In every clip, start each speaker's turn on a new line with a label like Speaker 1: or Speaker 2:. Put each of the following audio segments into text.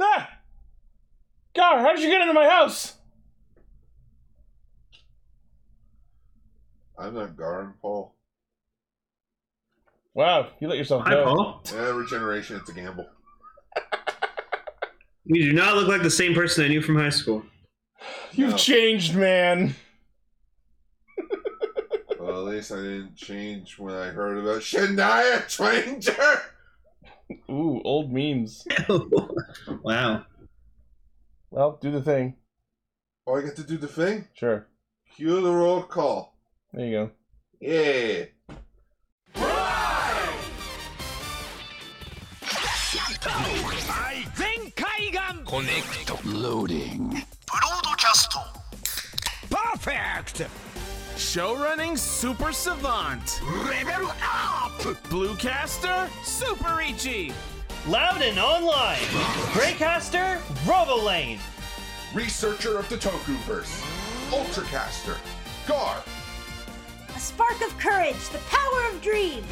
Speaker 1: Ah! God, how did you get into my house?
Speaker 2: I'm not Garin, Paul.
Speaker 1: Wow, you let yourself
Speaker 3: Hi,
Speaker 1: go.
Speaker 3: Paul.
Speaker 2: Every generation, it's a gamble.
Speaker 3: You do not look like the same person I knew from high school.
Speaker 1: You've
Speaker 2: No.
Speaker 1: changed, man.
Speaker 2: Well, at least I didn't change when I heard about Shania Twanger.
Speaker 1: Ooh, old memes.
Speaker 3: wow.
Speaker 1: Well, do the thing.
Speaker 2: Oh, I get to do the thing?
Speaker 1: Sure.
Speaker 2: Cue the roll call.
Speaker 1: There you go.
Speaker 2: Yeah.
Speaker 4: Perfect! Showrunning Super Savant. Level up! Bluecaster Super Ichi.
Speaker 5: Loud and online. Greycaster, Robolane.
Speaker 2: Researcher of the Tokuverse. Ultracaster. Gar.
Speaker 6: A spark of courage, the power of dreams.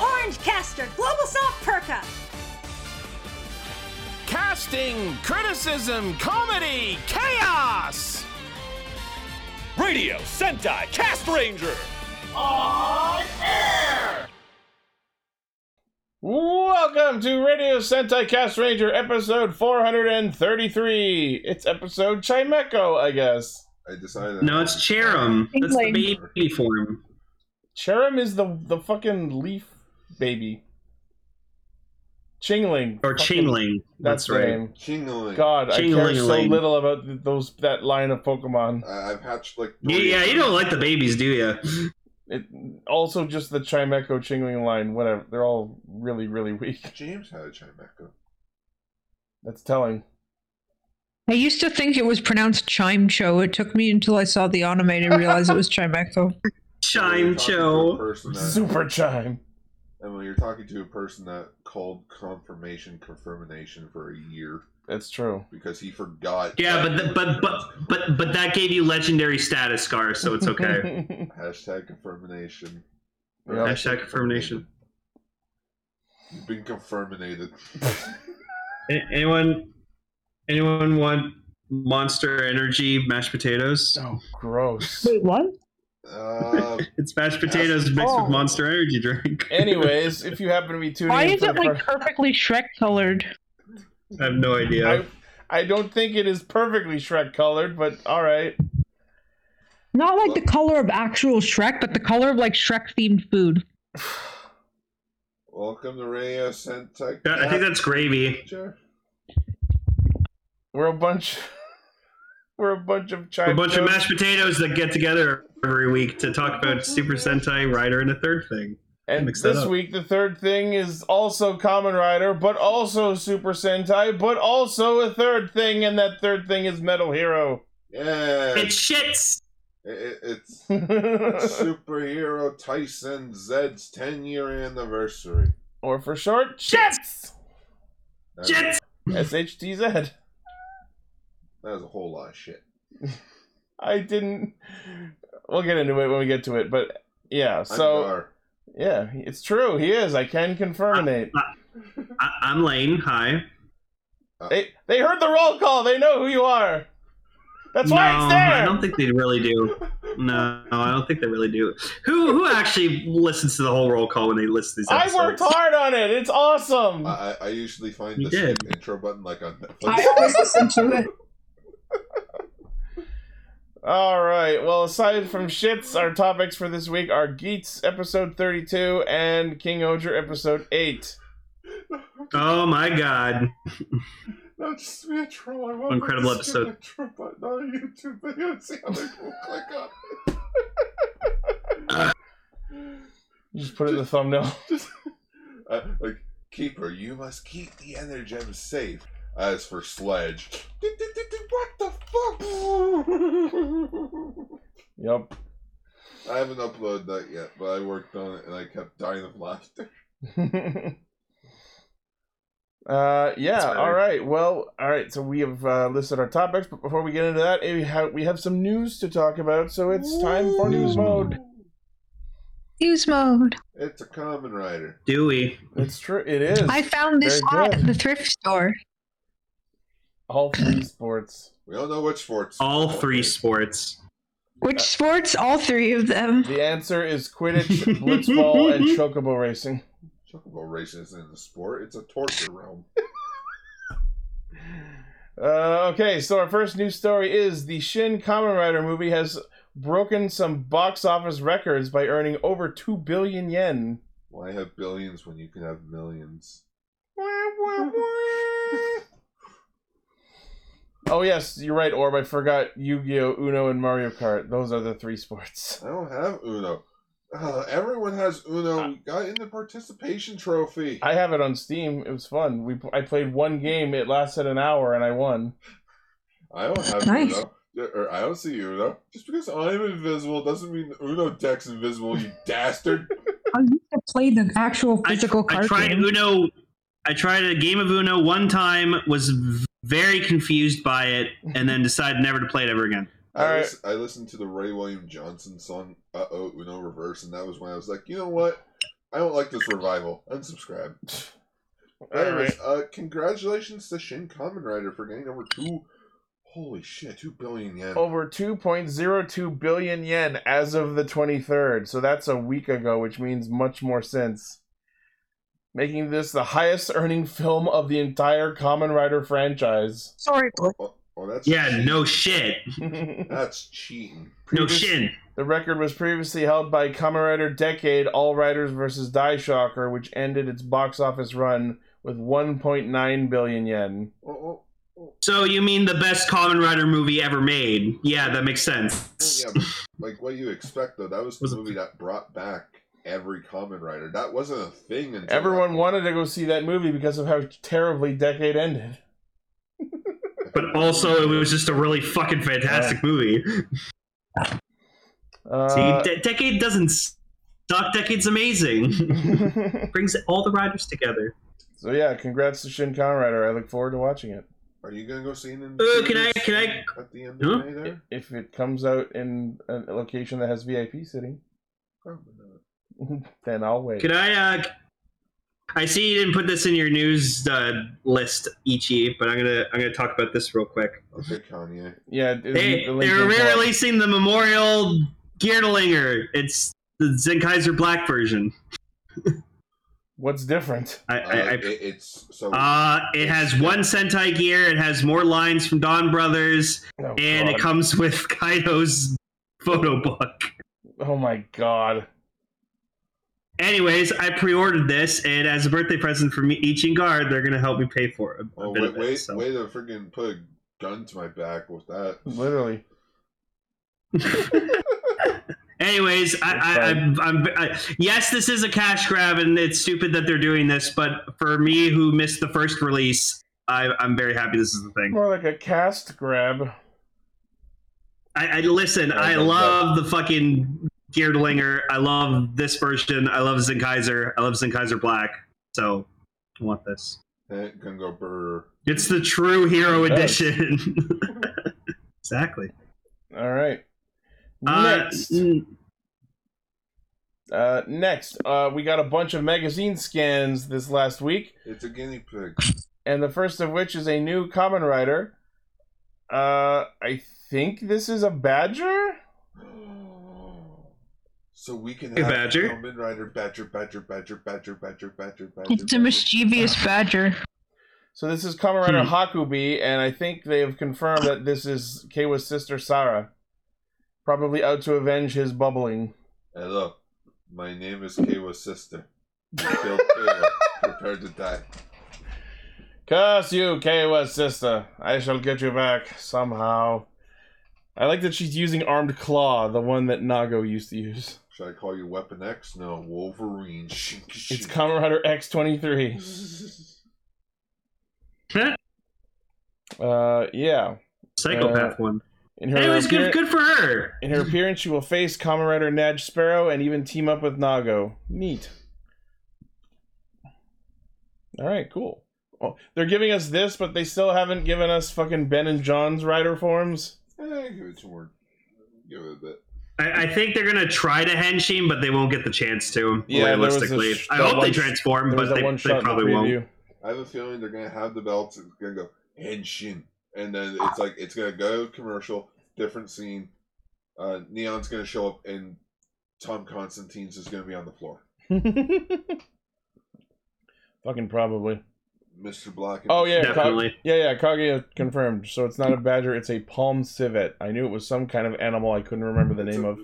Speaker 6: Orange Caster, Global Soft Perka.
Speaker 4: Casting, criticism, comedy, chaos!
Speaker 5: Radio Sentai Cast Ranger.
Speaker 1: Welcome to Radio Sentai Cast Ranger, episode 433. It's episode Chimeco, I guess.
Speaker 2: I decided.
Speaker 3: No, it's Cherum. That's the
Speaker 7: Inkling.
Speaker 3: baby form.
Speaker 1: Cherim is the the fucking leaf baby. Chingling.
Speaker 3: Or
Speaker 1: Fucking-
Speaker 3: Chingling. That's,
Speaker 1: the
Speaker 3: right.
Speaker 1: name.
Speaker 2: Chingling.
Speaker 1: God, I care so
Speaker 3: Chingling.
Speaker 1: little about th- those that line of Pokemon.
Speaker 2: I- I've hatched like.
Speaker 3: You-
Speaker 2: three.
Speaker 3: yeah, you don't like the babies, do you?
Speaker 1: It, also, just the Chimeco Chingling line, whatever. They're all really, really weak.
Speaker 2: James had a Chimeco.
Speaker 1: That's telling.
Speaker 7: I used to think it was pronounced Chime Cho. It took me until I saw the anime to realize it was Chimeco.
Speaker 3: Chime Cho.
Speaker 2: Person that,
Speaker 1: Super Chime.
Speaker 2: and when you're talking to a person that called confirmation confirmation for a year
Speaker 1: That's true.
Speaker 2: because he forgot.
Speaker 3: Yeah, but, the, but but but but that gave you legendary status, Scar, so it's okay.
Speaker 2: Hashtag confirmation.
Speaker 1: Yeah.
Speaker 3: Hashtag confirmation.
Speaker 2: You've been confirminated.
Speaker 3: A- Anyone, anyone want Monster Energy mashed potatoes?
Speaker 1: oh, gross.
Speaker 7: Wait, what?
Speaker 2: uh,
Speaker 3: It's mashed potatoes mixed
Speaker 7: Oh.
Speaker 3: with Monster Energy drink.
Speaker 1: Anyways, if you happen to be tuning
Speaker 7: Why
Speaker 1: in
Speaker 7: is
Speaker 1: for
Speaker 7: it
Speaker 1: the
Speaker 7: like
Speaker 1: fir-
Speaker 7: perfectly Shrek colored?
Speaker 3: I have no idea.
Speaker 1: I, I don't think it is perfectly Shrek colored, but all right.
Speaker 7: Not like the color of actual Shrek, but the color of like Shrek themed food.
Speaker 2: welcome to Radio Sentai.
Speaker 3: That- I think that's gravy.
Speaker 2: Sure.
Speaker 1: We're a bunch. We're a bunch of Chime.
Speaker 3: A bunch of mashed potatoes that get together every week to talk about Super Sentai Rider and a third thing.
Speaker 1: And
Speaker 3: mix that
Speaker 1: this
Speaker 3: up.
Speaker 1: week, the third thing is also Common Rider, but also Super Sentai, but also a third thing, and that third thing is Metal Hero.
Speaker 2: Yeah.
Speaker 3: It shits.
Speaker 2: It- it- it's
Speaker 1: or
Speaker 2: superhero Tyson Zed's 10 year anniversary.
Speaker 1: for short, Shits!
Speaker 2: That,
Speaker 3: Shits.
Speaker 1: SHTZ.
Speaker 2: that is a whole lot of shit.
Speaker 1: I didn't. We'll get into it when we get to it, but yeah.
Speaker 2: I'm
Speaker 1: So
Speaker 2: Gar.
Speaker 1: yeah, it's true. He is. I can confirm
Speaker 3: Ah.
Speaker 1: it.
Speaker 3: I, I'm Lane. Hi.
Speaker 1: They they heard the roll call. They know who you are. That's
Speaker 3: no,
Speaker 1: why it's
Speaker 3: I
Speaker 1: there.
Speaker 3: don't think they really do. No, I don't think they really do. Who who actually listens to the whole roll call when they listen to these
Speaker 1: I worked
Speaker 3: episodes?
Speaker 1: hard on it. It's awesome.
Speaker 2: I, I I usually find
Speaker 3: You
Speaker 2: the
Speaker 3: did.
Speaker 2: skip intro button like on Netflix.
Speaker 7: always listen to it.
Speaker 1: All right. Well, aside from shits, our topics for this week are Geats episode thirty-two and King Oger episode eight.
Speaker 3: Oh my god.
Speaker 2: Not just me a troll. I want
Speaker 3: Incredible
Speaker 2: the skip
Speaker 3: episode.
Speaker 2: intro button on a YouTube video and see how many people click on it.
Speaker 1: You just put it in the thumbnail.
Speaker 2: Just, uh, like, Keeper, you must keep the energems safe. As for Sledge, what the fuck?
Speaker 1: Yep.
Speaker 2: I haven't uploaded that yet, but I worked on it and I kept dying of laughter.
Speaker 1: Uh yeah,
Speaker 3: better.
Speaker 1: all right. Well, all right. So we have uh, listed our topics, but before we get into that, we have we have some news to talk about. So it's time for news mode.
Speaker 7: News mode.
Speaker 2: It's a common rider.
Speaker 3: Dewey.
Speaker 1: It's true. It is.
Speaker 7: I found this
Speaker 1: Very
Speaker 7: at
Speaker 1: good.
Speaker 7: the thrift store.
Speaker 1: All three sports.
Speaker 2: We don't know which sports.
Speaker 3: All three sports.
Speaker 7: Which sports? All three of them.
Speaker 1: The answer is Quidditch, Blitzball, and Chocobo Racing.
Speaker 2: Chocobo racing isn't a sport. It's a torture realm.
Speaker 1: Uh, okay, so our first news story is the Shin Kamen Rider movie has broken some box office records by earning over 2 billion yen.
Speaker 2: Why have billions when you can have millions?
Speaker 1: Oh, yes, you're right, Orb. I forgot Yu Gi Oh! Uno and Mario Kart. Those are the three sports.
Speaker 2: I don't have Uno. Uh, everyone has Uno. We got in the participation trophy.
Speaker 1: I have it on Steam. It was fun. We I played one game, it lasted an hour, and I won.
Speaker 2: I don't have
Speaker 7: Nice.
Speaker 2: Uno. Yeah, Or I don't see Uno. Just because I'm invisible doesn't mean Uno deck's invisible, you dastard.
Speaker 7: I used to play the actual
Speaker 3: I,
Speaker 7: physical
Speaker 3: I
Speaker 7: card
Speaker 3: tried
Speaker 7: game.
Speaker 3: Uno. I tried a game of Uno one time. Was very confused by it, and then decided never to play it ever again.
Speaker 1: All
Speaker 2: I,
Speaker 1: right.
Speaker 2: lis- I listened to the Ray William Johnson song "Uh Oh Uno Reverse," and that was when I was like, you know what? I don't like this revival. Unsubscribe. Anyways, uh, congratulations to Shin Kamen Rider for getting over two. Holy shit, two billion yen.
Speaker 1: Over 2.02 billion yen as of the 23rd. So that's a week ago, which means much more since. Making this the highest earning film of the entire Kamen Rider franchise.
Speaker 7: Sorry, Blue.
Speaker 2: Oh, oh, that's
Speaker 3: Yeah,
Speaker 2: cheating.
Speaker 3: no shit,
Speaker 1: the
Speaker 2: That's cheating.
Speaker 3: no
Speaker 1: Previous-
Speaker 3: shit.
Speaker 1: record was previously held by Kamen Rider Decade All Riders vs. Die Shocker, which ended its box office run with 1.9 billion yen.
Speaker 2: Oh, oh,
Speaker 3: So you mean the best Common Rider movie ever made? Yeah, that makes
Speaker 2: oh,
Speaker 3: sense.
Speaker 2: yeah, but, like what you expect though. That was the
Speaker 3: Was it-
Speaker 2: movie that brought back every Kamen Rider. That wasn't a thing. Until
Speaker 1: Everyone wanted to go see that movie because of how terribly Decade ended.
Speaker 3: But also, it was just a really fucking fantastic movie.
Speaker 1: Uh,
Speaker 3: See, De- Decade doesn't suck. Decade's amazing. Brings all the riders together.
Speaker 1: So yeah, congrats to Shin Kamen Rider. I look forward to watching it.
Speaker 2: Are you gonna go see it in?
Speaker 3: Uh, can I-
Speaker 2: theaters
Speaker 3: can I-
Speaker 2: At the end of
Speaker 3: Huh?
Speaker 2: May there.
Speaker 1: If it comes out in a location that has VIP sitting,
Speaker 2: Probably not.
Speaker 1: then I'll wait.
Speaker 3: Could I? Uh, I see you didn't put this in your news uh, list, Ichi, but I'm gonna I'm gonna talk about this real quick.
Speaker 2: Okay, Kanye.
Speaker 1: yeah, it-
Speaker 3: They
Speaker 1: the
Speaker 3: they're
Speaker 1: Linkin Park.
Speaker 3: re-releasing the Memorial Geerlinger. It's the Zenkaiser Black version.
Speaker 1: What's different?
Speaker 3: I,
Speaker 2: Uh,
Speaker 3: I, I
Speaker 2: it, it's so.
Speaker 3: Uh, it has one Sentai gear. It has more lines from Don Brothers,
Speaker 1: Oh,
Speaker 3: and
Speaker 1: God.
Speaker 3: it comes with Kaido's photo book.
Speaker 1: oh my god!
Speaker 3: Anyways, I pre-ordered this, and as a birthday present for me, Ichin Guard, they're gonna help me pay for it.
Speaker 2: oh, wait, wait, way to freaking put a gun to my back with that.
Speaker 1: Literally,
Speaker 3: Anyways, I, I, I'm, I'm, I, yes, this is a cash grab, and it's stupid that they're doing this. But for me, who missed the first release, I, I'm very happy this is the thing.
Speaker 1: more like a cast grab.
Speaker 3: I, I listen. I love the fucking Geardlinger. I love this version. I love Zenkaiser. I love Zenkaiser Black. So I want this.
Speaker 2: That gun go brr.
Speaker 3: It's the true hero
Speaker 1: Yes.
Speaker 3: edition. exactly.
Speaker 1: All right.
Speaker 3: Uh,
Speaker 1: Next,
Speaker 3: n-
Speaker 1: uh, next, uh, we got a bunch of magazine scans this last week.
Speaker 2: It's a guinea pig.
Speaker 1: and the first of which is a new common rider. Uh, I think this is a badger.
Speaker 2: So we can
Speaker 3: Hey,
Speaker 2: have
Speaker 3: Badger.
Speaker 2: Kamen Rider Badger Badger Badger Badger Badger Badger Badger.
Speaker 7: It's a
Speaker 2: Badger.
Speaker 7: mischievous
Speaker 3: Ah.
Speaker 7: badger.
Speaker 1: So this is Kamen Rider
Speaker 3: Hmm.
Speaker 1: Hakubi, and I think they have confirmed that this is Keiwa's sister Sarah, probably out to avenge his bubbling.
Speaker 2: Hello, my name is Keiwa's sister. You killed Keiwa. Prepare to die.
Speaker 1: Curse you, Keiwa's sister! I shall get you back somehow. I like that she's using armed claw, the one that Nago used to use.
Speaker 2: Should I call you Weapon X? No, Wolverine. Shink, shink.
Speaker 1: It's Kamen Rider X twenty three. Uh, yeah.
Speaker 3: psychopath
Speaker 1: Uh,
Speaker 3: one.
Speaker 1: In her
Speaker 3: Anyways,
Speaker 1: appear-
Speaker 3: good, good for her.
Speaker 1: In her appearance, she will face Kamen Rider Naj Sparrow and even team up with Nago. Neat. All right, cool. Well, they're giving us this, but they still haven't given us fucking Ben and John's rider forms.
Speaker 2: Eh, give it some more. Give it a bit.
Speaker 3: I, I think they're gonna try to henshim, but they won't get the chance to.
Speaker 1: Yeah, there was a
Speaker 3: realistically,
Speaker 1: sh-
Speaker 3: I
Speaker 1: that
Speaker 3: hope
Speaker 1: one
Speaker 3: they
Speaker 1: sh-
Speaker 3: transform,
Speaker 1: There was
Speaker 3: but
Speaker 1: that
Speaker 3: they,
Speaker 1: one
Speaker 3: they
Speaker 1: shot in the
Speaker 3: probably won't.
Speaker 1: preview.
Speaker 2: I have a feeling they're gonna have the belts. It's gonna go Henshin, and then it's like it's gonna go commercial, different scene. Uh, Neon's gonna show up, and Tom Constantine's is gonna be on the floor.
Speaker 1: Fucking probably.
Speaker 2: Mr. Black.
Speaker 1: Oh yeah, Ka-
Speaker 3: Definitely.
Speaker 1: yeah, yeah. Kaguya confirmed. So it's not a badger; it's a palm civet. I knew it was some kind of animal. I couldn't remember the name of.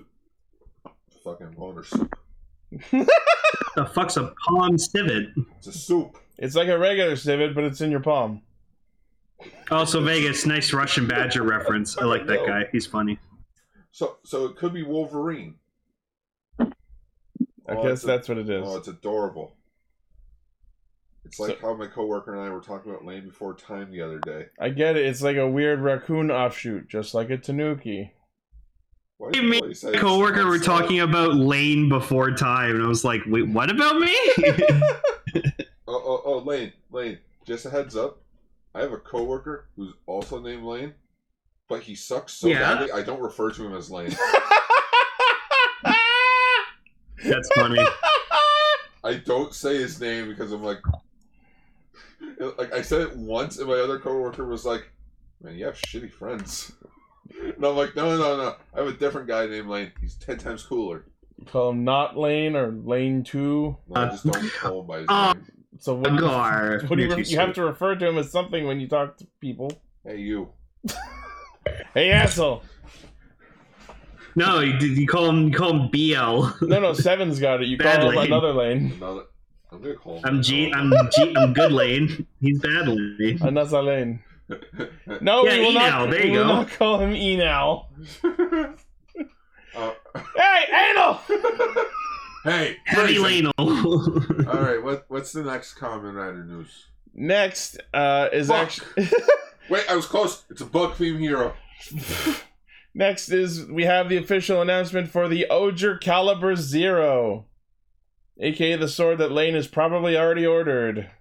Speaker 2: Fucking boner soup.
Speaker 3: The fuck's a palm civet?
Speaker 2: It's a soup.
Speaker 1: It's like a regular civet, but it's in your palm.
Speaker 3: Also, Vegas, nice Russian badger reference. I like that guy. He's funny.
Speaker 2: So so it could be Wolverine.
Speaker 1: I
Speaker 2: Oh,
Speaker 1: guess
Speaker 2: it's a-
Speaker 1: that's what it is.
Speaker 2: Oh, it's adorable. It's like how my coworker and I were talking about Land Before Time the other day.
Speaker 1: I get it. It's like a weird raccoon offshoot, just like a tanuki.
Speaker 2: Why
Speaker 3: You
Speaker 2: did
Speaker 3: mean
Speaker 2: Billy say it's
Speaker 3: Coworker,
Speaker 2: not
Speaker 3: we're
Speaker 2: solid?
Speaker 3: talking about Lane before time, and I was like, "Wait, what about me?"
Speaker 2: Oh, oh, oh, Lane, Lane. Just a heads up. I have a coworker who's also named Lane, but he sucks so
Speaker 3: Yeah.
Speaker 2: badly. I don't refer to him as Lane.
Speaker 3: That's funny.
Speaker 2: I don't say his name because I'm like, like I said it once, and my other coworker was like, "Man, you have shitty friends." And I'm like, "No, no, no. I have a different guy named Lane. He's ten times cooler."
Speaker 1: Call him not Lane or Lane Two.
Speaker 2: No, I just don't call him by his
Speaker 3: Uh,
Speaker 2: name.
Speaker 1: So what? do you-
Speaker 3: Agar.
Speaker 1: What do you,
Speaker 3: You're
Speaker 1: re-
Speaker 3: too
Speaker 1: you have
Speaker 3: sweet.
Speaker 1: to refer to him as something when you talk to people.
Speaker 2: Hey, you.
Speaker 1: Hey asshole!
Speaker 3: No, you, you call him. You call him BL.
Speaker 1: No, no, Seven's got it. You
Speaker 3: Bad
Speaker 1: call him
Speaker 3: lane.
Speaker 1: another lane.
Speaker 2: Another. I'm gonna call him.
Speaker 3: I'm G. I'm G. I'm good lane. He's bad lane.
Speaker 1: Another lane. No,
Speaker 3: Yeah,
Speaker 1: we will
Speaker 3: Enow,
Speaker 1: not.
Speaker 3: there you
Speaker 1: we will
Speaker 3: go.
Speaker 1: not call him E now.
Speaker 2: Uh,
Speaker 1: Hey, anal.
Speaker 2: hey.
Speaker 3: Heavy
Speaker 2: Grayson.
Speaker 3: lane.
Speaker 2: All right. What What's the next Common Rider news?
Speaker 1: Next uh, is
Speaker 2: Fuck.
Speaker 1: actually.
Speaker 2: Wait, I was close. It's a bug theme hero.
Speaker 1: Next is we have the official announcement for the Oger Caliber Zero, aka the sword that Lane has probably already ordered.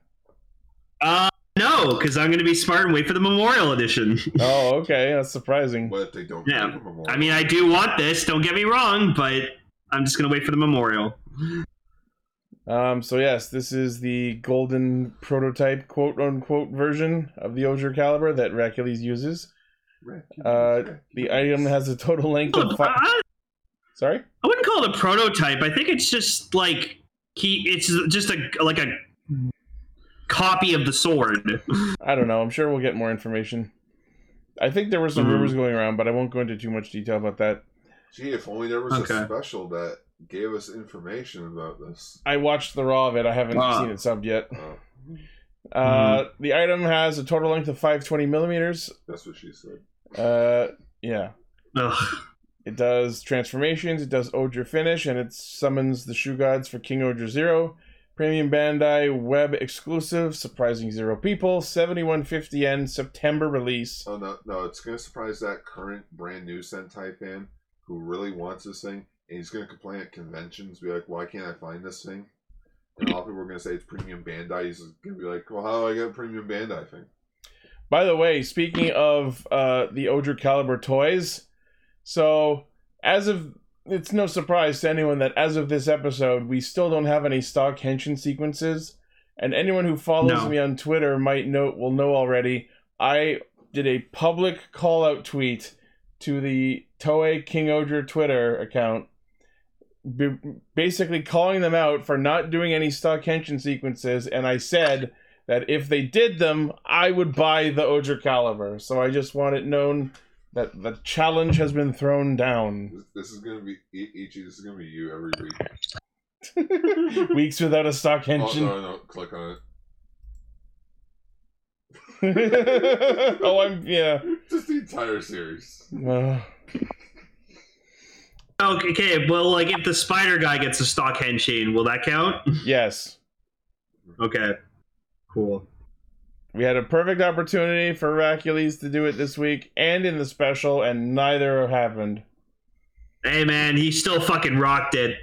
Speaker 3: Uh, no, because I'm gonna be smart and wait for the memorial edition.
Speaker 1: Oh, okay, that's surprising.
Speaker 2: What if they don't?
Speaker 3: Yeah,
Speaker 2: give him a more?
Speaker 3: I mean, I do want this. Don't get me wrong, but I'm just gonna wait for the memorial.
Speaker 1: Um, so yes, this is the golden prototype, quote unquote, version of the Oger Caliber that Racules uses. Uh, the item has a total length of five.
Speaker 3: I,
Speaker 1: Sorry.
Speaker 3: I wouldn't call it a prototype. I think it's just like he. It's just a like a copy of the sword.
Speaker 1: I don't know. I'm sure we'll get more information. I think there were some
Speaker 3: Mhm.
Speaker 1: rumors going around, but I won't go into too much detail about that.
Speaker 2: Gee, if only there was
Speaker 3: Okay.
Speaker 2: a special that gave us information about this.
Speaker 1: I watched the raw of it. I haven't
Speaker 3: Ah.
Speaker 1: seen it subbed yet.
Speaker 2: Uh,
Speaker 1: Uh, The item has a total length of 520 millimeters.
Speaker 2: that's what she said.
Speaker 1: Uh, yeah,
Speaker 3: Ugh.
Speaker 1: it does transformations. It does Odra finish, and it summons the shoe gods for King Odra Zero. Premium Bandai web exclusive, surprising zero people. 7150 yen September release.
Speaker 2: Oh no, no, it's gonna surprise that current brand new Sentai fan who really wants this thing, and he's gonna complain at conventions, be like, "Why can't I find this thing?" And all people are gonna say it's premium Bandai. He's just gonna be like, "Well, how do I get a premium Bandai thing?"
Speaker 1: By the way, speaking of uh, the Odra Caliber toys, so as of it's no surprise to anyone that as of this episode, we still don't have any stock henshin sequences. And anyone who follows
Speaker 3: No.
Speaker 1: me on Twitter might know will know already. I did a public call out tweet to the Toei King Odra Twitter account, b- basically calling them out for not doing any stock henshin sequences. And I said that if they did them, I would buy the Odra Caliber. So I just want it known that the challenge has been thrown down.
Speaker 2: This, this is gonna be I- Ichi. This is gonna be you every week.
Speaker 1: Weeks without a stock
Speaker 2: Oh
Speaker 1: henshin.
Speaker 2: no, no, click on it.
Speaker 1: Oh, I'm yeah.
Speaker 2: Just the entire series.
Speaker 1: Ugh.
Speaker 3: Okay, okay, well, like if the spider guy gets a stock henshin, will that count?
Speaker 1: yes,
Speaker 3: Okay, cool.
Speaker 1: we had a perfect opportunity for Racules to do it this week and in the special, and neither happened.
Speaker 3: Hey man, he still fucking rocked it.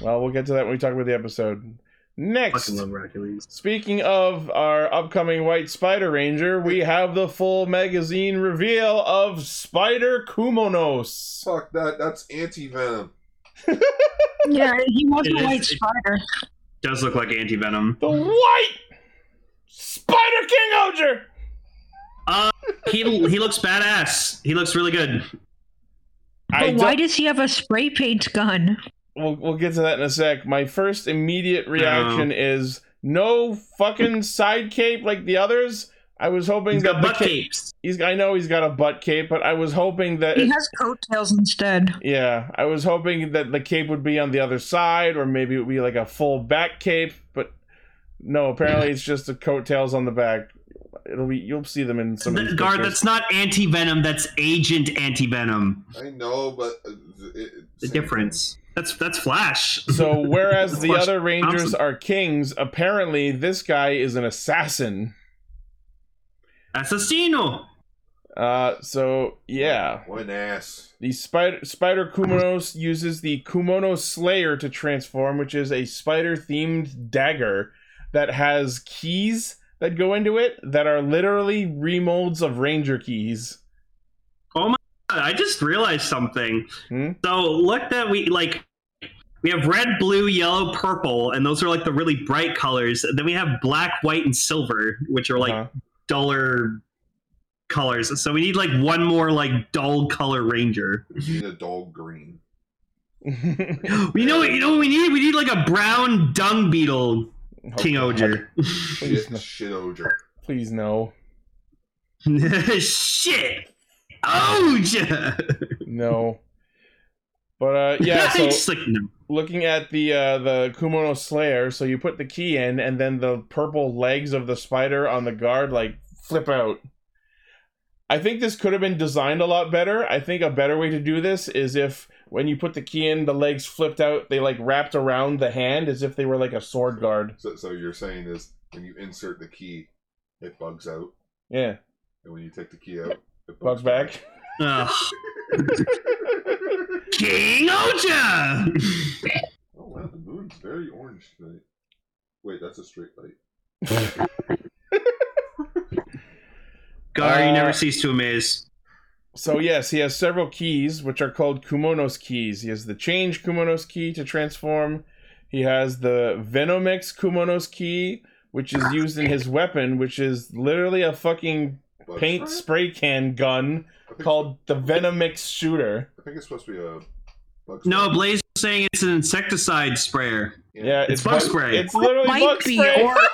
Speaker 1: Well, we'll get to that when we talk about the episode. Next,
Speaker 3: fucking love Hercules.
Speaker 1: speaking of our upcoming White Spider Ranger, we have the full magazine reveal of Spider Kumonos.
Speaker 2: Fuck that. That's anti venom.
Speaker 7: Yeah, he was
Speaker 3: It
Speaker 7: a
Speaker 3: is-
Speaker 7: white
Speaker 3: it-
Speaker 7: spider.
Speaker 3: Does look like anti venom.
Speaker 1: The White Spider King Oger.
Speaker 3: Uh, he he looks badass. He looks really good.
Speaker 1: I
Speaker 7: But why
Speaker 1: don't-
Speaker 7: does he have a spray paint gun?
Speaker 1: we'll, we'll get to that in a sec. My first immediate reaction is no fucking side cape like the others. I was hoping
Speaker 3: He's got
Speaker 1: that the
Speaker 3: butt
Speaker 1: ca-
Speaker 3: capes.
Speaker 1: He's I know he's got a butt cape, but I was hoping that
Speaker 7: He has coattails instead.
Speaker 1: yeah, I was hoping that the cape would be on the other side, or maybe it would be like a full back cape. But no, apparently it's just the coattails on the back. It'll be you'll see them in some of these
Speaker 3: Guard,
Speaker 1: pictures.
Speaker 3: that's not anti venom. That's agent anti venom.
Speaker 2: I know, but uh, th- it,
Speaker 3: The
Speaker 2: same
Speaker 3: difference. That's that's Flash.
Speaker 1: So whereas the
Speaker 3: Flash
Speaker 1: other rangers
Speaker 3: Thompson.
Speaker 1: are kings, apparently this guy is an assassin.
Speaker 3: Assassino.
Speaker 1: Uh, so yeah.
Speaker 2: thing. One ass.
Speaker 1: The spider spider Kumonos uses the Kumono Slayer to transform, which is a spider themed dagger that has keys that go into it that are literally remolds of ranger keys.
Speaker 3: I just realized something.
Speaker 1: Hmm?
Speaker 3: So look that we like we have red, blue, yellow, purple, and those are like the really bright colors. And then we have black, white, and silver, which are like
Speaker 1: Uh-huh.
Speaker 3: duller colors. So we need like one more like dull color ranger.
Speaker 2: We need a dull green.
Speaker 3: You know what you know what we need? We need like a brown dung beetle King
Speaker 1: Oh, God.
Speaker 3: Oger.
Speaker 1: Please
Speaker 2: Shit,
Speaker 1: no.
Speaker 2: shit, Oger.
Speaker 1: Please no.
Speaker 3: Shit. Oja.
Speaker 1: No. But uh yeah, so
Speaker 3: Just like no.
Speaker 1: looking at the uh the Kumono Slayer, so you put the key in and then the purple legs of the spider on the guard like flip out. I think this could have been designed a lot better. I think a better way to do this is if when you put the key in, the legs flipped out, they like wrapped around the hand as if they were like a sword guard.
Speaker 2: So, so you're saying is when you insert the key, it bugs out,
Speaker 1: Yeah.
Speaker 2: and when you take the key out, it
Speaker 1: Bugs
Speaker 2: bugs
Speaker 1: back.
Speaker 3: Ugh. King Oja!
Speaker 2: Oh wow, the moon's very orange tonight. Wait, that's a straight light.
Speaker 3: Gar,
Speaker 1: Uh,
Speaker 3: you never cease to amaze.
Speaker 1: So yes, he has several keys, which are called Kumonos keys. He has the Change Kumonos key to transform. He has the Venomix Kumonos key, which is used in his weapon, which is literally a fucking
Speaker 2: Bugs
Speaker 1: paint
Speaker 2: back?
Speaker 1: spray can gun
Speaker 2: I think-
Speaker 1: called the Venomix Shooter.
Speaker 2: I think it's supposed to be a bug.
Speaker 3: No,
Speaker 2: spray.
Speaker 3: Blaze is saying it's an insecticide sprayer.
Speaker 1: Yeah,
Speaker 3: It's bug spray.
Speaker 1: It's literally
Speaker 7: Might
Speaker 1: bug
Speaker 7: be,
Speaker 1: spray.
Speaker 7: or- I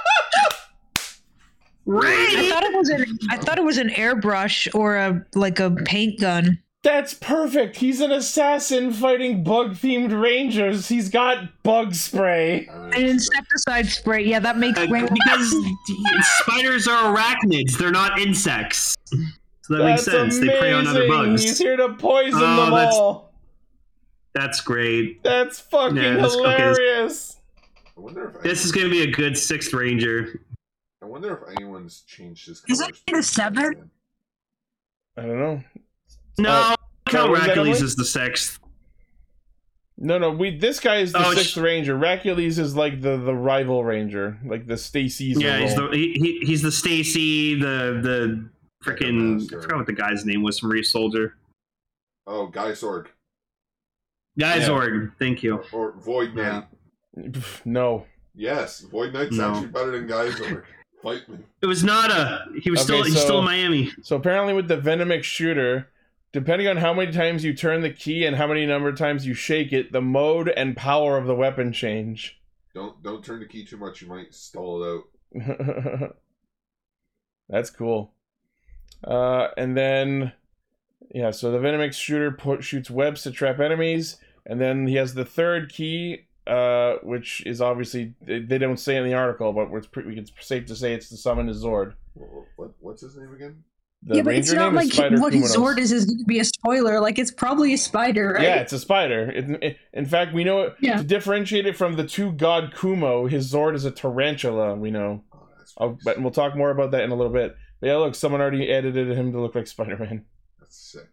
Speaker 3: Right?
Speaker 7: thought it was an I thought it was an airbrush or a like a paint gun.
Speaker 1: That's perfect. He's an assassin fighting bug-themed rangers. He's got bug spray.
Speaker 2: I
Speaker 7: An
Speaker 2: mean,
Speaker 7: insecticide spray. Yeah, that makes
Speaker 3: Uh, because spiders are arachnids, they're not insects. So that
Speaker 1: That's
Speaker 3: makes sense.
Speaker 1: amazing.
Speaker 3: They prey on other
Speaker 1: He's
Speaker 3: bugs.
Speaker 1: here to poison
Speaker 3: Oh,
Speaker 1: them
Speaker 3: that's-
Speaker 1: all.
Speaker 3: That's great.
Speaker 1: That's fucking
Speaker 3: Yeah, that's- okay, that's-
Speaker 1: hilarious.
Speaker 2: I wonder if
Speaker 3: This is
Speaker 2: anyone-
Speaker 3: going to be a good sixth ranger.
Speaker 2: I wonder if anyone's changed his.
Speaker 7: Is it
Speaker 2: colours.
Speaker 7: the seven?
Speaker 1: I don't know. Uh,
Speaker 3: No, Count
Speaker 1: was that
Speaker 3: Rackules
Speaker 1: Emily?
Speaker 3: is the sixth.
Speaker 1: No, no. We this guy is the
Speaker 3: Oh,
Speaker 1: sixth ranger. Racules is like the the rival ranger, like the Stacy's.
Speaker 3: Yeah, he's the he, he, he's the Stacy, the the freaking I forgot what the guy's name was from Reese Soldier.
Speaker 2: Oh, Guy Sorg
Speaker 3: Guy
Speaker 1: Yeah.
Speaker 3: Zorg, thank you.
Speaker 2: or, or Void Knight.
Speaker 1: no.
Speaker 2: Yes, Void Knight's
Speaker 3: No.
Speaker 2: actually better than Guy Sorg. Fight me.
Speaker 3: It was Nada. He was
Speaker 1: Okay,
Speaker 3: still he's still
Speaker 1: so-
Speaker 3: in Miami.
Speaker 1: So apparently, with the Venomic shooter, depending on how many times you turn the key and how many number of times you shake it, the mode and power of the weapon change.
Speaker 2: Don't don't turn the key too much. You might stall it out.
Speaker 1: That's cool. Uh, and then, yeah, so the Venomix shooter put, shoots webs to trap enemies, and then he has the third key, uh, which is obviously they, they don't say in the article, but it's pre- we can it's safe to say it's to summon his Zord.
Speaker 2: What, what what's his name again?
Speaker 1: The
Speaker 8: yeah, but it's not like
Speaker 1: Spider
Speaker 8: what his
Speaker 1: Kumanos.
Speaker 8: sword is is going to be a spoiler. Like it's probably a spider, right?
Speaker 1: Yeah, it's a spider. It, it- in fact, we know it,
Speaker 8: Yeah.
Speaker 1: to differentiate it from the two god Kumo, his Zord is a tarantula. We know.
Speaker 2: Oh, that's
Speaker 1: Oh, but we'll talk more about that in a little bit. But yeah, look, someone already edited him to look like Spider Man.
Speaker 2: that's sick.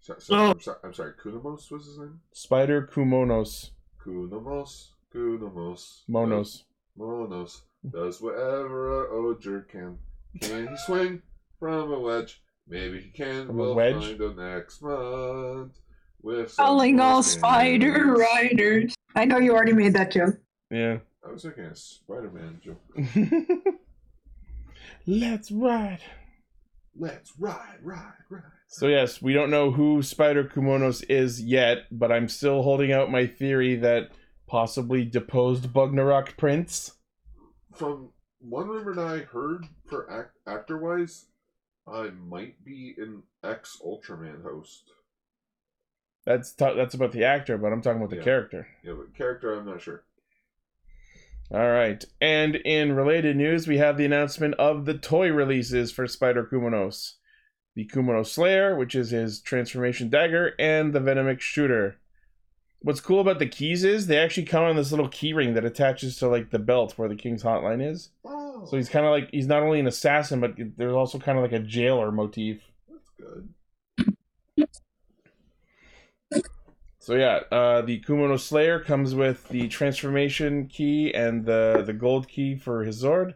Speaker 2: So, so,
Speaker 3: Oh.
Speaker 2: I'm, sorry, I'm sorry. Kunamos was his name.
Speaker 1: Spider Kumonos.
Speaker 2: Kunamos. Kunamos.
Speaker 1: Monos.
Speaker 2: Monos does whatever a Oger can. Can he swing from a wedge? Maybe he can.
Speaker 1: From a
Speaker 2: we'll
Speaker 1: wedge?
Speaker 2: find out next month. With some
Speaker 8: Calling all
Speaker 2: orphans.
Speaker 8: spider riders. I know you already made that joke.
Speaker 1: Yeah.
Speaker 2: I was thinking of Spider Man joke.
Speaker 1: Let's ride.
Speaker 2: Let's ride, ride, ride.
Speaker 1: So yes, we don't know who Spider Kumonos is yet, but I'm still holding out my theory that possibly deposed Bugnarok Prince.
Speaker 2: From one rumor that I heard for act- actor wise, I might be an ex Ultraman host.
Speaker 1: That's ta that's about the actor, but I'm talking about the
Speaker 2: Yeah.
Speaker 1: character.
Speaker 2: Yeah, but character, I'm not sure.
Speaker 1: All right. And in related news, we have the announcement of the toy releases for Spider Kumonos the Kumono Slayer, which is his transformation dagger, and the Venomic Shooter. What's cool about the keys is they actually come on this little key ring that attaches to like the belt where the King's Hotline is.
Speaker 2: Oh,
Speaker 1: So he's kind of like he's not only an assassin, but there's also kind of like a jailer motif.
Speaker 2: that's good.
Speaker 1: So yeah, uh, the Kumono Slayer comes with the transformation key and the the gold key for his sword,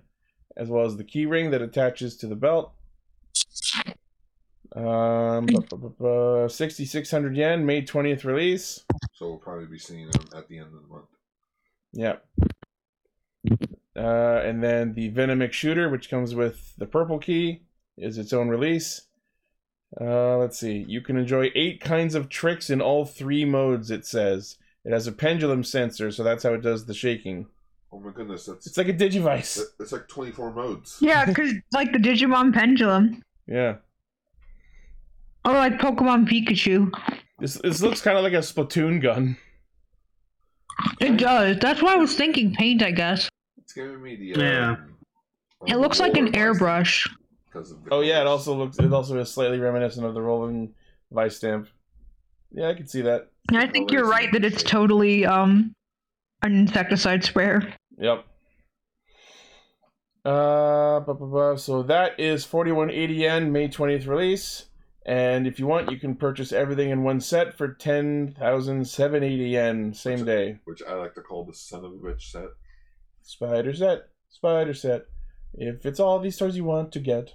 Speaker 1: as well as the key ring that attaches to the belt. Um, sixty six hundred yen, May twentieth release.
Speaker 2: So we'll probably be seeing him at the end of the month.
Speaker 1: Yeah. Uh, and then the Venomic Shooter, which comes with the purple key, is its own release. Uh, let's see. You can enjoy eight kinds of tricks in all three modes, it says. It has a pendulum sensor, so that's how it does the shaking.
Speaker 2: Oh my goodness, that's
Speaker 1: It's like a Digivice.
Speaker 2: that- that's like 24 modes.
Speaker 7: Yeah, because like the Digimon pendulum,
Speaker 1: Yeah.
Speaker 7: or like Pokemon Pikachu.
Speaker 1: This, this looks kind of like a Splatoon gun.
Speaker 7: It does. That's why I was thinking paint. I guess
Speaker 2: It's giving me the.
Speaker 3: Yeah.
Speaker 2: um,
Speaker 7: it looks like an
Speaker 2: roller vice
Speaker 7: airbrush.
Speaker 2: because of the
Speaker 1: Oh, yeah, it
Speaker 2: colors.
Speaker 1: also looks, it also is slightly reminiscent of the rolling vice stamp. Yeah, I can see that.
Speaker 7: And I think you're right that it's totally um an insecticide sprayer.
Speaker 1: Yep. Uh, bu- bu- bu- so that is 4180 yen, May 20th release. And if you want, you can purchase everything in one set for 10,780 yen, same day.
Speaker 2: Which I like to call the son of a bitch set.
Speaker 1: Spider set, spider set. If it's all these stars you want to get.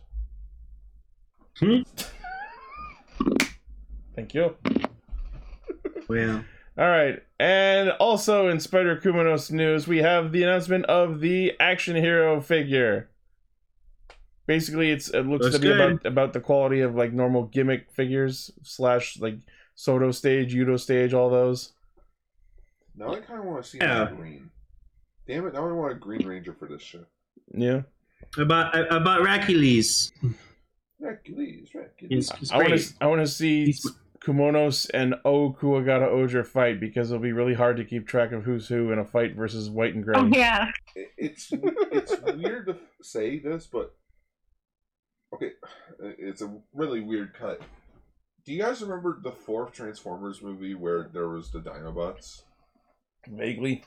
Speaker 3: Hmm.
Speaker 1: Thank you.
Speaker 3: Well,
Speaker 1: All right, and also in Spider Kumanos news, we have the announcement of the action hero figure. Basically, it's it looks
Speaker 3: Looks
Speaker 1: to be about, about the quality of like normal gimmick figures slash like Soto stage, Yudo stage, all those.
Speaker 2: Now I kind of want to see
Speaker 3: Yeah.
Speaker 2: him in green. Damn it! Now I want a Green Ranger for this show.
Speaker 1: Yeah,
Speaker 3: I bought I, I bought Hercules.
Speaker 2: Hercules, Hercules.
Speaker 3: He's, he's
Speaker 1: I want
Speaker 3: great.
Speaker 1: to I want to see
Speaker 3: He's-
Speaker 1: Kumonos and O Kuwagata Oger fight because it'll be really hard to keep track of who's who in a fight versus White and Gray.
Speaker 7: Oh yeah.
Speaker 2: It- It's it's weird to say this, but okay, it's a really weird cut. Do you guys remember the fourth Transformers movie where there was the Dinobots?
Speaker 1: Vaguely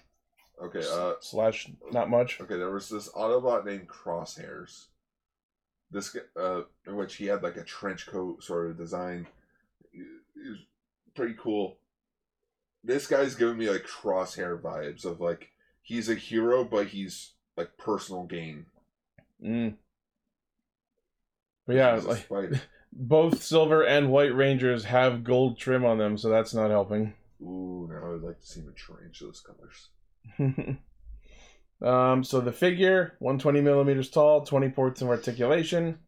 Speaker 2: Okay, uh,
Speaker 1: slash not much.
Speaker 2: Okay, there was this Autobot named Crosshairs. This, g- uh, in which he had like a trench coat sort of design. It was pretty cool. This guy's giving me like crosshair vibes of like he's a hero, but he's like personal gain.
Speaker 1: Mm. But yeah,
Speaker 2: He's a
Speaker 1: like.
Speaker 2: spider.
Speaker 1: Both silver and white rangers have gold trim on them, so that's not helping.
Speaker 2: Ooh, now I would like to see him in tarantulas colors.
Speaker 1: um, so the figure, 120 millimeters tall, 20 ports of articulation,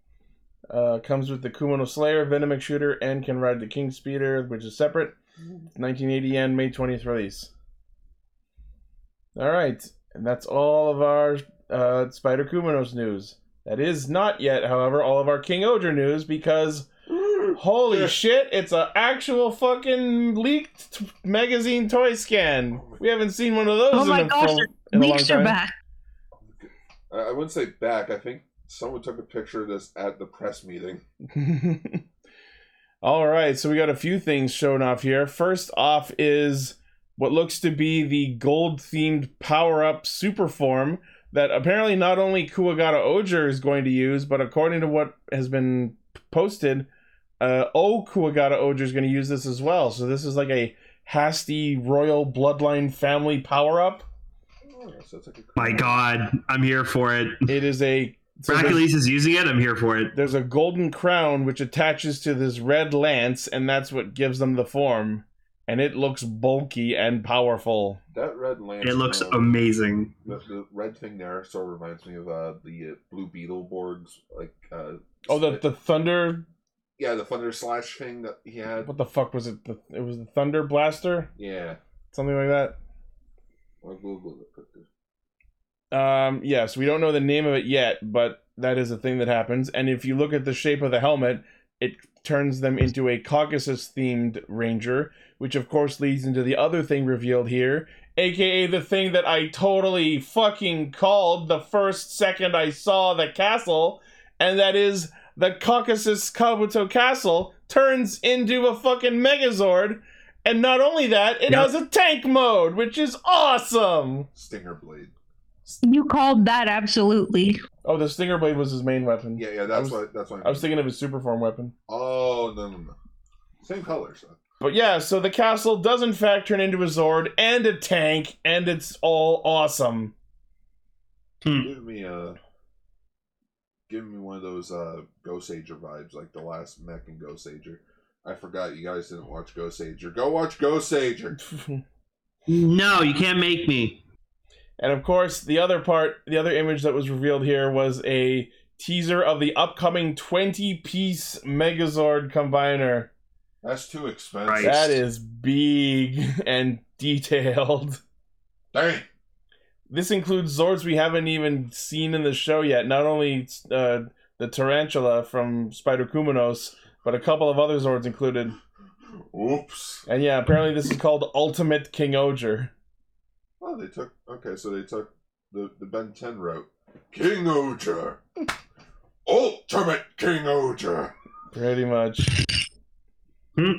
Speaker 1: uh, comes with the Kumono Slayer, Venomic Shooter, and can ride the King Speeder, which is separate. 1980 yen, May 20th release. All right, and that's all of our uh, Spider Kumonos news. That is not yet, however, all of our King Odra news because Holy
Speaker 2: Yeah.
Speaker 1: shit, it's an actual fucking leaked t- magazine toy scan. We haven't seen one of those
Speaker 7: Oh
Speaker 1: in,
Speaker 7: my
Speaker 1: a,
Speaker 7: gosh,
Speaker 1: full- in a long
Speaker 7: Leaks are
Speaker 1: time.
Speaker 7: back.
Speaker 2: I, I wouldn't say back. I think someone took a picture of this at the press meeting.
Speaker 1: All right, so we got a few things shown off here. First off is what looks to be the gold themed power up super form that apparently not only Kuwagata Oger is going to use, but according to what has been posted, uh, O Kuwagata Oger is going to use this as well. So this is like a hasty royal bloodline family power up.
Speaker 2: Oh, so it's like a
Speaker 3: My God, I'm here for it.
Speaker 1: It is a so there's-
Speaker 3: Hercules is using it. I'm here for it.
Speaker 1: there's a golden crown which attaches to this red lance, and that's what gives them the form. And it looks bulky and powerful.
Speaker 2: That red lance.
Speaker 3: It looks
Speaker 2: um,
Speaker 3: amazing.
Speaker 2: The, the red thing there sort of reminds me of uh, the uh, Blue Beetleborgs like uh,
Speaker 1: Oh, the the thunder.
Speaker 2: yeah, the thunder slash thing that he had.
Speaker 1: What the fuck was it? The, it was the thunder blaster,
Speaker 2: Yeah.
Speaker 1: something like that.
Speaker 2: I'll Google it quickly.
Speaker 1: Um, yes, we don't know the name of it yet, but that is a thing that happens. And if you look at the shape of the helmet, it turns them into a Caucasus themed ranger, which of course leads into the other thing revealed here, aka the thing that I totally fucking called the first second I saw the castle, and that is the Caucasus Kabuto Castle turns into a fucking Megazord. And not only that, it
Speaker 3: Yep.
Speaker 1: has a tank mode, which is awesome.
Speaker 2: Stinger blade.
Speaker 7: You called that absolutely.
Speaker 1: Oh, the stinger blade was his main weapon.
Speaker 2: Yeah, yeah, that's
Speaker 1: I was-
Speaker 2: what that's what
Speaker 1: I was thinking of his super form weapon.
Speaker 2: Oh no no no. Same color, so.
Speaker 1: But yeah, so the castle does in fact turn into a Zord and a tank, and it's all awesome.
Speaker 2: Give me a give me one of those uh Ghost Ager vibes, like the last mech and Ghost Ager. I forgot you guys didn't watch Ghost Ager. Go watch Ghost Ager.
Speaker 3: No, you can't make me.
Speaker 1: And of course, the other part, the other image that was revealed here was a teaser of the upcoming 20 piece Megazord combiner.
Speaker 2: That's too expensive.
Speaker 3: Right.
Speaker 1: That is big and detailed.
Speaker 2: Dang.
Speaker 1: This includes Zords we haven't even seen in the show yet. Not only uh, the Tarantula from Spider Kumanos, but a couple of other Zords included.
Speaker 2: Oops.
Speaker 1: And yeah, apparently this is called Ultimate King Oger.
Speaker 2: Oh, they took okay, so they took the the Ben 10 route. King Oger. Ultimate King Oger.
Speaker 1: Pretty much.
Speaker 3: Hmm.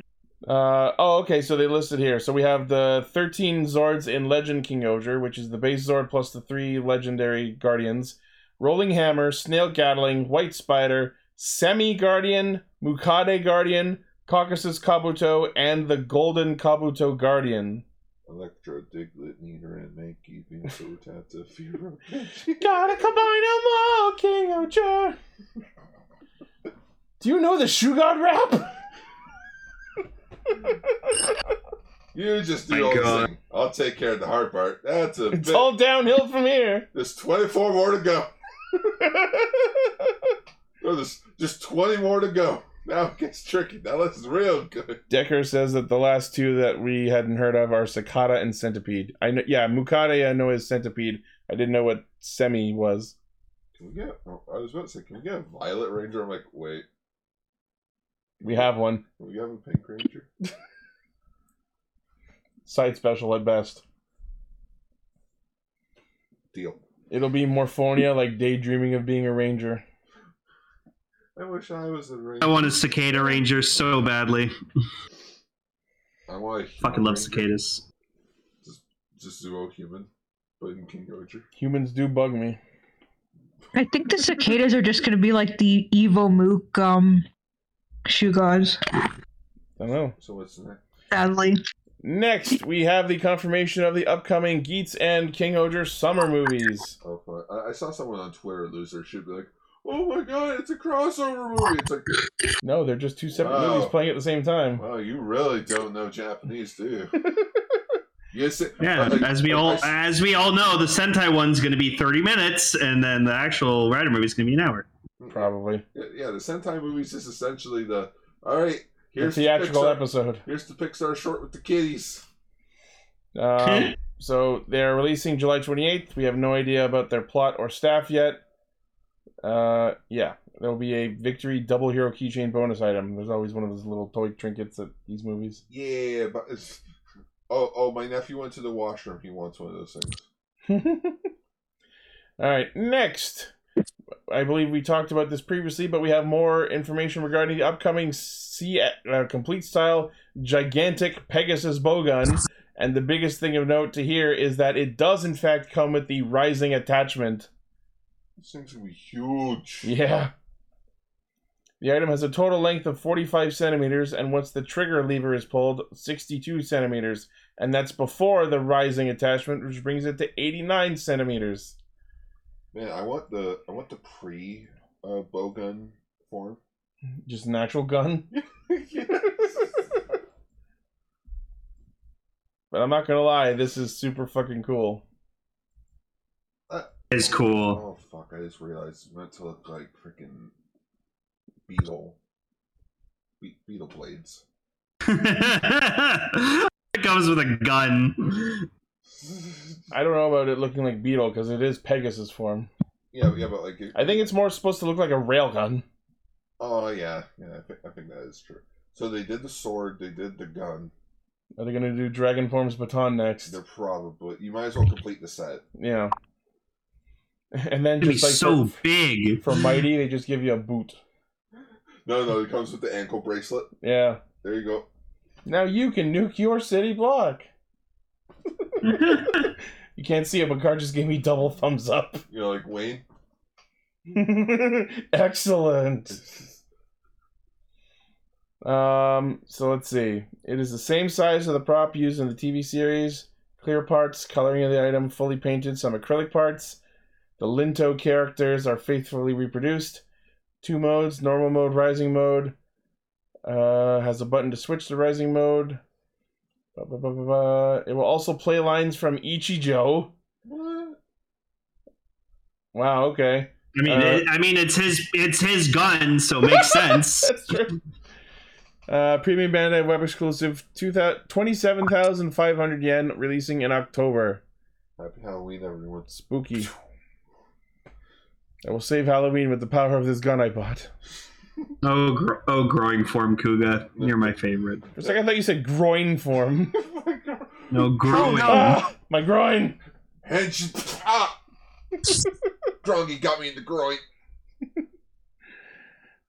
Speaker 1: Uh, oh, okay, so they listed here. So we have the 13 Zords in Legend King Oger, which is the base Zord plus the three legendary Guardians Rolling Hammer, Snail Gatling, White Spider, Semi Guardian, Mukade Guardian, Caucasus Kabuto, and the Golden Kabuto Guardian.
Speaker 2: Electro Diglett, Nina, and Mankey being so tapped to fear.
Speaker 1: Gotta combine 'em all, King Oger! Do you know the Shoe God rap?
Speaker 2: You just
Speaker 3: My
Speaker 2: do all the
Speaker 3: God.
Speaker 2: thing. I'll take care of the hard part. That's a
Speaker 1: It's
Speaker 2: bit.
Speaker 1: all downhill from here.
Speaker 2: There's 24 more to go. No, there's just 20 more to go. Now it gets tricky. Now this is real good.
Speaker 1: Decker says that the last two that we hadn't heard of are Cicada and Centipede. I know, yeah, Mukade I know is Centipede. I didn't know what Semi was.
Speaker 2: Can we get? oh, I was about to say, can we get a Violet Ranger? I'm like, wait.
Speaker 1: We have one
Speaker 2: Can we have a Pink Ranger?
Speaker 1: side special at best.
Speaker 2: Deal.
Speaker 1: It'll be Morphonia, like daydreaming of being a ranger.
Speaker 2: I wish I was a ranger.
Speaker 3: I want a cicada ranger so badly.
Speaker 2: I want a human
Speaker 3: Fucking love
Speaker 2: ranger.
Speaker 3: cicadas.
Speaker 2: Just zoo human, but in King Oger.
Speaker 1: Humans do bug me.
Speaker 7: I think the cicadas are just going to be like the Evo Mook um, shoe gods,
Speaker 1: I don't know.
Speaker 2: So what's next?
Speaker 7: sadly.
Speaker 1: Next, we have the confirmation of the upcoming Geats and King Oger summer movies.
Speaker 2: Oh, fuck. I, I saw someone on Twitter lose their shit. Be like, oh my god, it's a crossover movie. It's like,
Speaker 1: No, they're just two separate
Speaker 2: Wow.
Speaker 1: movies playing at the same time.
Speaker 2: wow, you really don't know Japanese, do you? yes. It,
Speaker 3: Yeah,
Speaker 2: like,
Speaker 3: as we
Speaker 2: like, I
Speaker 3: all
Speaker 2: s-
Speaker 3: as we all know, the Sentai one's going to be thirty minutes, and then the actual Rider movie's going to be an hour.
Speaker 1: Probably.
Speaker 2: Yeah, the Sentai movies is essentially the all right.
Speaker 1: The
Speaker 2: Here's the
Speaker 1: theatrical
Speaker 2: Pixar,
Speaker 1: episode.
Speaker 2: Here's the Pixar short with the kitties.
Speaker 1: Um, so they're releasing July 28th. We have no idea about their plot or staff yet. Uh, yeah, there'll be a victory double hero keychain bonus item. There's always one of those little toy trinkets at these movies.
Speaker 2: Yeah, but it's, oh, oh, my nephew went to the washroom. He wants one of those things.
Speaker 1: All right, next. I believe we talked about this previously, but we have more information regarding the upcoming C- uh, complete style gigantic Pegasus bowgun. And the biggest thing of note to here is that it does, in fact, come with the rising attachment.
Speaker 2: This thing's gonna be huge.
Speaker 1: Yeah. The item has a total length of 45 centimeters, and once the trigger lever is pulled, 62 centimeters. And that's before the rising attachment, which brings it to 89 centimeters.
Speaker 2: Man, I want the I want the pre uh, bowgun form.
Speaker 1: Just an actual gun. But I'm not gonna lie, this is super fucking cool.
Speaker 3: It's cool.
Speaker 2: Oh fuck! I just realized it's meant to look like freaking beetle, be- beetle blades.
Speaker 3: it comes with a gun.
Speaker 1: I don't know about it looking like Beetle because it is Pegasus form.
Speaker 2: Yeah, yeah, but like, it,
Speaker 1: I think it's more supposed to look like a railgun.
Speaker 2: oh yeah, yeah, I think, I think that is true. So they did the sword, they did the gun.
Speaker 1: Are they gonna do Dragon Form's baton next?
Speaker 2: They're probably you might as well complete the set.
Speaker 1: Yeah. And then
Speaker 3: It's
Speaker 1: just like
Speaker 3: so
Speaker 1: for,
Speaker 3: big.
Speaker 1: for mighty, they just give you a boot.
Speaker 2: No, no, it comes with the ankle bracelet.
Speaker 1: Yeah.
Speaker 2: There you go.
Speaker 1: Now you can nuke your city block. You can't see it, but Gar just gave me double thumbs up.
Speaker 2: You know, like Wayne.
Speaker 1: Excellent. Um, so let's see. It is the same size of the prop used in the TV series. Clear parts, coloring of the item, fully painted, some acrylic parts. The Linto characters are faithfully reproduced. Two modes normal mode, rising mode. Uh, has a button to switch to rising mode. Ba, ba, ba, ba, ba. It will also play lines from Ichijo.
Speaker 2: What?
Speaker 1: Wow, okay.
Speaker 3: I mean,
Speaker 1: Uh,
Speaker 3: it, I mean, it's his, it's his gun, so it makes sense.
Speaker 1: That's true. Uh, Premium Bandai web exclusive, 2000 27,500 yen, releasing in October.
Speaker 2: Happy Halloween, everyone.
Speaker 1: Spooky. I will save Halloween with the power of this gun I bought.
Speaker 3: Oh, gro- oh, growing form, Kuga, you're my favorite.
Speaker 1: For a second, I thought you said groin form.
Speaker 2: Oh
Speaker 3: No, growing.
Speaker 1: Oh, ah, my groin!
Speaker 2: And she, ah, Grongy got me in the groin.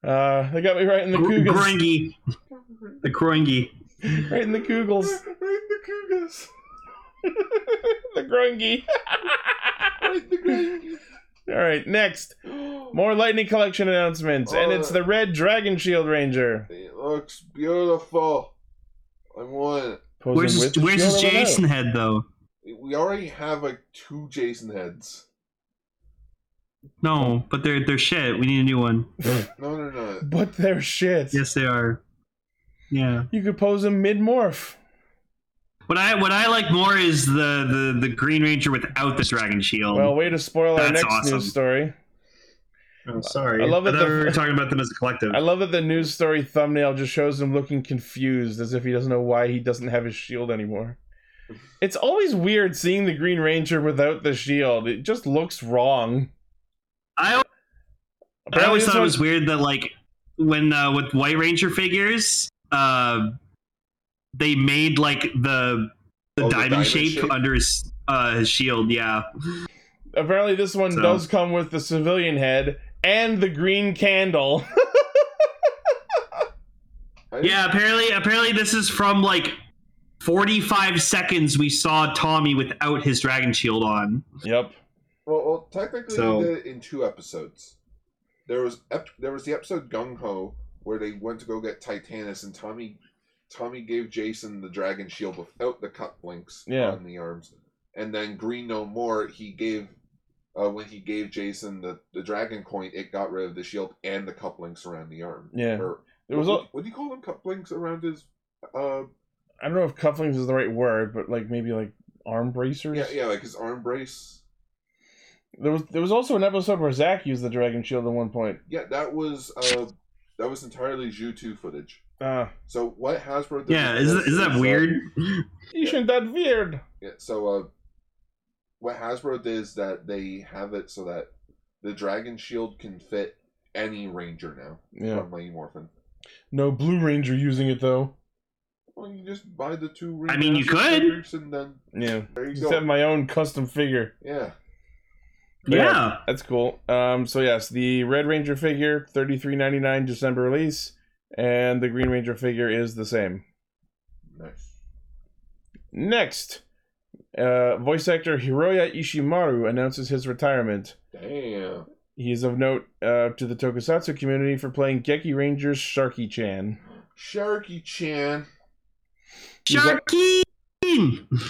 Speaker 1: Uh, they got me right in the
Speaker 3: Gr-
Speaker 1: cougars.
Speaker 3: Groingy. The Groingy.
Speaker 1: Right in the cougals.
Speaker 2: Right in the cougars.
Speaker 1: the groingy.
Speaker 2: Right in the groin.
Speaker 1: Alright, next. More Lightning Collection announcements. and it's the Red Dragon Shield Ranger.
Speaker 2: It looks beautiful. I want
Speaker 1: Posing
Speaker 3: Where's
Speaker 1: with
Speaker 3: his,
Speaker 1: the
Speaker 3: where's his
Speaker 1: shield on the
Speaker 3: Jason head though?
Speaker 2: it. We already have like two Jason heads.
Speaker 3: No, but they're they're shit. We need a new one.
Speaker 2: No, no, no.
Speaker 1: back. But they're shit.
Speaker 3: Yes, they are. Yeah.
Speaker 1: You could pose him mid morph.
Speaker 3: What I what I like more is the the the Green Ranger without the dragon shield.
Speaker 1: Well, way to spoil our
Speaker 3: That's
Speaker 1: next
Speaker 3: awesome.
Speaker 1: news story.
Speaker 3: I'm Oh, sorry.
Speaker 1: I
Speaker 3: I
Speaker 1: love
Speaker 3: love
Speaker 1: that
Speaker 3: that
Speaker 1: the-
Speaker 3: we were talking about them as a collective.
Speaker 1: I love that the news story thumbnail just shows him looking confused as if he doesn't know why he doesn't have his shield anymore. It's always weird seeing the Green Ranger without the shield. It just looks wrong.
Speaker 3: I, al- I always thought it was weird that like when uh, with White Ranger figures, uh, they made like the the
Speaker 2: Oh, the
Speaker 3: diamond,
Speaker 2: diamond
Speaker 3: shape,
Speaker 2: shape?
Speaker 3: under his uh, his shield. Yeah.
Speaker 1: Apparently, this one
Speaker 3: So-
Speaker 1: does come with the civilian head and the green candle.
Speaker 2: I
Speaker 3: Yeah, apparently, apparently this is from like 45 seconds we saw Tommy without his dragon shield on.
Speaker 1: yep.
Speaker 2: Well, well technically,
Speaker 3: So-
Speaker 2: they did it in two episodes. There was ep- there was the episode Gung Ho where they went to go get Titanus, and Tommy Tommy gave Jason the dragon shield without the cup links
Speaker 1: Yeah.
Speaker 2: on the arms, and then Green No More he gave. Uh, when he gave Jason the, the dragon coin, it got rid of the shield and the cup links around the arm.
Speaker 1: Yeah.
Speaker 2: Or-
Speaker 1: There was.
Speaker 2: what,
Speaker 1: al-
Speaker 2: what do you call them? Cup links around his. Uh,
Speaker 1: I don't know if cufflinks is the right word, but like maybe like arm bracers.
Speaker 2: yeah, yeah, like his arm brace.
Speaker 1: There was. There was also an episode where Zach used the dragon shield at one point.
Speaker 2: Yeah, that was uh, that was entirely Zhu Two footage.
Speaker 1: Uh,
Speaker 2: So what Hasbro? Did
Speaker 3: Yeah,
Speaker 2: with
Speaker 3: is,
Speaker 2: this
Speaker 3: is that
Speaker 2: uh,
Speaker 3: weird?
Speaker 1: Isn't that weird?
Speaker 2: yeah, so uh, what Hasbro did is that they have it so that the Dragon Shield can fit any Ranger now
Speaker 1: Yeah.
Speaker 2: from Mighty Morphin.
Speaker 1: No Blue Ranger using it though.
Speaker 2: Well, you just buy the two.
Speaker 3: I mean, you
Speaker 2: Ranger
Speaker 3: could.
Speaker 2: figures And then
Speaker 1: Yeah.
Speaker 2: there you
Speaker 1: Just
Speaker 2: go.
Speaker 1: have my own custom figure.
Speaker 2: Yeah,
Speaker 3: Yeah.
Speaker 1: That's cool. Um. So yes, the Red Ranger figure, thirty three ninety nine December release, and the Green Ranger figure is the same.
Speaker 2: nice.
Speaker 1: Next, uh, voice actor Hiroya Ishimaru announces his retirement.
Speaker 2: Damn.
Speaker 1: He is of note uh, to the Tokusatsu community for playing Geki Ranger's Sharky Chan
Speaker 2: Sharky Chan.
Speaker 1: He's a-
Speaker 3: Sharky!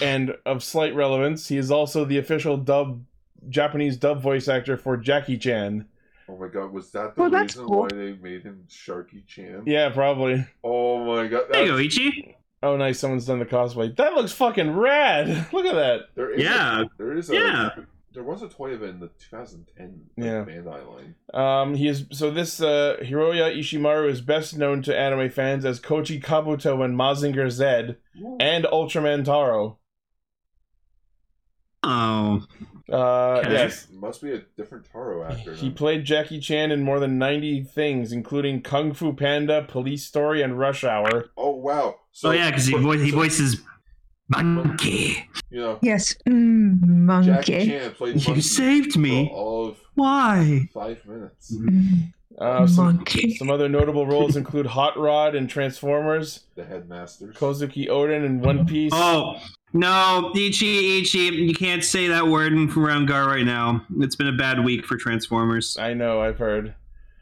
Speaker 1: And of slight relevance, he is also the official dub Japanese dub voice actor for Jackie Chan.
Speaker 2: Oh my god, was that the
Speaker 7: Well, that's
Speaker 2: reason
Speaker 7: cool.
Speaker 2: why they made him Sharky Chan?
Speaker 1: Yeah, probably.
Speaker 2: Oh my god.
Speaker 3: There you
Speaker 2: that's-
Speaker 3: go, Ichi.
Speaker 1: Oh, nice. Someone's done the cosplay. That looks fucking rad. Look at that.
Speaker 2: There is a-
Speaker 3: Yeah.
Speaker 2: there is a
Speaker 3: Yeah.
Speaker 2: There was a toy event in the 2010
Speaker 1: Yeah.
Speaker 2: Bandai line.
Speaker 1: Um, he is so this uh, Hiroya Ishimaru is best known to anime fans as Kochi Kabuto in Mazinger Z and Ultraman Taro.
Speaker 3: Oh,
Speaker 1: Uh,
Speaker 3: Okay.
Speaker 1: yes,
Speaker 2: Must be a different Taro actor.
Speaker 1: he
Speaker 2: then.
Speaker 1: played Jackie Chan in more than ninety things, including Kung Fu Panda, Police Story, and Rush Hour.
Speaker 2: oh wow! So
Speaker 3: oh yeah, because he, vo- he voices monkey.
Speaker 2: you know
Speaker 7: Yes, mm,
Speaker 2: Jackie
Speaker 7: monkey.
Speaker 2: Chan played
Speaker 3: You
Speaker 2: Monkey Oh.
Speaker 3: saved
Speaker 2: for
Speaker 3: me.
Speaker 2: all of
Speaker 3: Why?
Speaker 2: five minutes.
Speaker 7: Mm,
Speaker 1: Uh, some,
Speaker 7: monkey.
Speaker 1: some other notable roles include Hot Rod in Transformers,
Speaker 2: The headmasters.
Speaker 1: Kozuki Oden in One Piece.
Speaker 3: Oh no, Ichi Ichi, you can't say that word in around Gar right now. It's been a bad week for Transformers
Speaker 1: I know, I've heard.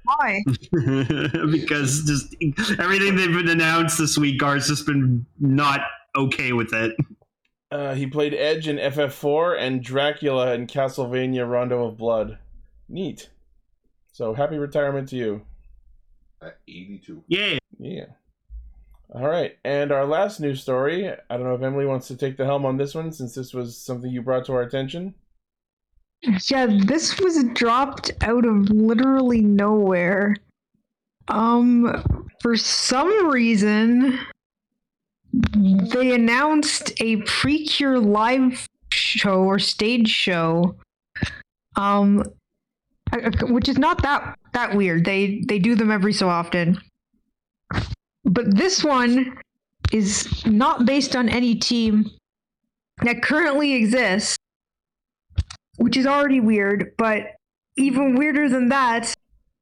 Speaker 7: Why?
Speaker 3: because just everything they've been announced this week, Gar's just been not okay with it.
Speaker 1: Uh, he played Edge in FF4 and Dracula in Castlevania Rondo of Blood. Neat. So happy retirement to you.
Speaker 2: At 82.
Speaker 3: Yeah,
Speaker 1: Yeah. All right. And our last news story I don't know if Emily wants to take the helm on this one since this was something you brought to our attention.
Speaker 7: Yeah, this was dropped out of literally nowhere. Um, for some reason, they announced a Precure live show or stage show. Um, I- I- which is not that that weird. They they do them every so often, but this one is not based on any team that currently exists which is already weird, but even weirder than that,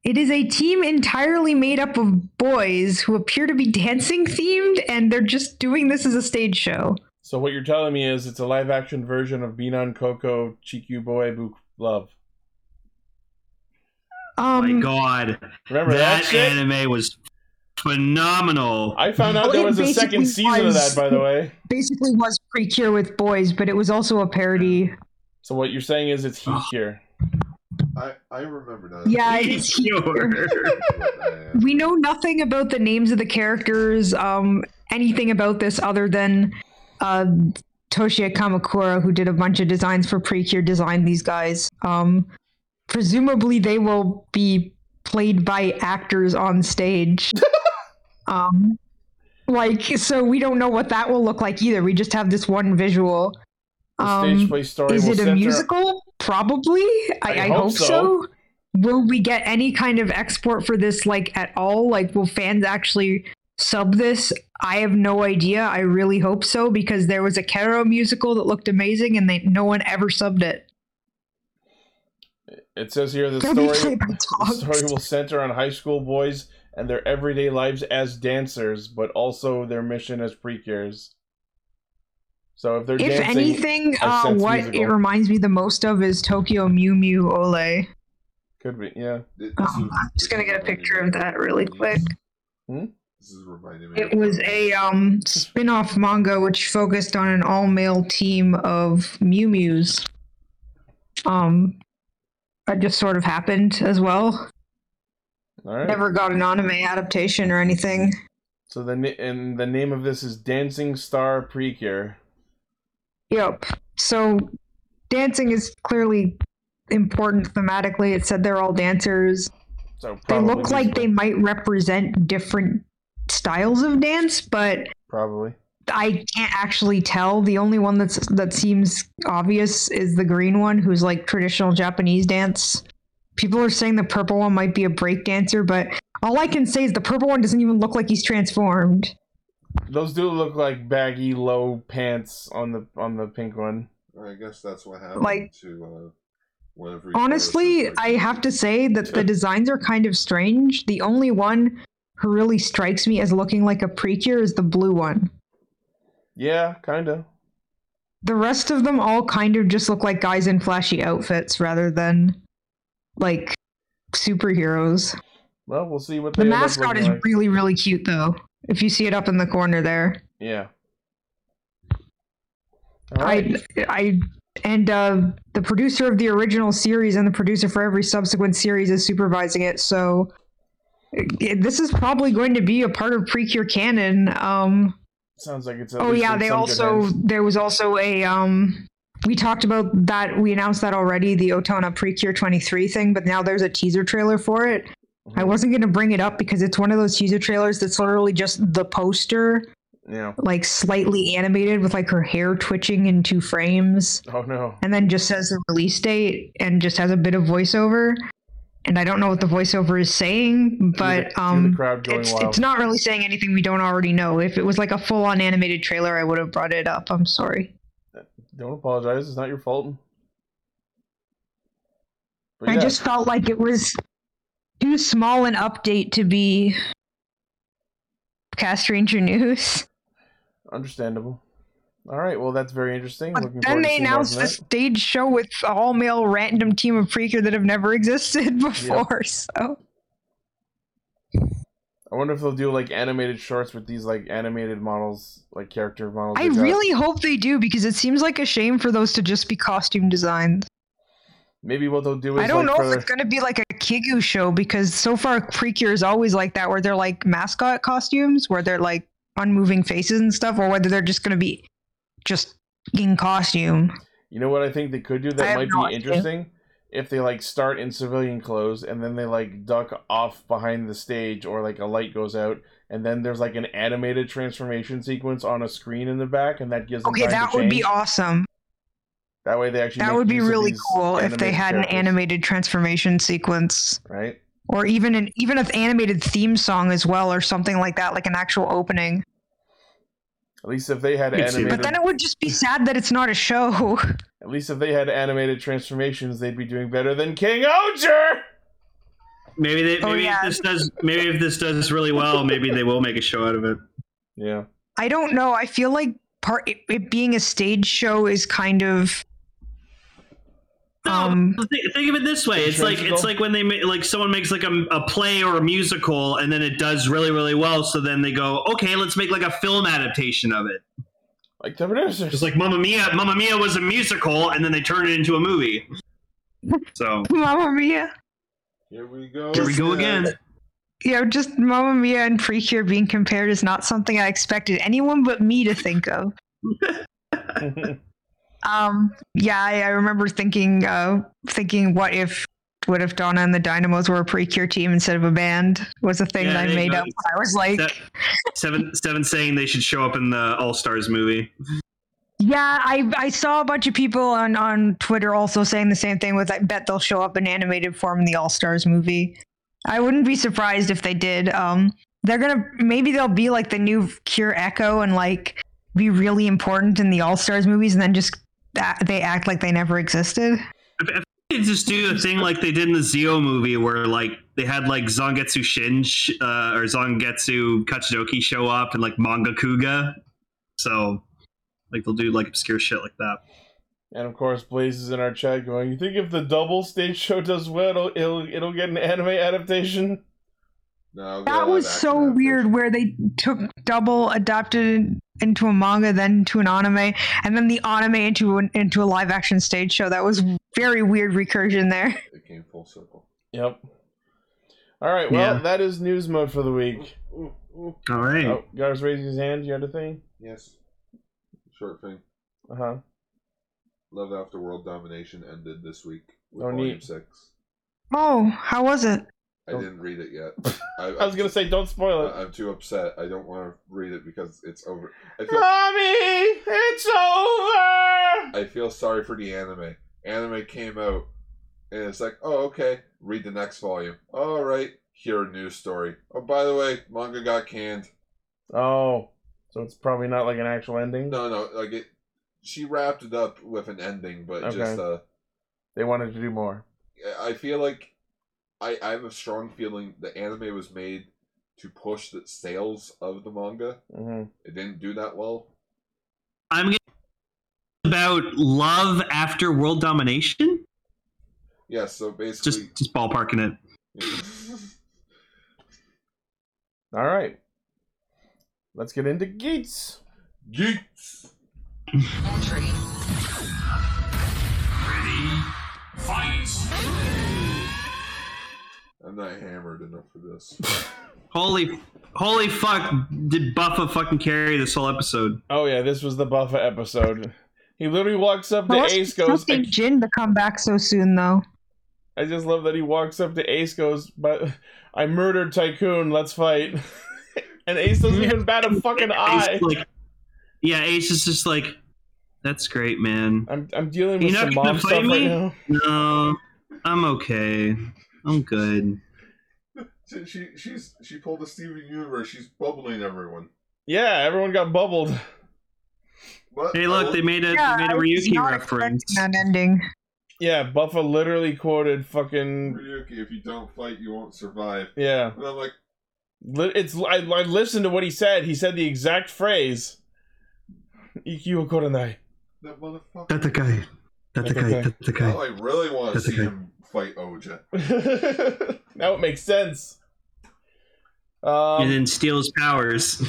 Speaker 7: it is a team entirely made up of boys who appear to be dancing themed and they're just doing this as a stage show.
Speaker 1: So, what you're telling me is it's a live action version of Binan Coco, Chikyu Boy, Book Love.
Speaker 7: Um
Speaker 3: Oh my God,
Speaker 1: Remember that,
Speaker 3: that
Speaker 1: shit?
Speaker 3: anime was phenomenal.
Speaker 1: I found out
Speaker 7: Well,
Speaker 1: there
Speaker 7: it
Speaker 1: was a
Speaker 7: basically
Speaker 1: second season of
Speaker 7: was-
Speaker 1: that, by the way.
Speaker 7: basically was pre-cure with boys, but it was also a parody.
Speaker 1: So, what you're saying is it's Heat Gear.
Speaker 2: I, I remember that.
Speaker 7: Yeah, it's
Speaker 3: Sure.
Speaker 7: we know nothing about the names of the characters, um, anything about this other than uh, Toshia Kamakura, who did a bunch of designs for Precure, designed these guys. Um, presumably, they will be played by actors on stage. um, like, so we don't know what that will look like either. We just have this one visual.
Speaker 1: The
Speaker 7: Um,
Speaker 1: stage play story
Speaker 7: is
Speaker 1: will
Speaker 7: it
Speaker 1: center.
Speaker 7: a musical? Probably. I, I, hope, so. Will we get any kind of export for this, like at all? Like, will fans actually sub this? I have no idea. I really hope so because there was a Caro musical that looked amazing, and they no one ever subbed it.
Speaker 1: It says here the
Speaker 7: They'll be
Speaker 1: story,
Speaker 7: played by
Speaker 1: the
Speaker 7: dogs.
Speaker 1: story will center on high school boys and their everyday lives as dancers, but also their mission as precures. So if they're
Speaker 7: If
Speaker 1: dancing,
Speaker 7: anything,
Speaker 1: I
Speaker 7: uh,
Speaker 1: sense
Speaker 7: what it
Speaker 1: musical.
Speaker 7: reminds me the most of is Tokyo Mew Mew Ole.
Speaker 1: could be yeah.
Speaker 7: Um, I'm just gonna get a picture of that really quick.
Speaker 2: Hmm? This is reminding me.
Speaker 7: It
Speaker 2: of-
Speaker 7: was a um, spin-off manga which focused on an all-male team of Mew Mews. Um, that just sort of happened as well.
Speaker 1: All right.
Speaker 7: Never got an anime adaptation or anything.
Speaker 1: So the na- and the name of this is Dancing Star Precure.
Speaker 7: Yep. So dancing is clearly important thematically. It said they're all dancers.
Speaker 1: So
Speaker 7: They
Speaker 1: probably
Speaker 7: look like
Speaker 1: musical.
Speaker 7: they might represent different styles of dance, but
Speaker 1: probably.
Speaker 7: I can't actually tell. The only one that's that seems obvious is the green one, who's like traditional Japanese dance. People are saying the purple one might be a break dancer, but all I can say is the purple one doesn't even look like he's transformed.
Speaker 1: Those do look like baggy low pants on the on the pink one.
Speaker 2: I guess that's what happened
Speaker 7: Like-
Speaker 2: to uh, whenever.
Speaker 7: Honestly, I have to say that the designs are kind of strange. The only one who really strikes me as looking like a precure is the blue one.
Speaker 1: Yeah, kind of.
Speaker 7: The rest of them all kind of just look like guys in flashy outfits rather than like superheroes.
Speaker 1: Well, we'll see what
Speaker 7: The
Speaker 1: they end up
Speaker 7: mascot
Speaker 1: looking
Speaker 7: is
Speaker 1: like.
Speaker 7: really, really cute, though. If you see it up in the corner there,
Speaker 1: Yeah. All right.
Speaker 7: I, I, and uh, the producer of the original series and the producer for every subsequent series is supervising it. So it- this is probably going to be a part of Precure canon. Um,
Speaker 1: Sounds like it's. at
Speaker 7: oh
Speaker 1: least
Speaker 7: yeah,
Speaker 1: in
Speaker 7: they
Speaker 1: some good
Speaker 7: also
Speaker 1: hands.
Speaker 7: there was also a um, we talked about that. We announced that already, the Otona Precure 23 thing, but now there's a teaser trailer for it. I
Speaker 1: Mm.
Speaker 7: wasn't going to bring it up because it's one of those teaser trailers that's literally just the poster,
Speaker 1: Yeah.
Speaker 7: like slightly animated with like her hair twitching in two frames,
Speaker 1: Oh no.
Speaker 7: and then just says the release date and just has a bit of voiceover. And I don't know what the voiceover is saying,
Speaker 1: Hear
Speaker 7: but
Speaker 1: the, hear
Speaker 7: um,
Speaker 1: the crowd going
Speaker 7: it's,
Speaker 1: wild.
Speaker 7: it's not really saying anything we don't already know. If it was like a full on animated trailer, I would have brought it up. I'm sorry.
Speaker 1: Don't apologize. It's not your fault. But
Speaker 7: I
Speaker 1: yeah.
Speaker 7: just felt like it was too small an update to be Cast Ranger News.
Speaker 1: Understandable. All right. Well, that's very interesting.
Speaker 7: But
Speaker 1: Looking forward
Speaker 7: then
Speaker 1: to
Speaker 7: they
Speaker 1: seeing more from
Speaker 7: announced the
Speaker 1: that.
Speaker 7: stage show with a all male random team of Freaker that have never existed before. So
Speaker 1: Oh I wonder if they'll do like animated shorts with these like animated models, like character models.
Speaker 7: I
Speaker 1: they got.
Speaker 7: really hope they do because it seems like a shame for those to just be costume designs.
Speaker 1: maybe what they'll do is
Speaker 7: I don't
Speaker 1: like,
Speaker 7: know
Speaker 1: for
Speaker 7: if it's going to be like a Kigu show because so far Precure is always like that where they're like mascot costumes where they're like unmoving faces and stuff or whether they're just going to be just in costume.
Speaker 1: You know what I think they could do
Speaker 7: I
Speaker 1: that
Speaker 7: have
Speaker 1: might
Speaker 7: no
Speaker 1: be
Speaker 7: idea.
Speaker 1: interesting? If they like start in civilian clothes and then they like duck off behind the stage or like a light goes out and then there's like an animated transformation sequence on a screen in the back and that gives them
Speaker 7: Okay,
Speaker 1: time to
Speaker 7: that would be
Speaker 1: change.
Speaker 7: awesome.
Speaker 1: That way they actually
Speaker 7: That
Speaker 1: make
Speaker 7: would be
Speaker 1: use of
Speaker 7: really
Speaker 1: these
Speaker 7: cool if they
Speaker 1: animated
Speaker 7: had an
Speaker 1: characters,
Speaker 7: animated transformation sequence
Speaker 1: right?
Speaker 7: or even an even an animated theme song as well or something like that like an actual opening.
Speaker 1: At least if they had
Speaker 3: Me too.
Speaker 1: animated
Speaker 7: But then it would just be sad that it's not a show.
Speaker 1: at least if they had animated transformations they'd be doing better than King Oger.
Speaker 3: Maybe they,
Speaker 7: Oh,
Speaker 3: maybe
Speaker 7: yeah.
Speaker 3: if this does maybe if this does really well, maybe they will make a show out of it.
Speaker 1: Yeah.
Speaker 7: I don't know. I feel like part it, it being a stage show is kind of
Speaker 3: No,
Speaker 7: um
Speaker 3: Think, think of it this way: it's like it's like when they make, like someone makes like a, a play or a musical, and then it does really really well. So then they go, okay, let's make like a film adaptation of it.
Speaker 1: Like the producers.
Speaker 3: Just like Mamma Mia, Mamma Mia was a musical, and then they turn it into a movie. So
Speaker 7: Mamma Mia.
Speaker 2: Here we go.
Speaker 3: here we go again.
Speaker 7: You know, just Mamma Mia and Precure being compared is not something I expected anyone but me to think of. um yeah, I, I remember thinking uh thinking what if what if Donna and the Dynamos were a Precure team instead of a band was a thing
Speaker 3: Yeah,
Speaker 7: that
Speaker 3: there
Speaker 7: I
Speaker 3: you
Speaker 7: made
Speaker 3: go.
Speaker 7: up. I was like
Speaker 3: That- Seven Seven saying they should show up in the All Stars movie.
Speaker 7: Yeah, I I saw a bunch of people on on Twitter also saying the same thing with I bet they'll show up in animated form in the All Stars movie. I wouldn't be surprised if they did. Um they're going to maybe they'll be like the new Cure Echo and like be really important in the All Stars movies and then just that they act like they never existed.
Speaker 3: I- I think They just do a thing like they did in the Zio movie, where like they had like Zangetsu Shin sh- uh, or Zangetsu Kachidoki show up and like Manga Kuga. So, like they'll do like obscure shit like that.
Speaker 1: And of course, Blaze is in our chat going, You think if the double stage show does well, it'll, it'll, it'll get an anime adaptation?
Speaker 2: No, we
Speaker 7: That
Speaker 2: gotta
Speaker 7: was
Speaker 2: have
Speaker 7: so
Speaker 2: action
Speaker 7: weird
Speaker 2: adaptation.
Speaker 7: where they took double adapted into a manga then to an anime and then the anime into an, into a live action stage show. That was very weird recursion there.
Speaker 2: It came full circle.
Speaker 1: Yep. All right, well,
Speaker 3: Yeah.
Speaker 1: that is news mode for the week.
Speaker 2: Ooh, ooh.
Speaker 3: All right.
Speaker 1: Oh, Gar's raising his hand. You had a thing?
Speaker 2: Yes. Short thing.
Speaker 1: Uh huh.
Speaker 2: Love After World Domination ended this week with
Speaker 1: Oh,
Speaker 2: Volume
Speaker 1: neat.
Speaker 2: 6.
Speaker 7: Oh, how was it?
Speaker 2: I
Speaker 1: Oh.
Speaker 2: didn't read it yet. I,
Speaker 1: I was going to say, uh, don't spoil it.
Speaker 2: I'm too upset. I don't want to read it because it's over. I feel
Speaker 1: Uh, Mommy, it's over!
Speaker 2: I feel sorry for the anime. Anime came out, and it's like, oh, okay, read the next volume. All right, here a news story. Oh, by the way, manga got canned.
Speaker 1: Oh, so it's probably not like an actual ending?
Speaker 2: No, no, like it. She wrapped it up with an ending, but
Speaker 1: Okay.
Speaker 2: just uh,
Speaker 1: They wanted to do more.
Speaker 2: I feel like I I have a strong feeling the anime was made to push the sales of the manga.
Speaker 1: hmm
Speaker 2: It didn't do that well.
Speaker 3: I'm gonna about love after world domination.
Speaker 2: Yeah, so basically,
Speaker 3: Just just ballparking it.
Speaker 1: All right. Let's get into Geats.
Speaker 2: Yeets! I'm not hammered enough for this.
Speaker 3: Holy holy fuck! Did Buffa fucking carry this whole episode?
Speaker 1: Oh, yeah, this was the Buffa episode. He literally walks up to
Speaker 7: Now, what's
Speaker 1: Ace, goes,
Speaker 7: prompting Jin to come back so soon, though?
Speaker 1: I just love that he walks up to Ace, goes, "But I murdered Tycoon. Let's fight." and Ace doesn't even bat a fucking
Speaker 3: Ace
Speaker 1: eye.
Speaker 3: is like, yeah, Ace is just like, that's great, man.
Speaker 1: I'm I'm dealing
Speaker 3: You're
Speaker 1: with some
Speaker 3: not gonna
Speaker 1: mom
Speaker 3: fight
Speaker 1: stuff
Speaker 3: me?
Speaker 1: right now.
Speaker 3: No, I'm okay. I'm good.
Speaker 2: She, she she's she pulled a Steven Universe. She's bubbling everyone.
Speaker 1: Yeah, everyone got bubbled.
Speaker 2: What?
Speaker 3: Hey, look,
Speaker 2: Oh,
Speaker 3: they made a they made a
Speaker 7: I was
Speaker 3: Ryuki
Speaker 7: not
Speaker 3: reference.
Speaker 7: expecting That ending.
Speaker 1: Yeah, Buffa literally quoted fucking
Speaker 2: Ryuki, if you don't fight, you won't survive.
Speaker 1: yeah.
Speaker 2: And I'm like,
Speaker 1: Li- It's I, I listened to what he said. He said the exact phrase. Ikkyo koranai.
Speaker 2: that motherfucker.
Speaker 3: That's a guy. That's a guy.
Speaker 1: Okay.
Speaker 3: That's a
Speaker 2: Now
Speaker 3: guy.
Speaker 2: I really want to
Speaker 3: That's
Speaker 2: see
Speaker 3: okay.
Speaker 2: him fight Oja.
Speaker 1: now it makes sense. Um,
Speaker 3: And then steals powers.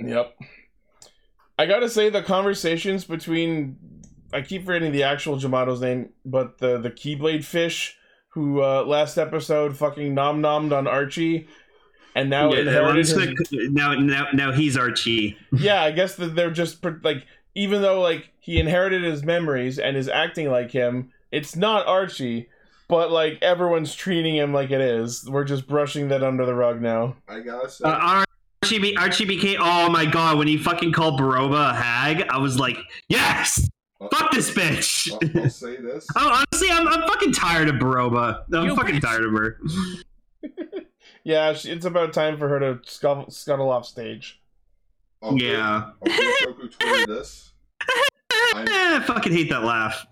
Speaker 1: Yep. I gotta say the conversations between I keep forgetting the actual Jamato's name, but the the Keyblade fish who uh, last episode fucking nom nommed on Archie, and now
Speaker 3: Yeah,
Speaker 1: inherited
Speaker 3: I'm
Speaker 1: his-
Speaker 3: just like, now, now, now he's Archie.
Speaker 1: yeah, I guess that they're just pr- like even though like he inherited his memories and is acting like him, it's not Archie, but like everyone's treating him like it is. We're just brushing that under the rug now.
Speaker 2: I gotta say,
Speaker 3: Uh, Archie, be, Archie became. Oh my god! When he fucking called Baroba a hag, I was like, yes,
Speaker 2: I'll-
Speaker 3: fuck this bitch.
Speaker 2: I'll, I'll say this.
Speaker 3: Oh, honestly, I'm, I'm fucking tired of Baroba. I'm
Speaker 4: You
Speaker 3: fucking
Speaker 4: bitch.
Speaker 3: tired of her.
Speaker 1: Yeah, she, it's about time for her to scuttle, scuttle off stage.
Speaker 2: I'll give-
Speaker 3: Yeah.
Speaker 2: I'll give Goku Twitter this. I-
Speaker 3: Eh, I fucking hate that laugh.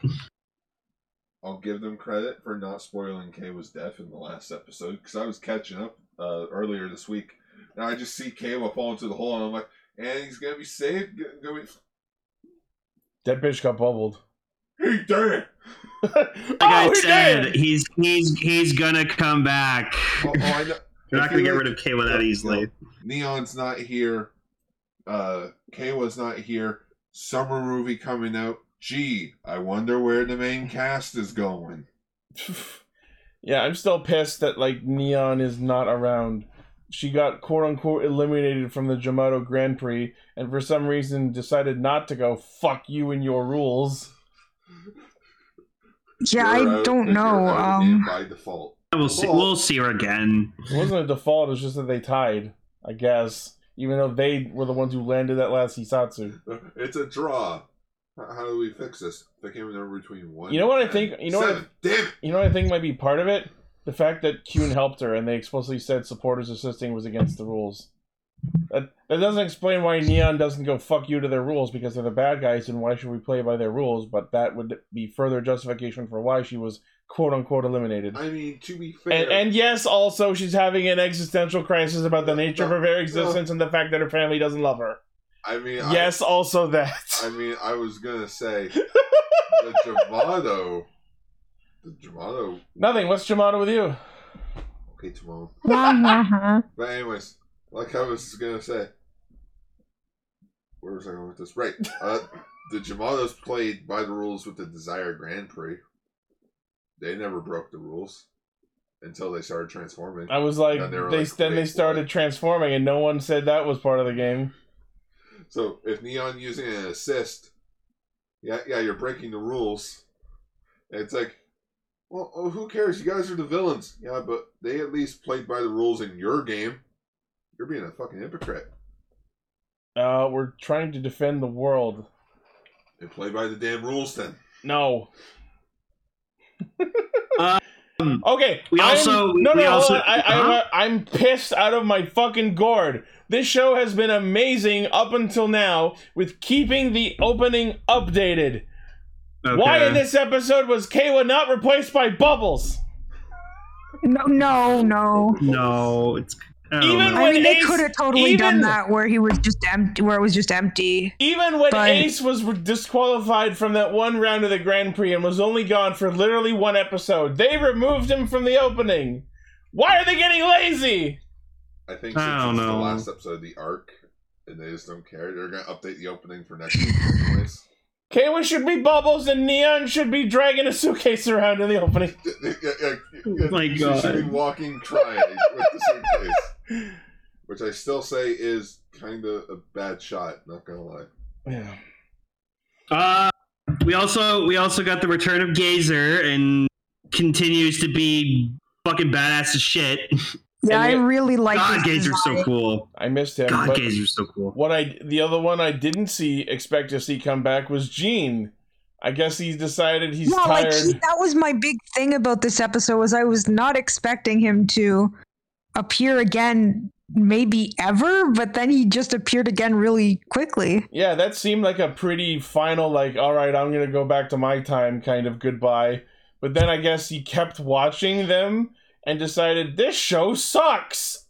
Speaker 2: I'll give them credit for not spoiling K was deaf in the last episode because I was catching up uh, earlier this week, and I just see Kayla fall into the hole, and I'm like, and he's gonna be saved. Go- go-
Speaker 1: That bitch got bubbled.
Speaker 2: Hey, damn!
Speaker 3: Like I
Speaker 1: Oh, he
Speaker 3: said,
Speaker 1: did!
Speaker 3: he's he's he's gonna come back.
Speaker 2: Oh, oh, I know.
Speaker 3: We're
Speaker 2: I
Speaker 3: not
Speaker 2: feel
Speaker 3: gonna get
Speaker 2: like-
Speaker 3: rid of Kayla that
Speaker 2: No,
Speaker 3: easily.
Speaker 2: no. Neon's not here. Uh, Kayla's not here. Summer movie coming out. Gee, I wonder where the main cast is going.
Speaker 1: yeah, I'm still pissed that like Neon is not around. She got quote unquote eliminated from the Jamato Grand Prix and for some reason decided not to go fuck you and your rules.
Speaker 7: Yeah,
Speaker 2: You're
Speaker 7: I
Speaker 2: out,
Speaker 7: don't
Speaker 2: you're
Speaker 7: know.
Speaker 2: out again
Speaker 7: Um,
Speaker 2: by default.
Speaker 3: We'll see.
Speaker 2: Well-
Speaker 3: We'll see her again.
Speaker 1: It wasn't a default, it was just that they tied, I guess. Even though they were the ones who landed that last Hisatsu.
Speaker 2: It's a draw. How, how do we fix this? They came in over between one.
Speaker 1: You know what I
Speaker 2: and
Speaker 1: think- you know what I-
Speaker 2: seven. Damn it!
Speaker 1: You know what I think might be part of it? The fact that Kuhn helped her and they explicitly said supporters assisting was against the rules. That, that doesn't explain why Neon doesn't go fuck you to their rules because they're the bad guys and why should we play by their rules, but that would be further justification for why she was quote unquote eliminated.
Speaker 2: I mean, to be fair,
Speaker 1: And, and yes, also, she's having an existential crisis about the nature of her very existence and the fact that her family doesn't love her.
Speaker 2: I mean, I-
Speaker 1: Yes, also that.
Speaker 2: I mean, I was gonna say the Jamato, the Jamato.
Speaker 1: Nothing. What's Jamato with you?
Speaker 2: Okay, tomorrow.
Speaker 7: uh-huh.
Speaker 2: But anyways, like I was gonna say, where was I going with this? Right. Uh, the Jamados played by the rules with the Desire Grand Prix. They never broke the rules until they started transforming.
Speaker 1: I was like,
Speaker 2: And they
Speaker 1: they,
Speaker 2: were like,
Speaker 1: then they
Speaker 2: wait,
Speaker 1: started
Speaker 2: what?
Speaker 1: transforming, and no one said that was part of the game.
Speaker 2: So if Neon using an assist, yeah, yeah, you're breaking the rules. And it's like, well, oh, who cares? You guys are the villains. Yeah, but they at least played by the rules in your game. You're being a fucking hypocrite.
Speaker 1: Uh, we're trying to defend the world.
Speaker 2: They play by the damn rules then.
Speaker 1: No.
Speaker 3: Um,
Speaker 1: okay.
Speaker 3: we
Speaker 1: I'm-
Speaker 3: also- we-
Speaker 1: no, no,
Speaker 3: we
Speaker 1: hold
Speaker 3: also-
Speaker 1: on. I,
Speaker 3: huh?
Speaker 1: I, I'm pissed out of my fucking gourd. This show has been amazing up until now with keeping the opening updated. Why
Speaker 3: Okay.
Speaker 1: in this episode was Kayla not replaced by Bubbles?
Speaker 7: No, no, no.
Speaker 3: No, it's. I don't
Speaker 1: Even
Speaker 3: know.
Speaker 7: I mean, they
Speaker 1: Ace-
Speaker 7: could have totally done
Speaker 1: even-
Speaker 7: that where he was just empty, where it was just empty.
Speaker 1: Even when
Speaker 7: But-
Speaker 1: Ace was re- disqualified from that one round of the Grand Prix and was only gone for literally one episode, they removed him from the opening. Why are they getting lazy?
Speaker 2: I think since
Speaker 3: I don't
Speaker 2: it's the
Speaker 3: know.
Speaker 2: last episode of the arc, and they just don't care. They're gonna update the opening for next week, anyways.
Speaker 1: Kawa should be Bubbles and Neon should be dragging a suitcase around in the opening.
Speaker 2: oh
Speaker 3: my
Speaker 2: She should be
Speaker 3: God.
Speaker 2: walking crying with the suitcase. Which I still say is kind of a bad shot, not gonna lie.
Speaker 1: Yeah.
Speaker 3: Uh, We also we also got the return of Gazer and continues to be fucking badass as shit.
Speaker 7: Yeah, I
Speaker 1: And it-
Speaker 7: really like
Speaker 3: God,
Speaker 7: this
Speaker 3: Gazer's so
Speaker 7: design.
Speaker 3: cool.
Speaker 1: I missed him.
Speaker 3: God,
Speaker 1: but
Speaker 3: Gazer's so cool.
Speaker 1: what I the other one I didn't see expect to see come back was Gene. I guess he decided he's
Speaker 7: yeah,
Speaker 1: tired.
Speaker 7: like he, that was my big thing about this episode was I was not expecting him to appear again, maybe ever, but then he just appeared again really quickly.
Speaker 1: yeah, that seemed like a pretty final, like, all right, I'm gonna go back to my time kind of goodbye. But then I guess he kept watching them and decided this show sucks.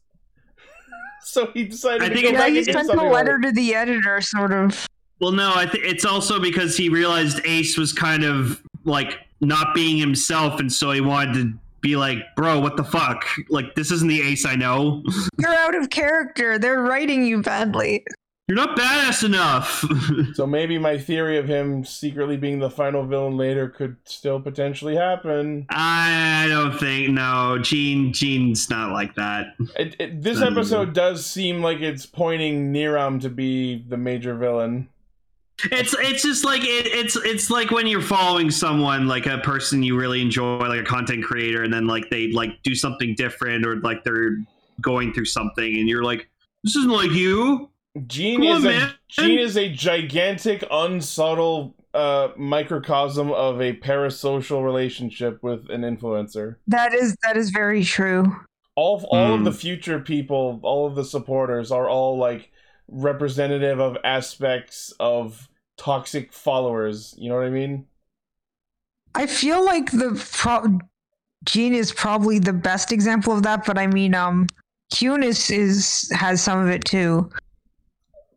Speaker 1: so he decided.
Speaker 3: I
Speaker 1: to
Speaker 3: think
Speaker 1: go
Speaker 3: it-
Speaker 1: back
Speaker 7: Yeah, he
Speaker 1: and do
Speaker 7: sent a
Speaker 1: something
Speaker 7: letter
Speaker 1: with
Speaker 7: to the editor, sort of.
Speaker 3: Well, no, I th- it's also because he realized Ace was kind of like not being himself, and so he wanted to be like, "Bro, what the fuck? Like, this isn't the Ace I know.
Speaker 7: You're out of character. They're writing you badly.
Speaker 3: You're not badass enough."
Speaker 1: it. So maybe my theory of him secretly being the final villain later could still potentially happen.
Speaker 3: I don't think no. Gene Gene's not like that.
Speaker 1: It, it, this
Speaker 3: Mm.
Speaker 1: episode does seem like it's pointing Niram to be the major villain.
Speaker 3: It's it's just like it, it's it's like when you're following someone like a person you really enjoy like a content creator and then like they like do something different or like they're going through something and you're like this isn't like you.
Speaker 1: Gene
Speaker 3: Come on,
Speaker 1: is
Speaker 3: man.
Speaker 1: a, Gene is a gigantic, unsubtle uh, microcosm of a parasocial relationship with an influencer.
Speaker 7: That is that is very true.
Speaker 1: All all
Speaker 3: Hmm.
Speaker 1: of the future people, all of the supporters are all like representative of aspects of toxic followers. You know what I mean?
Speaker 7: I feel like the pro- Gene is probably the best example of that, but I mean, um, Kunis is, is has some of it too.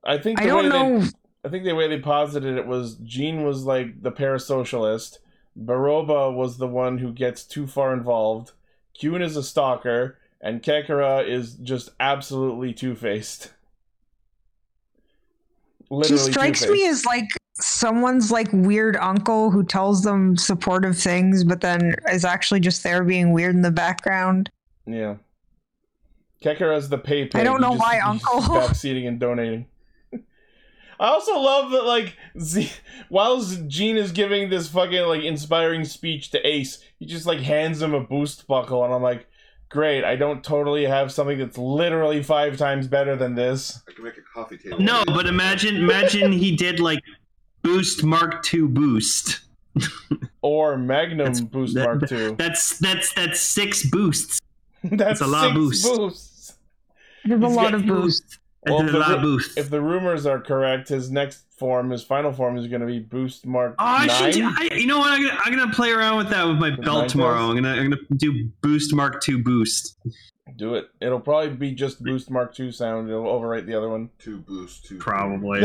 Speaker 1: I think
Speaker 7: I
Speaker 1: the way
Speaker 7: don't
Speaker 1: they-
Speaker 7: know.
Speaker 1: I think the way they posited it was Gene was like the parasocialist, Baroba was the one who gets too far involved, Kuhn is a stalker, and Kekara is just absolutely two faced.
Speaker 7: She
Speaker 1: Literally
Speaker 7: strikes
Speaker 1: two-faced.
Speaker 7: me as like someone's like weird uncle who tells them supportive things, but then is actually just there being weird in the background.
Speaker 1: yeah. Kekara's the pay pig.
Speaker 7: I don't
Speaker 1: He
Speaker 7: know why,
Speaker 1: he's
Speaker 7: Uncle.
Speaker 1: Backseating and donating. I also love that, like, Z- while Gene is giving this fucking like inspiring speech to Ace, he just like hands him a boost buckle, and I'm like, great, I don't totally have something that's literally five times better than this.
Speaker 2: I can make a coffee table.
Speaker 3: No, but imagine imagine he did like boost Mark II boost.
Speaker 1: Or Magnum
Speaker 3: That's-
Speaker 1: Boost
Speaker 3: that-
Speaker 1: Mark Two.
Speaker 3: That's that's that's six boosts.
Speaker 1: that's
Speaker 3: a lot of
Speaker 1: six
Speaker 3: boost.
Speaker 1: boosts.
Speaker 7: There's a
Speaker 3: He's
Speaker 7: lot
Speaker 3: got
Speaker 7: of boost.
Speaker 3: That's
Speaker 1: Well,
Speaker 3: a
Speaker 1: the
Speaker 3: lot
Speaker 1: ru-
Speaker 3: of boosts.
Speaker 1: If the rumors are correct, his next form, his final form, is going to be Boost Mark
Speaker 3: Oh, I should. do-
Speaker 1: Nine.
Speaker 3: I, you know what? I'm gonna, I'm gonna play around with that with my
Speaker 1: nine
Speaker 3: belt tomorrow.
Speaker 1: tails?
Speaker 3: I'm gonna I'm gonna do boost Mark II boost.
Speaker 1: Do it. It'll probably be just Boost Mark Two sound. It'll overwrite the other one.
Speaker 2: Two boosts, two.
Speaker 3: Probably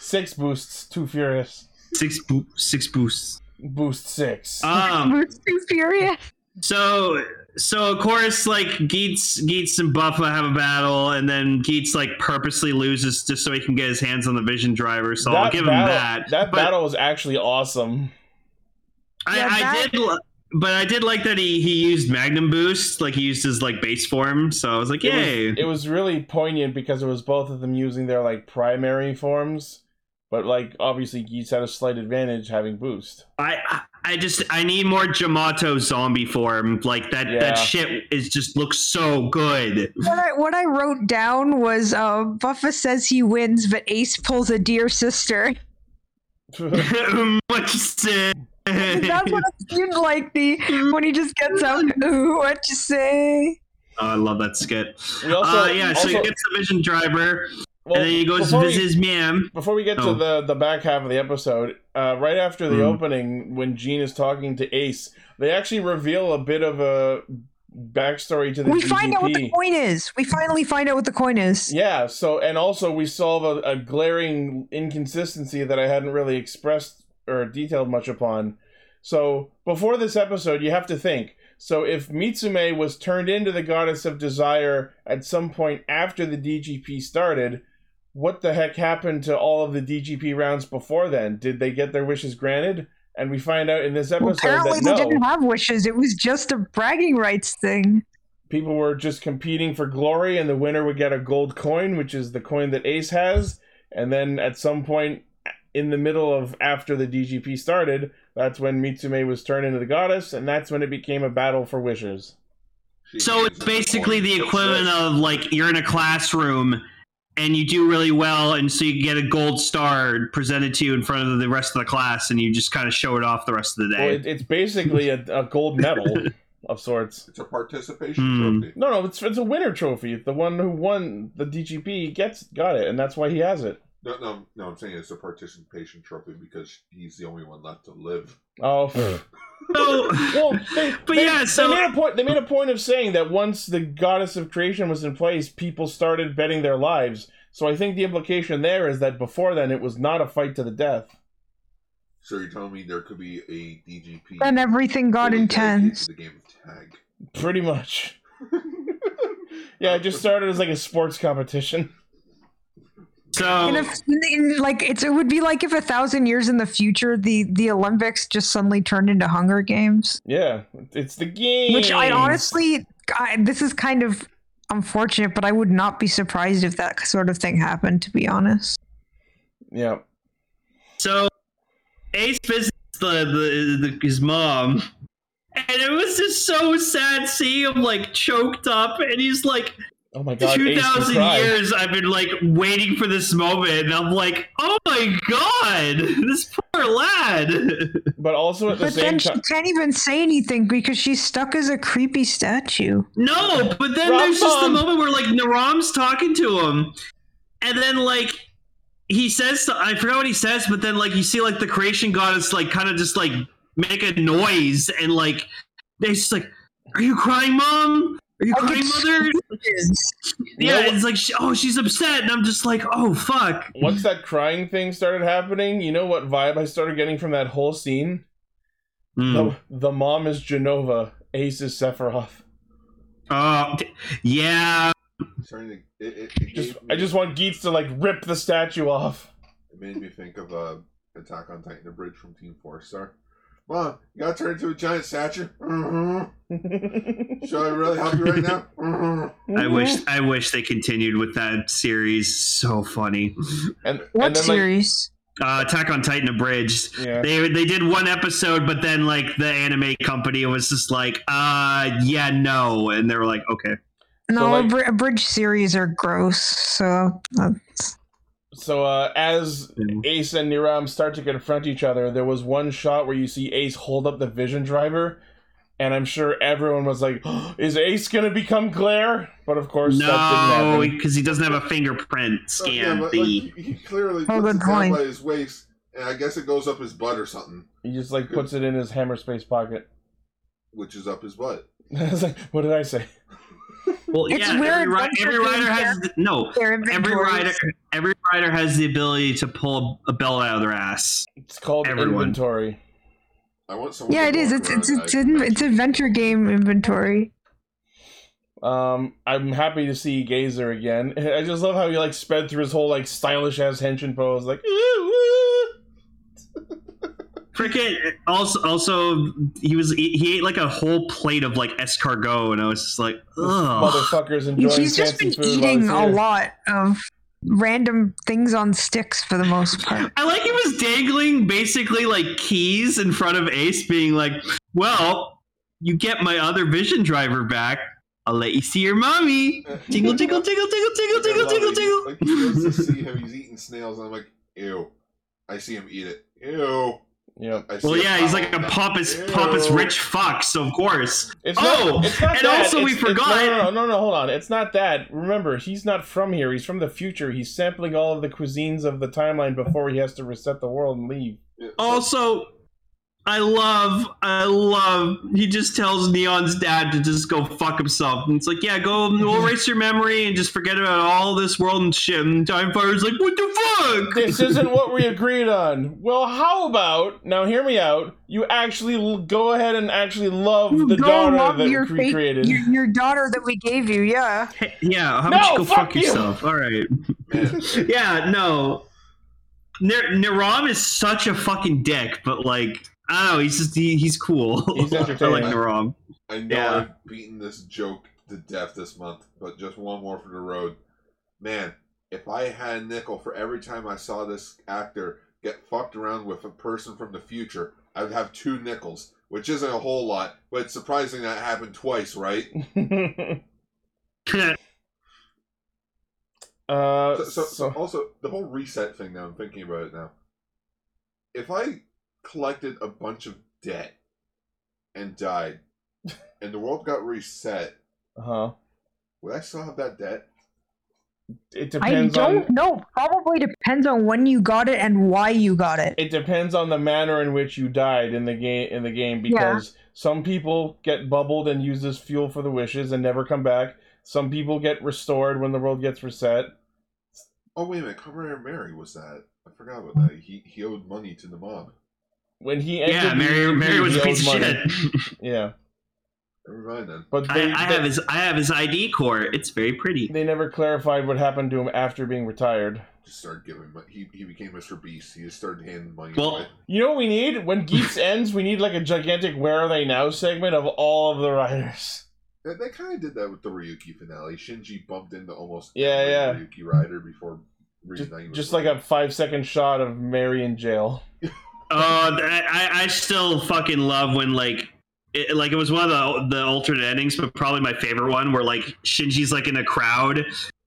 Speaker 1: Six boosts, two furious.
Speaker 3: six bo- six boosts.
Speaker 1: Boost six.
Speaker 3: Um.
Speaker 7: Boost is furious.
Speaker 3: So so of course like Geats Geats and Buffa have a battle, and then Geats like purposely loses just so he can get his hands on the Vision Driver. So I'll give
Speaker 1: battle,
Speaker 3: him that.
Speaker 1: That
Speaker 3: But
Speaker 1: battle was actually awesome.
Speaker 3: I,
Speaker 7: Yeah,
Speaker 3: I
Speaker 7: that-
Speaker 3: did. li- But I did like that he, he used Magnum Boost, like he used his like base form. So I was like,
Speaker 1: It was-
Speaker 3: yay!
Speaker 1: It was really poignant because it was both of them using their like primary forms, but like obviously Geese had a slight advantage having boost.
Speaker 3: I I- I just I need more Jamato zombie form. Like that
Speaker 1: Yeah.
Speaker 3: that shit is just looks so good.
Speaker 7: What I, what I wrote down was uh, Buffa says he wins, but Ace pulls a dear sister.
Speaker 3: what you say?
Speaker 7: That's what I seemed like the when he just gets up. Ooh, what you say?
Speaker 3: Oh, I love that skit.
Speaker 1: We also-
Speaker 3: uh, yeah,
Speaker 1: also-
Speaker 3: so he gets the vision driver,
Speaker 1: Well,
Speaker 3: and then he goes to
Speaker 1: before we-
Speaker 3: visit his ma'am.
Speaker 1: before we get to
Speaker 3: Oh.
Speaker 1: the the back half of the episode, uh, right after the
Speaker 3: Hmm.
Speaker 1: opening, when Gene is talking to Ace, they actually reveal a bit of a backstory to the
Speaker 7: We find out what
Speaker 1: GDP.
Speaker 7: the coin is. We finally find out what the coin is.
Speaker 1: Yeah, so and also we solve a, a glaring inconsistency that I hadn't really expressed or detailed much upon. So before this episode, you have to think. So if Mitsume was turned into the goddess of desire at some point after the DGP started, what the heck happened to all of the DGP rounds before then? Did they get their wishes granted? And we find out in this episode
Speaker 7: Well, apparently,
Speaker 1: that no,
Speaker 7: they didn't have wishes. It was just a bragging rights thing.
Speaker 1: people were just competing for glory and the winner would get a gold coin which is the coin that ace has and then at some point in the middle of after the DGP started. That's when Mitsume was turned into the goddess, and that's when it became a battle for wishes.
Speaker 3: So it's basically the equivalent of like you're in a classroom and you do really well, and so you get a gold star presented to you in front of the rest of the class, and you just kind of show it off the rest of the
Speaker 1: Well,
Speaker 3: day.
Speaker 1: it, it's basically a, a gold medal of sorts.
Speaker 2: It's a participation
Speaker 3: Hmm.
Speaker 2: trophy.
Speaker 1: No, no, it's it's a winner trophy. The one who won the DGP gets got it, and that's why he has it.
Speaker 2: No, no, no. I'm saying it's a participation trophy because he's the only one left to live.
Speaker 1: Oh,
Speaker 3: So,
Speaker 1: well, they,
Speaker 3: But
Speaker 1: they-
Speaker 3: yeah, so-
Speaker 1: they made a point. They made a point of saying that once the goddess of creation was in place, people started betting their lives. So I think the implication there is that before then, it was not a fight to the death.
Speaker 2: So you're telling me there could be a DGP?
Speaker 7: Then everything got
Speaker 2: fully dedicated
Speaker 7: intense.
Speaker 2: to The game of tag.
Speaker 1: Pretty much. yeah, it just started as like a sports competition.
Speaker 3: so
Speaker 7: And if, in- like it's it would be like if a thousand years in the future the the Olympics just suddenly turned into Hunger Games,
Speaker 1: Yeah, it's the game.
Speaker 7: which I honestly I, this is kind of unfortunate, but I would not be surprised if that sort of thing happened. To be honest,
Speaker 1: Yeah.
Speaker 3: so Ace visits the, the, the his mom, and it was just so sad seeing him like choked up, and he's like,
Speaker 1: Oh my god.
Speaker 3: two
Speaker 1: Ace can
Speaker 3: thousand
Speaker 1: cry.
Speaker 3: years I've been like waiting for this moment, and I'm like, oh my god, this poor lad.
Speaker 1: But also at the
Speaker 7: but
Speaker 1: same
Speaker 7: then
Speaker 1: time.
Speaker 7: she can't even say anything because she's stuck as a creepy statue.
Speaker 3: No, but then
Speaker 1: Rob
Speaker 3: there's just the
Speaker 1: Tom.
Speaker 3: moment where like Naram's talking to him, and then like he says, I forgot what he says, but then like you see like the creation goddess like kind of just like make a noise and like it's just like, are you crying, mom? Are you
Speaker 7: Like,
Speaker 3: crying,
Speaker 7: it's-
Speaker 3: mother? Yeah,
Speaker 1: No.
Speaker 3: it's like, she, oh, she's upset, and I'm just like, oh fuck.
Speaker 1: Once that crying thing started happening, you know what vibe I started getting from that whole scene?
Speaker 3: Hmm.
Speaker 1: The, the mom is Genova, Ace is Sephiroth.
Speaker 3: Oh, d- yeah.
Speaker 2: I'm starting to. It, it, it
Speaker 1: Just,
Speaker 2: gave
Speaker 1: I
Speaker 2: me-
Speaker 1: just want Geets to like rip the statue off.
Speaker 2: It made me think of uh, Attack on Titan: The Bridge from Team Four Star. Mom, you got turned into a giant statue. Mhm. Should I really help you right now? Mhm.
Speaker 3: I wish I wish they continued with that series. So funny.
Speaker 1: And,
Speaker 7: What
Speaker 1: and then, like,
Speaker 7: series?
Speaker 3: Uh, Attack on Titan abridged.
Speaker 1: yeah.
Speaker 3: They they did one episode, but then like the anime company was just like, uh, yeah, no, and they were like, okay,
Speaker 7: no,
Speaker 1: like-
Speaker 7: abri- abridged series are gross. So uh,
Speaker 1: So uh, as
Speaker 3: Mm-hmm.
Speaker 1: Ace and Niram start to confront each other, there was one shot where you see Ace hold up the vision driver, and I'm sure everyone was like, "Is Ace gonna become Glare?" But of course, that
Speaker 3: no,
Speaker 1: didn't happen.
Speaker 3: because he doesn't have a fingerprint
Speaker 2: Oh, yeah,
Speaker 3: scan
Speaker 2: but, like,
Speaker 3: thingy.
Speaker 2: he, he clearly
Speaker 7: Oh,
Speaker 2: puts
Speaker 7: good
Speaker 2: it down
Speaker 7: point.
Speaker 2: by his waist, and I guess it goes up his butt or something,
Speaker 1: He just like puts it in his hammer space pocket.
Speaker 2: which is up his butt.
Speaker 1: I was like, "What did I say?"
Speaker 3: Well,
Speaker 7: It's
Speaker 3: yeah,
Speaker 7: where
Speaker 3: every, ri-
Speaker 7: adventure
Speaker 3: every
Speaker 7: games
Speaker 3: rider has no.
Speaker 7: their
Speaker 3: Every
Speaker 7: inventories-
Speaker 3: rider, every rider has the ability to pull a belt out of their ass.
Speaker 1: It's called
Speaker 3: Everyone.
Speaker 1: inventory.
Speaker 2: I want someone.
Speaker 7: Yeah,
Speaker 2: to
Speaker 7: it is.
Speaker 2: walk
Speaker 7: It's it's
Speaker 2: around
Speaker 7: it's
Speaker 2: and
Speaker 7: an
Speaker 2: I-
Speaker 7: it's adventure game inventory.
Speaker 1: Um, I'm happy to see Gazer again. I just love how he like sped through his whole like stylish ass henshin pose, like. "Ooh, ooh."
Speaker 3: Cricket also also he was he, he ate like a whole plate of like escargot, and I was just like,
Speaker 1: This
Speaker 3: ugh.
Speaker 1: motherfucker's enjoying
Speaker 7: He's just
Speaker 1: fancy
Speaker 7: been
Speaker 1: food while he's
Speaker 7: eating a
Speaker 1: here.
Speaker 7: lot of random things on sticks for the most part.
Speaker 3: I like he was dangling basically like keys in front of Ace, being like, "Well, you get my other vision driver back. I'll let you see your mommy." Tingle, tingle, tingle, tingle, tingle,
Speaker 2: Like, I
Speaker 3: tingle,
Speaker 2: love
Speaker 3: tingle,
Speaker 2: it. He's- Like, he goes to
Speaker 3: tingle.
Speaker 2: see him. He's eating snails, and I'm like, ew. I see him eat it. Ew.
Speaker 1: Yeah,
Speaker 2: I see
Speaker 3: Well,
Speaker 2: him
Speaker 3: yeah, he's like a
Speaker 2: swallow it.
Speaker 3: pompous,
Speaker 2: Ew.
Speaker 3: pompous rich fuck. So of course,
Speaker 1: it's
Speaker 3: Oh,
Speaker 1: not, it's not
Speaker 3: and
Speaker 1: that.
Speaker 3: also we
Speaker 1: It's- it's- no,
Speaker 3: forgot-
Speaker 1: no, no, no, no, hold on. It's not that. Remember, he's not from here. He's from the future. He's sampling all of the cuisines of the timeline before he has to reset the world and leave.
Speaker 2: Yeah, so-
Speaker 3: also. I love, I love. He just tells Neon's dad to just go fuck himself, and it's like, yeah, go we'll erase your memory and just forget about all this world and shit. And Time Fire's like, what the fuck?
Speaker 1: This isn't what we agreed on. Well, how about now? Hear me out. You actually l- go ahead and actually love
Speaker 7: You
Speaker 1: the
Speaker 7: go
Speaker 1: daughter
Speaker 7: love
Speaker 1: that
Speaker 7: your
Speaker 1: we
Speaker 7: fake-
Speaker 1: created.
Speaker 7: Your, your daughter that we gave you, yeah.
Speaker 3: Hey, yeah, how
Speaker 1: No,
Speaker 3: about you go fuck,
Speaker 1: fuck you.
Speaker 3: yourself? All right. yeah, no. Ner- Naram is such a fucking dick, but like, I don't know, he's just, he, he's cool.
Speaker 1: He's
Speaker 3: I like
Speaker 1: entertaining.
Speaker 3: Naram.
Speaker 2: I know
Speaker 3: Yeah.
Speaker 2: I've beaten this joke to death this month, but just one more for the road. Man, if I had a nickel for every time I saw this actor get fucked around with a person from the future, I would have two nickels, which isn't a whole lot, but it's surprising that happened twice, right?
Speaker 1: uh,
Speaker 2: So, so, so
Speaker 1: so-
Speaker 2: also the whole reset thing. Now I'm thinking about it now. If I collected a bunch of debt and died, and the world got reset,
Speaker 1: uh-huh.
Speaker 2: would I still have that debt?
Speaker 1: It
Speaker 7: I
Speaker 1: depends
Speaker 7: don't
Speaker 1: on
Speaker 7: know. Probably depends on when you got it and why you got it.
Speaker 1: it depends on the manner in which you died in the game in the game because some people get bubbled and used as fuel for the wishes and never come back. Some people get restored when the world gets reset.
Speaker 2: Oh wait a minute, Comrade Mary was that? I forgot about that. He he owed money to the mob.
Speaker 1: When he
Speaker 3: Yeah,
Speaker 1: entered the
Speaker 3: Mary,
Speaker 1: EVP,
Speaker 3: Mary was
Speaker 1: he
Speaker 3: a
Speaker 1: owed
Speaker 3: piece of
Speaker 1: money.
Speaker 3: shit.
Speaker 1: Yeah,
Speaker 2: Never mind then.
Speaker 1: but
Speaker 3: I,
Speaker 1: they,
Speaker 3: I
Speaker 1: they,
Speaker 3: have his I have his ID core. It's very pretty.
Speaker 1: they never clarified what happened to him after being retired.
Speaker 2: Just started giving money. He he became Mr. Beast. He just started handing money
Speaker 3: Well-
Speaker 2: away.
Speaker 1: You know what we need? When Geeks ends, we need like a gigantic Where Are They Now segment of all of the riders.
Speaker 2: They, they kind of did that with the Ryuki finale. Shinji bumped into almost
Speaker 1: Yeah,
Speaker 2: every
Speaker 1: yeah.
Speaker 2: Ryuki rider before
Speaker 1: Just,
Speaker 2: reuniting. with
Speaker 1: just
Speaker 2: them.
Speaker 1: like a five second shot of Mary in jail.
Speaker 3: Oh, that, I I still fucking love when like. It, like it was one of the the alternate endings, but probably my favorite one, where like Shinji's like in a crowd,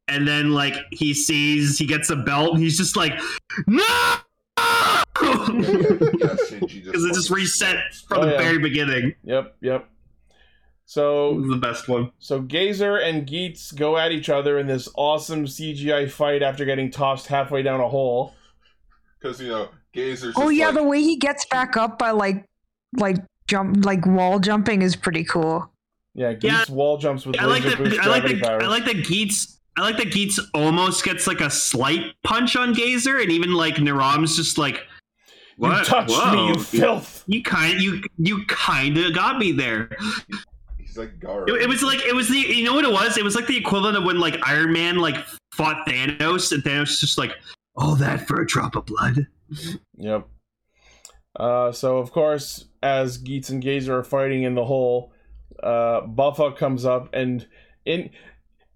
Speaker 3: and then like he sees he gets a belt, and he's just like, no,
Speaker 2: Yeah, yeah,
Speaker 3: because
Speaker 2: yeah, Shinji just
Speaker 3: it just
Speaker 2: fucking
Speaker 3: reset
Speaker 2: snaps.
Speaker 3: from
Speaker 1: Oh,
Speaker 3: the
Speaker 1: yeah.
Speaker 3: very beginning.
Speaker 1: Yep, yep.
Speaker 3: It
Speaker 1: So
Speaker 3: was the best one.
Speaker 1: So Gazer and Geets go at each other in this awesome CGI fight after getting tossed halfway down a hole.
Speaker 2: Because you know, Gazer's.
Speaker 7: Oh
Speaker 2: just
Speaker 7: yeah,
Speaker 2: like,
Speaker 7: the way he gets back up by like like jump like wall jumping is pretty cool.
Speaker 1: Yeah,
Speaker 3: Yeah.
Speaker 1: Geets wall jumps with
Speaker 3: I like
Speaker 1: laser
Speaker 3: that.
Speaker 1: boost
Speaker 3: I like
Speaker 1: gravity
Speaker 3: that.
Speaker 1: powers.
Speaker 3: I like that. Geets. I like that. Geets almost gets like a slight punch on Gazer, and even like Naram's just like,
Speaker 1: you
Speaker 3: "What?
Speaker 1: touched me,
Speaker 3: Whoa.
Speaker 1: you filth!
Speaker 3: You kind. You you kind of got me there.
Speaker 2: he's like Gara.
Speaker 3: It, it was like it was the. You know what it was? It was like the equivalent of when like Iron Man like fought Thanos, and Thanos was just like, "Oh, that for a drop of blood."
Speaker 1: Yep. Uh, so of course, as Geets and Gazer are fighting in the hole, uh, Buffa comes up and in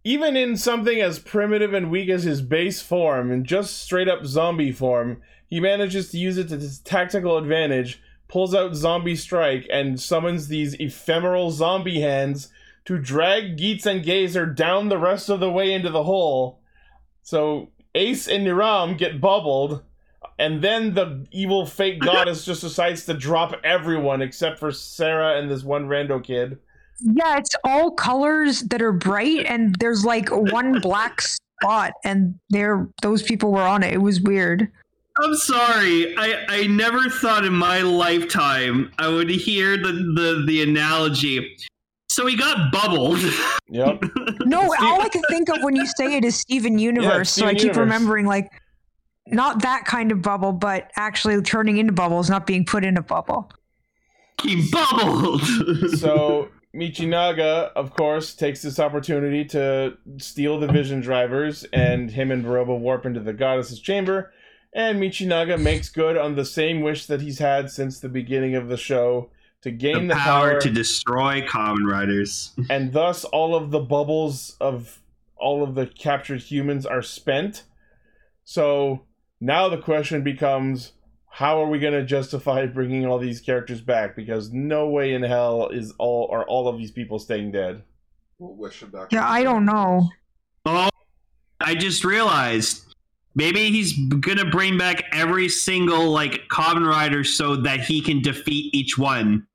Speaker 1: even in something as primitive and weak as his base form and just straight up zombie form, he manages to use it to his tactical advantage, pulls out zombie strike, and summons these ephemeral zombie hands to drag Geets and Gazer down the rest of the way into the hole. So Ace and Niram get bubbled, and then the evil fake goddess just decides to drop everyone except for Sarah and this one rando kid.
Speaker 7: Yeah, it's all colors that are bright and there's like one black spot and there those people were on it. It was weird.
Speaker 3: I'm sorry. I, I never thought in my lifetime I would hear the, the, the analogy. So he got bubbled.
Speaker 1: Yep.
Speaker 7: No,
Speaker 1: Steve-
Speaker 7: all I can think of when you say it is Steven Universe, so I
Speaker 1: Steven
Speaker 7: keep
Speaker 1: Universe.
Speaker 7: remembering like not that kind of bubble, but actually turning into bubbles, not being put in a bubble.
Speaker 3: he bubbled.
Speaker 1: so Michinaga, of course, takes this opportunity to steal the vision drivers, and him and Baroba warp into the goddess's chamber. And Michinaga makes good on the same wish that he's had since the beginning of the show to gain the, power,
Speaker 3: to destroy common riders.
Speaker 1: and thus all of the bubbles of all of the captured humans are spent. So now the question becomes how are we going to justify bringing all these characters back because no way in hell is all are all of these people staying dead.
Speaker 2: We'll wish him back.
Speaker 7: Yeah, I don't know.
Speaker 3: Oh, I just realized maybe he's gonna bring back every single like common rider so that he can defeat each one.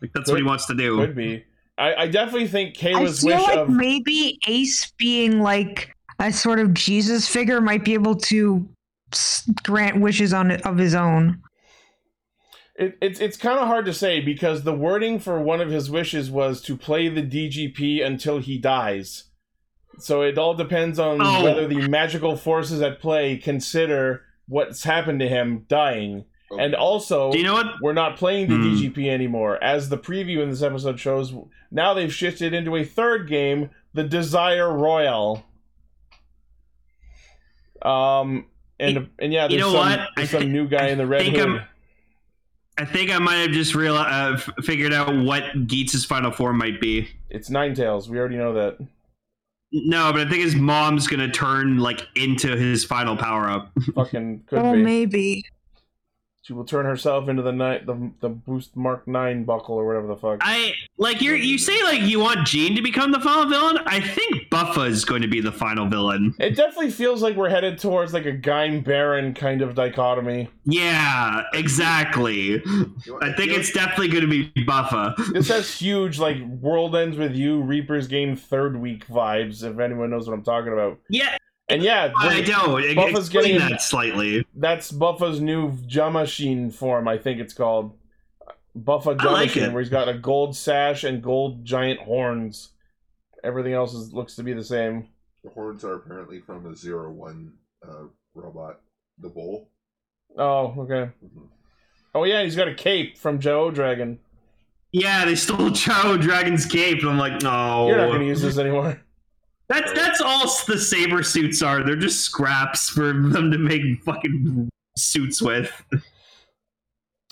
Speaker 3: Like that's what he wants to do.
Speaker 1: Could be. I, I definitely think
Speaker 7: I
Speaker 1: Kayla's
Speaker 7: feel
Speaker 1: wish
Speaker 7: like
Speaker 1: of
Speaker 7: maybe Ace being like a sort of Jesus figure might be able to s- grant wishes on of his own.
Speaker 1: it, it's it's kind of hard to say because the wording for one of his wishes was to play the DGP until he dies. So it all depends on
Speaker 3: Oh.
Speaker 1: whether the magical forces at play consider what's happened to him dying,
Speaker 2: Oh,
Speaker 1: and also
Speaker 3: Do you know what?
Speaker 1: we're not playing the
Speaker 3: Hmm.
Speaker 1: DGP anymore. As the preview in this episode shows, now they've shifted into a third game, the Desire Royale. Um. And, and yeah,
Speaker 3: You
Speaker 1: there's
Speaker 3: know
Speaker 1: some,
Speaker 3: what?
Speaker 1: there's
Speaker 3: I
Speaker 1: some
Speaker 3: thi-
Speaker 1: new guy
Speaker 3: I
Speaker 1: in the red
Speaker 3: think
Speaker 1: hood.
Speaker 3: I'm- I think I might have just real uh, f- figured out what Geets' final form might be.
Speaker 1: It's Nine Tails. We already know that.
Speaker 3: No, but I think his mom's gonna turn like into his final power up.
Speaker 1: Fucking could
Speaker 7: Well,
Speaker 1: be.
Speaker 7: Oh, maybe.
Speaker 1: She will turn herself into the night the the boost mark nine buckle or whatever the fuck.
Speaker 3: I like you. You say like you want Jean to become the final villain. I think Buffa is going to be the final villain.
Speaker 1: It definitely feels like we're headed towards like a Gaim Baron kind of dichotomy.
Speaker 3: Yeah, exactly. I think it's definitely going to be Buffa.
Speaker 1: This has huge like World Ends with You, Reapers Game third week vibes. If anyone knows what I'm talking about,
Speaker 3: Yeah,
Speaker 1: and yeah,
Speaker 3: I
Speaker 1: wait,
Speaker 3: don't. Ex-
Speaker 1: Buffa's
Speaker 3: Explain
Speaker 1: getting-
Speaker 3: that slightly.
Speaker 1: that's Buffa's new Jamashin form. I think it's called Buffa
Speaker 3: I like
Speaker 1: Jamashin,
Speaker 3: it.
Speaker 1: where he's got a gold sash and gold giant horns. Everything else is, looks to be the same.
Speaker 2: The horns are apparently from a zero one uh, robot, the bull.
Speaker 1: Oh, okay.
Speaker 2: Mhm.
Speaker 1: Oh yeah, he's got a cape from Joe Dragon.
Speaker 3: Yeah, they stole Chow Dragon's cape, and I'm like, no.
Speaker 1: You're not going to use this anymore.
Speaker 3: That's that's all s- the saber suits are. They're just scraps for them to make fucking suits with.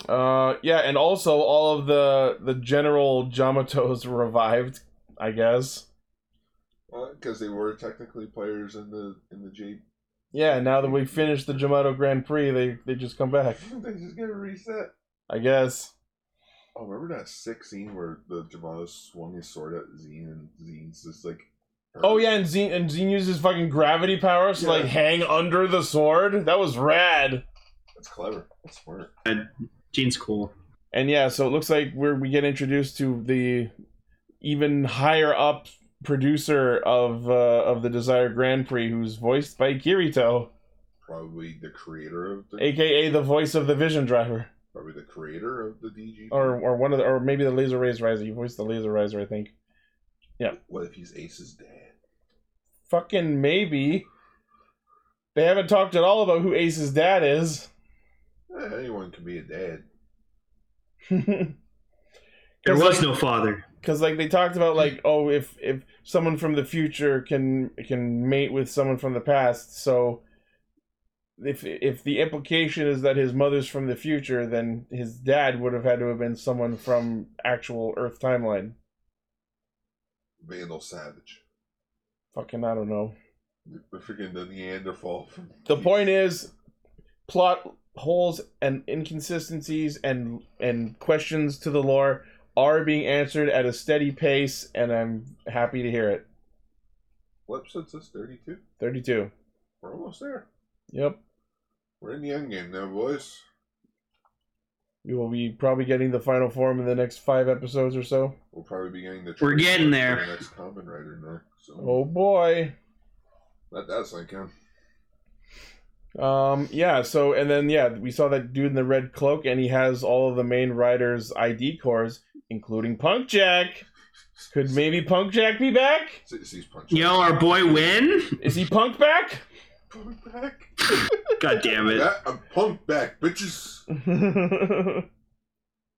Speaker 1: Uh, yeah, and also all of the the general Jamatos revived. I guess.
Speaker 2: Because uh, they were technically players in the in the Jeep.
Speaker 1: Yeah, now that we finished the Jamato Grand Prix, they they just come back.
Speaker 2: they just get a reset.
Speaker 1: I guess.
Speaker 2: Oh, remember that sick scene where the Jamato swung his sword at Zine and Zine's just like.
Speaker 1: Oh yeah, and Zine and Zine uses fucking gravity powers to like
Speaker 2: Yeah.
Speaker 1: hang under the sword. That was rad.
Speaker 2: That's clever. That's smart.
Speaker 3: Jean's cool.
Speaker 1: And yeah, so it looks like we're we get introduced to the even higher up producer of uh, of the Desire Grand Prix, who's voiced by Kirito,
Speaker 2: Probably the creator of the
Speaker 1: aka the voice of the Vision Driver,
Speaker 2: probably the creator of the DG.
Speaker 1: or or one of the or maybe the Laser Rays Riser. He voiced the Laser Riser, I think.
Speaker 2: what if he's Ace's dad?
Speaker 1: Fucking maybe. They haven't talked at all about who Ace's dad is.
Speaker 2: Eh, anyone can be a dad.
Speaker 3: There
Speaker 1: Cause,
Speaker 3: was
Speaker 1: like-
Speaker 3: no father.
Speaker 1: because like they talked about like oh if if someone from the future can can mate with someone from the past so if if the implication is that his mother's from the future then his dad would have had to have been someone from actual earth timeline
Speaker 2: Vandal Savage.
Speaker 1: fucking i don't know
Speaker 2: The the freaking the Neanderthal. from-
Speaker 1: the point is plot holes and inconsistencies and and questions to the lore are being answered at a steady pace and i'm happy to hear it
Speaker 2: What episode's this? 32?
Speaker 1: 32
Speaker 2: We're almost there.
Speaker 1: yep
Speaker 2: We're in the end game now, boys.
Speaker 1: We will be probably getting the final form in the next five episodes or so.
Speaker 2: We'll probably be getting the.
Speaker 3: We're getting there.
Speaker 2: for The next Common Rider now. So
Speaker 1: Oh boy.
Speaker 2: let that's like him.
Speaker 1: Um. Yeah. So and then yeah, we saw that dude in the red cloak, and he has all of the main riders' ID cores, including Punk Jack. Could maybe Punk Jack be back?
Speaker 2: Sixties punch.
Speaker 3: Yo, our boy Win.
Speaker 1: Is he Punk back?
Speaker 2: Punk back.
Speaker 3: God damn it.
Speaker 2: Yeah, I'm punk back, bitches.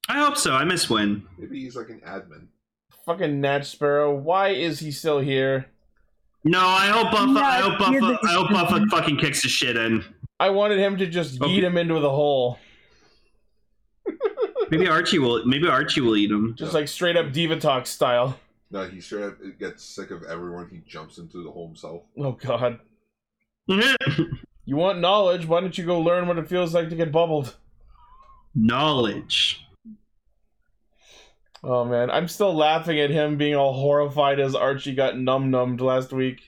Speaker 3: I hope so. I miss Win.
Speaker 2: Maybe he's like an admin.
Speaker 1: Fucking Natch Sparrow. Why is he still here?
Speaker 3: No, I hope Buffa. I
Speaker 7: No,
Speaker 3: hope
Speaker 7: you're
Speaker 3: Buffa.
Speaker 7: the-
Speaker 3: I hope Buffa fucking kicks his shit in.
Speaker 1: I wanted him to just yeet
Speaker 3: Okay.
Speaker 1: him into the hole,
Speaker 3: Maybe Archie will. Maybe Archie will eat him.
Speaker 1: just like straight up Diva Talk style.
Speaker 2: No, he straight up gets sick of everyone. He jumps into the hole himself.
Speaker 1: Oh God. You want knowledge? Why don't you go learn what it feels like to get bubbled?
Speaker 3: Knowledge.
Speaker 1: Oh man, I'm still laughing at him being all horrified as Archie got num numbed last week.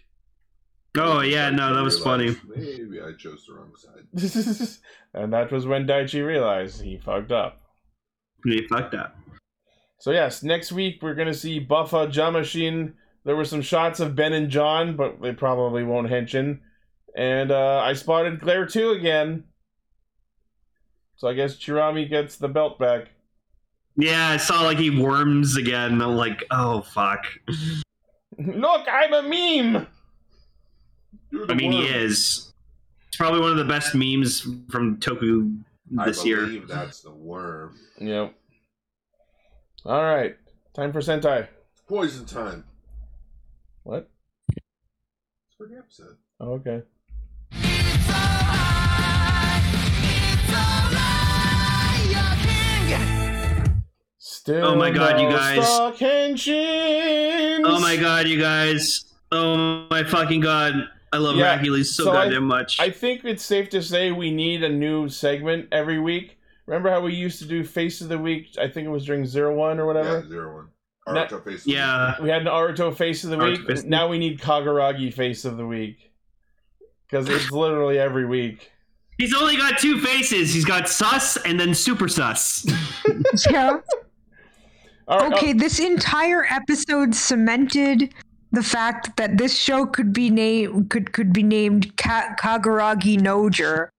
Speaker 3: Oh yeah, no, that was funny.
Speaker 2: Maybe I chose the wrong side.
Speaker 1: and that was when Daichi realized he fucked up.
Speaker 3: Yeah, fuck that.
Speaker 1: So yes, next week we're gonna see Buffa Jamashin. There were some shots of Ben and John, but they probably won't hench in. And uh, I spotted Claire too again. So I guess Chirami gets the belt back.
Speaker 3: Yeah, I saw like he worms again. I'm like, oh fuck.
Speaker 1: Look, I'm a meme.
Speaker 2: You're the
Speaker 3: I mean, he
Speaker 2: worm.
Speaker 3: is. It's probably one of the best memes from Toku
Speaker 2: I
Speaker 3: this year.
Speaker 2: believe that's the worm.
Speaker 1: Yep. All right, time for Sentai.
Speaker 2: Poison time.
Speaker 1: What?
Speaker 2: It's for the episode.
Speaker 1: Oh, okay. Still
Speaker 3: Oh my God, you
Speaker 1: no
Speaker 3: guys.
Speaker 1: stock henshins.
Speaker 3: Oh my god, you guys! Oh my fucking god! I love
Speaker 1: Yeah,
Speaker 3: Hercules so,
Speaker 1: so I-
Speaker 3: goddamn much.
Speaker 1: I think it's safe to say we need a new segment every week Remember how we used to do face of the week? I think it was during zero one or whatever.
Speaker 2: Yeah, zero one.
Speaker 1: Not-
Speaker 2: Aruto face.
Speaker 3: Yeah.
Speaker 1: We had an Aruto face of the
Speaker 3: Aruto
Speaker 1: week.
Speaker 3: face of the
Speaker 1: now we need Kagaragi face of the week because it's literally every week.
Speaker 3: He's only got two faces. He's got sus and then super sus.
Speaker 1: Oh,
Speaker 7: Yeah.
Speaker 1: All right,
Speaker 7: Okay, this entire episode cemented the fact that this show could be named could could be named Ka- Kagaragi Nojer.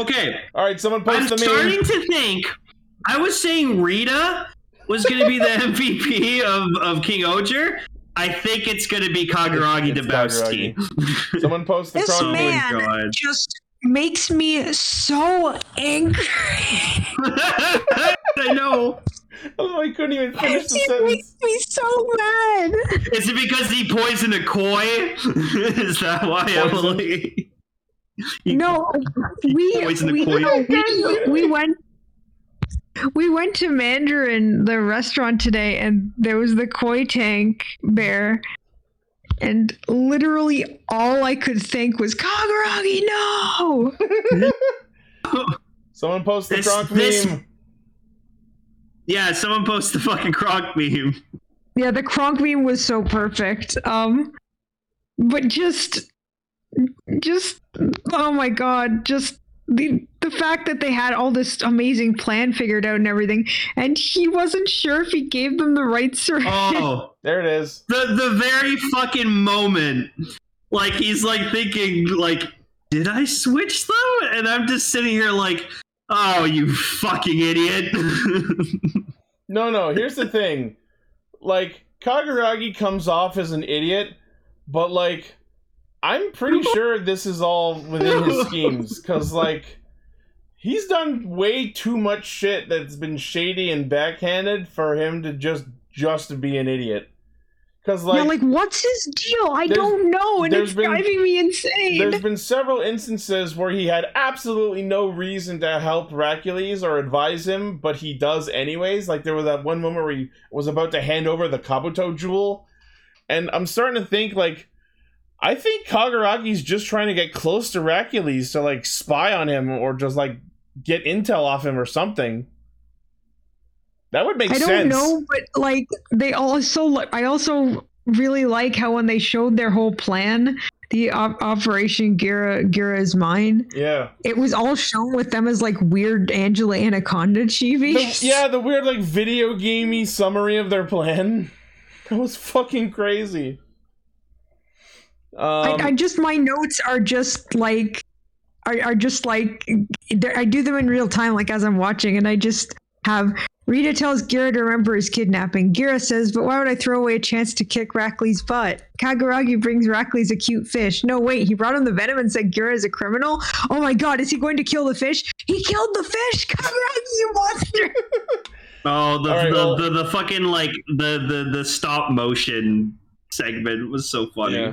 Speaker 3: Okay.
Speaker 1: oh. All right, someone post
Speaker 3: I'm
Speaker 1: the meme.
Speaker 3: starting to think. I was saying Rita was going to be the MVP of, of King Oger. I think it's going to be Kagaragi
Speaker 1: It's
Speaker 3: Dabowski.
Speaker 1: Someone post the
Speaker 7: This
Speaker 3: Oh
Speaker 1: chrono.
Speaker 7: man
Speaker 3: God.
Speaker 7: just makes me so angry.
Speaker 3: I know.
Speaker 1: Oh, I couldn't even
Speaker 7: he
Speaker 1: finish the sentence.
Speaker 7: makes me so mad.
Speaker 3: Is it because he poisoned a koi? Is that why, Emily? He-
Speaker 7: No, we
Speaker 3: poisoned the
Speaker 7: we,
Speaker 3: koi.
Speaker 7: we we went we went to Mandarin the restaurant today, and there was the koi tank there, and literally all I could think was Kagaragi, no.
Speaker 1: Someone post the
Speaker 3: This-
Speaker 1: Kronk
Speaker 3: this-
Speaker 1: meme.
Speaker 3: Yeah, someone post the fucking croc meme.
Speaker 7: Yeah, the Kronk meme was so perfect. Um, but just, just, oh my god, just the the fact that they had all this amazing plan figured out and everything, and he wasn't sure if he gave them the right solution.
Speaker 3: Oh,
Speaker 1: There it is.
Speaker 3: the the very fucking moment, like he's like thinking, like, did I switch them? And I'm just sitting here like, oh, you fucking idiot.
Speaker 1: No, no. Here's the thing. Like Kagaragi comes off as an idiot, but like I'm pretty sure this is all within his schemes cuz like he's done way too much shit that's been shady and backhanded for him to just just be an idiot. Cuz
Speaker 7: like,
Speaker 1: like,
Speaker 7: yeah, like what's his deal? I
Speaker 1: There's-
Speaker 7: don't know, and
Speaker 1: there's
Speaker 7: it's
Speaker 1: been-
Speaker 7: driving me
Speaker 1: there's
Speaker 7: insane.
Speaker 1: been several instances where he had absolutely no reason to help Hercules or advise him, but he does anyways. Like there was that one moment where he was about to hand over the Kabuto jewel, and I'm starting to think like, I think Kagaragi's just trying to get close to Hercules to like spy on him or just like get intel off him or something. That would make
Speaker 7: I
Speaker 1: sense.
Speaker 7: don't know, but like they also, li- I also really like how when they showed their whole plan, the op- Operation Gira Gira is mine.
Speaker 1: Yeah.
Speaker 7: It was all shown with them as like weird Angela Anaconda
Speaker 1: The-
Speaker 7: chivies.
Speaker 1: yeah, the weird like video gamey summary of their plan. That was fucking crazy. Um,
Speaker 7: I, I just my notes are just like are, are just like they're- I do them in real time, like as I'm watching, and I just have Rita tells Gira to remember his kidnapping. Gira says, "But why would I throw away a chance to kick Rackley's butt?" Kagaragi brings Rackley's a cute fish. No, wait, he brought him the venom and said Gira is a criminal. Oh my God, is he going to kill the fish? He killed the fish. Kagaragi, you monster!
Speaker 3: oh, the,
Speaker 1: All right,
Speaker 3: the,
Speaker 1: well-
Speaker 3: the the fucking like the the the stop motion segment was so funny.
Speaker 1: Yeah.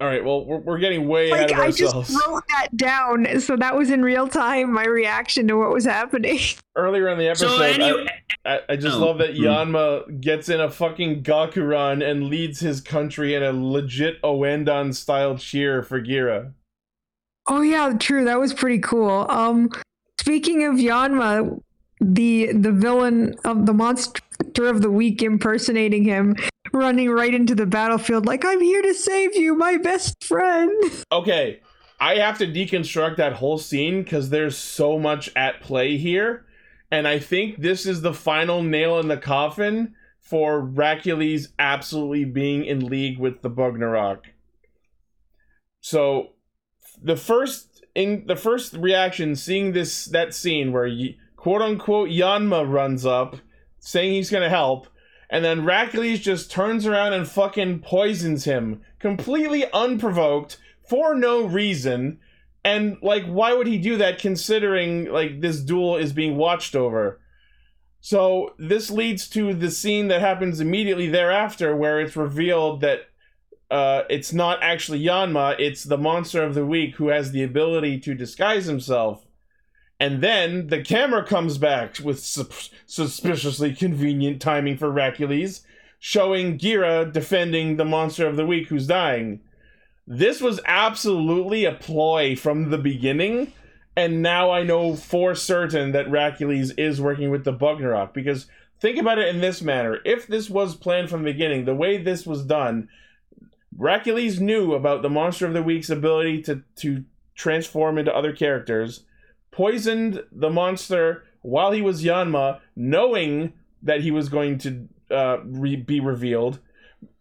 Speaker 1: all right, well, we're, we're getting way ahead
Speaker 7: like
Speaker 1: of
Speaker 7: I just
Speaker 1: ourselves.
Speaker 7: wrote that down, so that was in real time my reaction to what was happening.
Speaker 1: Earlier in the episode,
Speaker 3: So anyway,
Speaker 1: I, I, I just
Speaker 3: Oh.
Speaker 1: love that
Speaker 3: Hmm.
Speaker 1: Yanma gets in a fucking Gakuran and leads his country in a legit Oendan style cheer for Gira.
Speaker 7: Oh yeah, true. That was pretty cool. Um, speaking of Yanma, the the villain of the monster of the week impersonating him, running right into the battlefield like I'm here to save you, my best friend.
Speaker 1: okay i have to deconstruct that whole scene because there's so much at play here and i think this is the final nail in the coffin for Racules absolutely being in league with the Bugnarok. So the first in the first reaction seeing this that scene where y- quote unquote Yanma runs up saying he's going to help and then Hercules just turns around and fucking poisons him completely unprovoked for no reason. And like, why would he do that considering like this duel is being watched over? So this leads to the scene that happens immediately thereafter, where it's revealed that uh, it's not actually Yanma; it's the monster of the week who has the ability to disguise himself. And then the camera comes back with sus- suspiciously convenient timing for Hercules, showing Gira defending the monster of the week who's dying this was absolutely a ploy from the beginning and now I know for certain that Racules is working with the Bugnarok because think about it in this manner: if this was planned from the beginning, the way this was done, Racules knew about the Monster of the Week's ability to to transform into other characters, poisoned the monster while he was Yanma, knowing that he was going to uh, re- be revealed.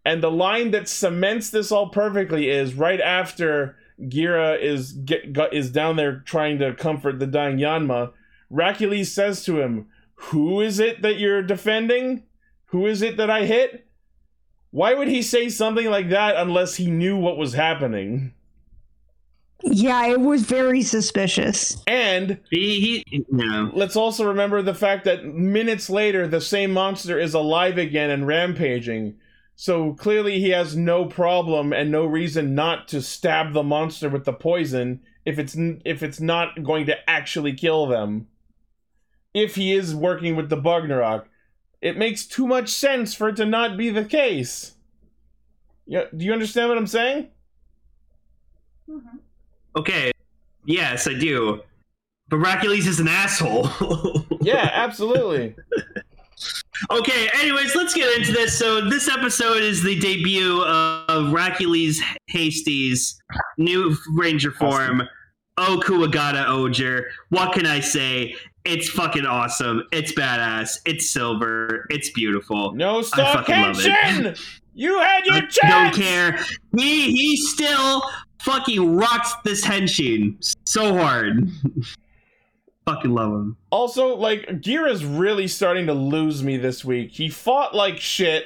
Speaker 1: And the line that cements this all perfectly is right after Gira is get, gu- is down there trying to comfort the dying Yanma. Racules says to him, "Who is it that you're defending? Who is it that I hit?" Why would he say something like that unless he knew what was happening?
Speaker 7: Yeah, it was very suspicious.
Speaker 1: And
Speaker 3: He, he no.
Speaker 1: let's also remember the fact that minutes later, the same monster is alive again and rampaging. So clearly, he has no problem and no reason not to stab the monster with the poison if it's n- if it's not going to actually kill them. If he is working with the Bugnarok, it makes too much sense for it to not be the case. Yeah, do you understand what I'm saying?
Speaker 3: Okay. Yes, I do. But Racules is an asshole.
Speaker 1: Yeah, absolutely.
Speaker 3: okay, anyways, let's get into this. So, this episode is the debut of Racules Hasty's new ranger form, Oh Okuagata Oger. What can I say? It's fucking awesome. It's badass. It's silver. It's beautiful.
Speaker 1: No
Speaker 3: fucking love it.
Speaker 1: stalkation! You had your chance!
Speaker 3: don't care. He he still fucking rocks this henshin so hard. fucking love him.
Speaker 1: Also, like, Gira's really starting to lose me this week. He fought like shit,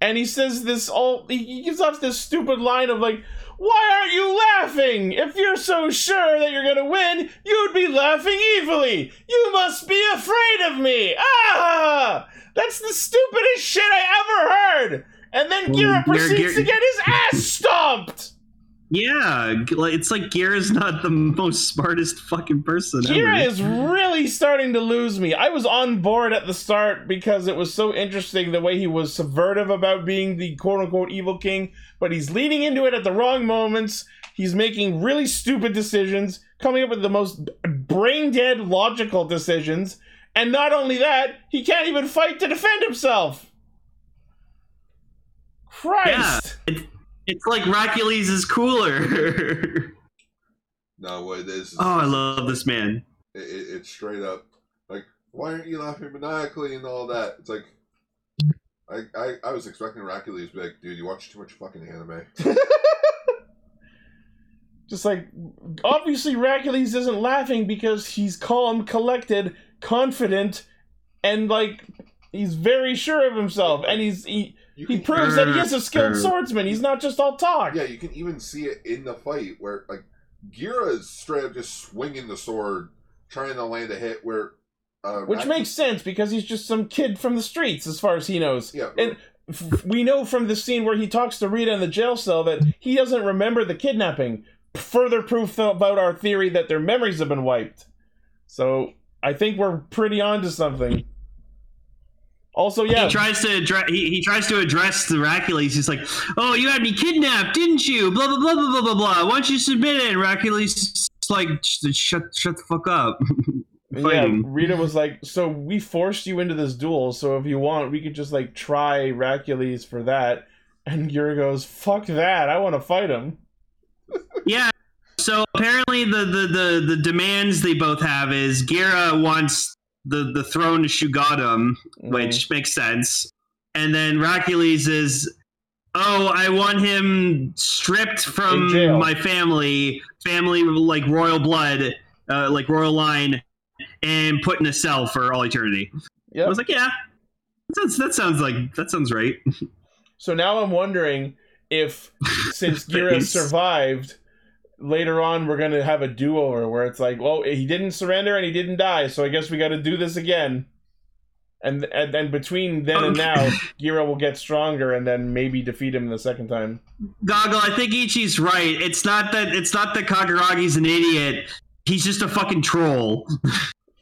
Speaker 1: and he says this all. He he gives off this stupid line of, like, why aren't you laughing? If you're so sure that you're gonna win, you'd be laughing evilly. You must be afraid of me. Ah! That's the stupidest shit I ever heard. And then
Speaker 3: Well,
Speaker 1: Gira
Speaker 3: Gira-
Speaker 1: proceeds to
Speaker 3: Gira-
Speaker 1: get his ass stomped.
Speaker 3: Yeah, g- like it's like Gira's not the most smartest fucking person
Speaker 1: Kira
Speaker 3: ever.
Speaker 1: is really starting to lose me. I was on board at the start because it was so interesting the way he was subvertive about being the quote unquote evil king, but he's leaning into it at the wrong moments. He's making really stupid decisions, coming up with the most brain dead logical decisions. And not only that, he can't even fight to defend himself. Christ.
Speaker 3: It- it's like Racules is cooler.
Speaker 2: No, what it is. is
Speaker 3: oh, I love this man.
Speaker 2: it, it, it's straight up like why aren't you laughing maniacally and all that it's like I, I, I was expecting Racules to be like, dude, you watch too much fucking anime.
Speaker 1: Just like, obviously, Racules isn't laughing because he's calm, collected, confident, and like, he's very sure of himself. And he's he,
Speaker 2: You
Speaker 1: he
Speaker 2: can,
Speaker 1: proves that he is a skilled swordsman. He's not just all talk.
Speaker 2: yeah, you can even see it in the fight where like Gira is straight up just swinging the sword, trying to land a hit where, uh,
Speaker 1: Which
Speaker 2: Rac-
Speaker 1: makes sense because he's just some kid from the streets, as far as he knows.
Speaker 2: yeah,
Speaker 1: and- F- We know from the scene where he talks to Rita in the jail cell that he doesn't remember the kidnapping. Further proof about our theory that their memories have been wiped. So I think we're pretty on to something. Also, yeah,
Speaker 3: He tries to address, he, he tries to address the Racules. He's like, "Oh, you had me kidnapped, didn't you? Blah blah blah blah blah blah blah. Why don't you submit it?" And Racules is like, "Sh- "Shut shut the fuck up."
Speaker 1: Yeah,
Speaker 3: fighting.
Speaker 1: Rita was like, "So we forced you into this duel. So if you want, we could just like try Racules for that." And Gira goes, "Fuck that! I want to fight him."
Speaker 3: yeah. So apparently, the, the the the demands they both have is Gira wants the the throne to Shugadam,
Speaker 1: Mm-hmm.
Speaker 3: which makes sense, and then Racules is. Oh, I want him stripped
Speaker 1: In
Speaker 3: from
Speaker 1: jail.
Speaker 3: my family, family like royal blood, uh, like royal line, and put in a cell for all eternity. I
Speaker 1: Yep.
Speaker 3: was like, yeah, that sounds, that sounds like that sounds right.
Speaker 1: So now I'm wondering if, since Gira
Speaker 3: Nice.
Speaker 1: survived, later on we're gonna have a do-over where it's like, "Well, he didn't surrender and he didn't die, so I guess we got to do this again." And and, and between then and
Speaker 3: Okay.
Speaker 1: now, Gira will get stronger and then maybe defeat him the second time.
Speaker 3: Goggle, I think Ichi's right. It's not that it's not that Kaguragi's an idiot. He's just a fucking troll.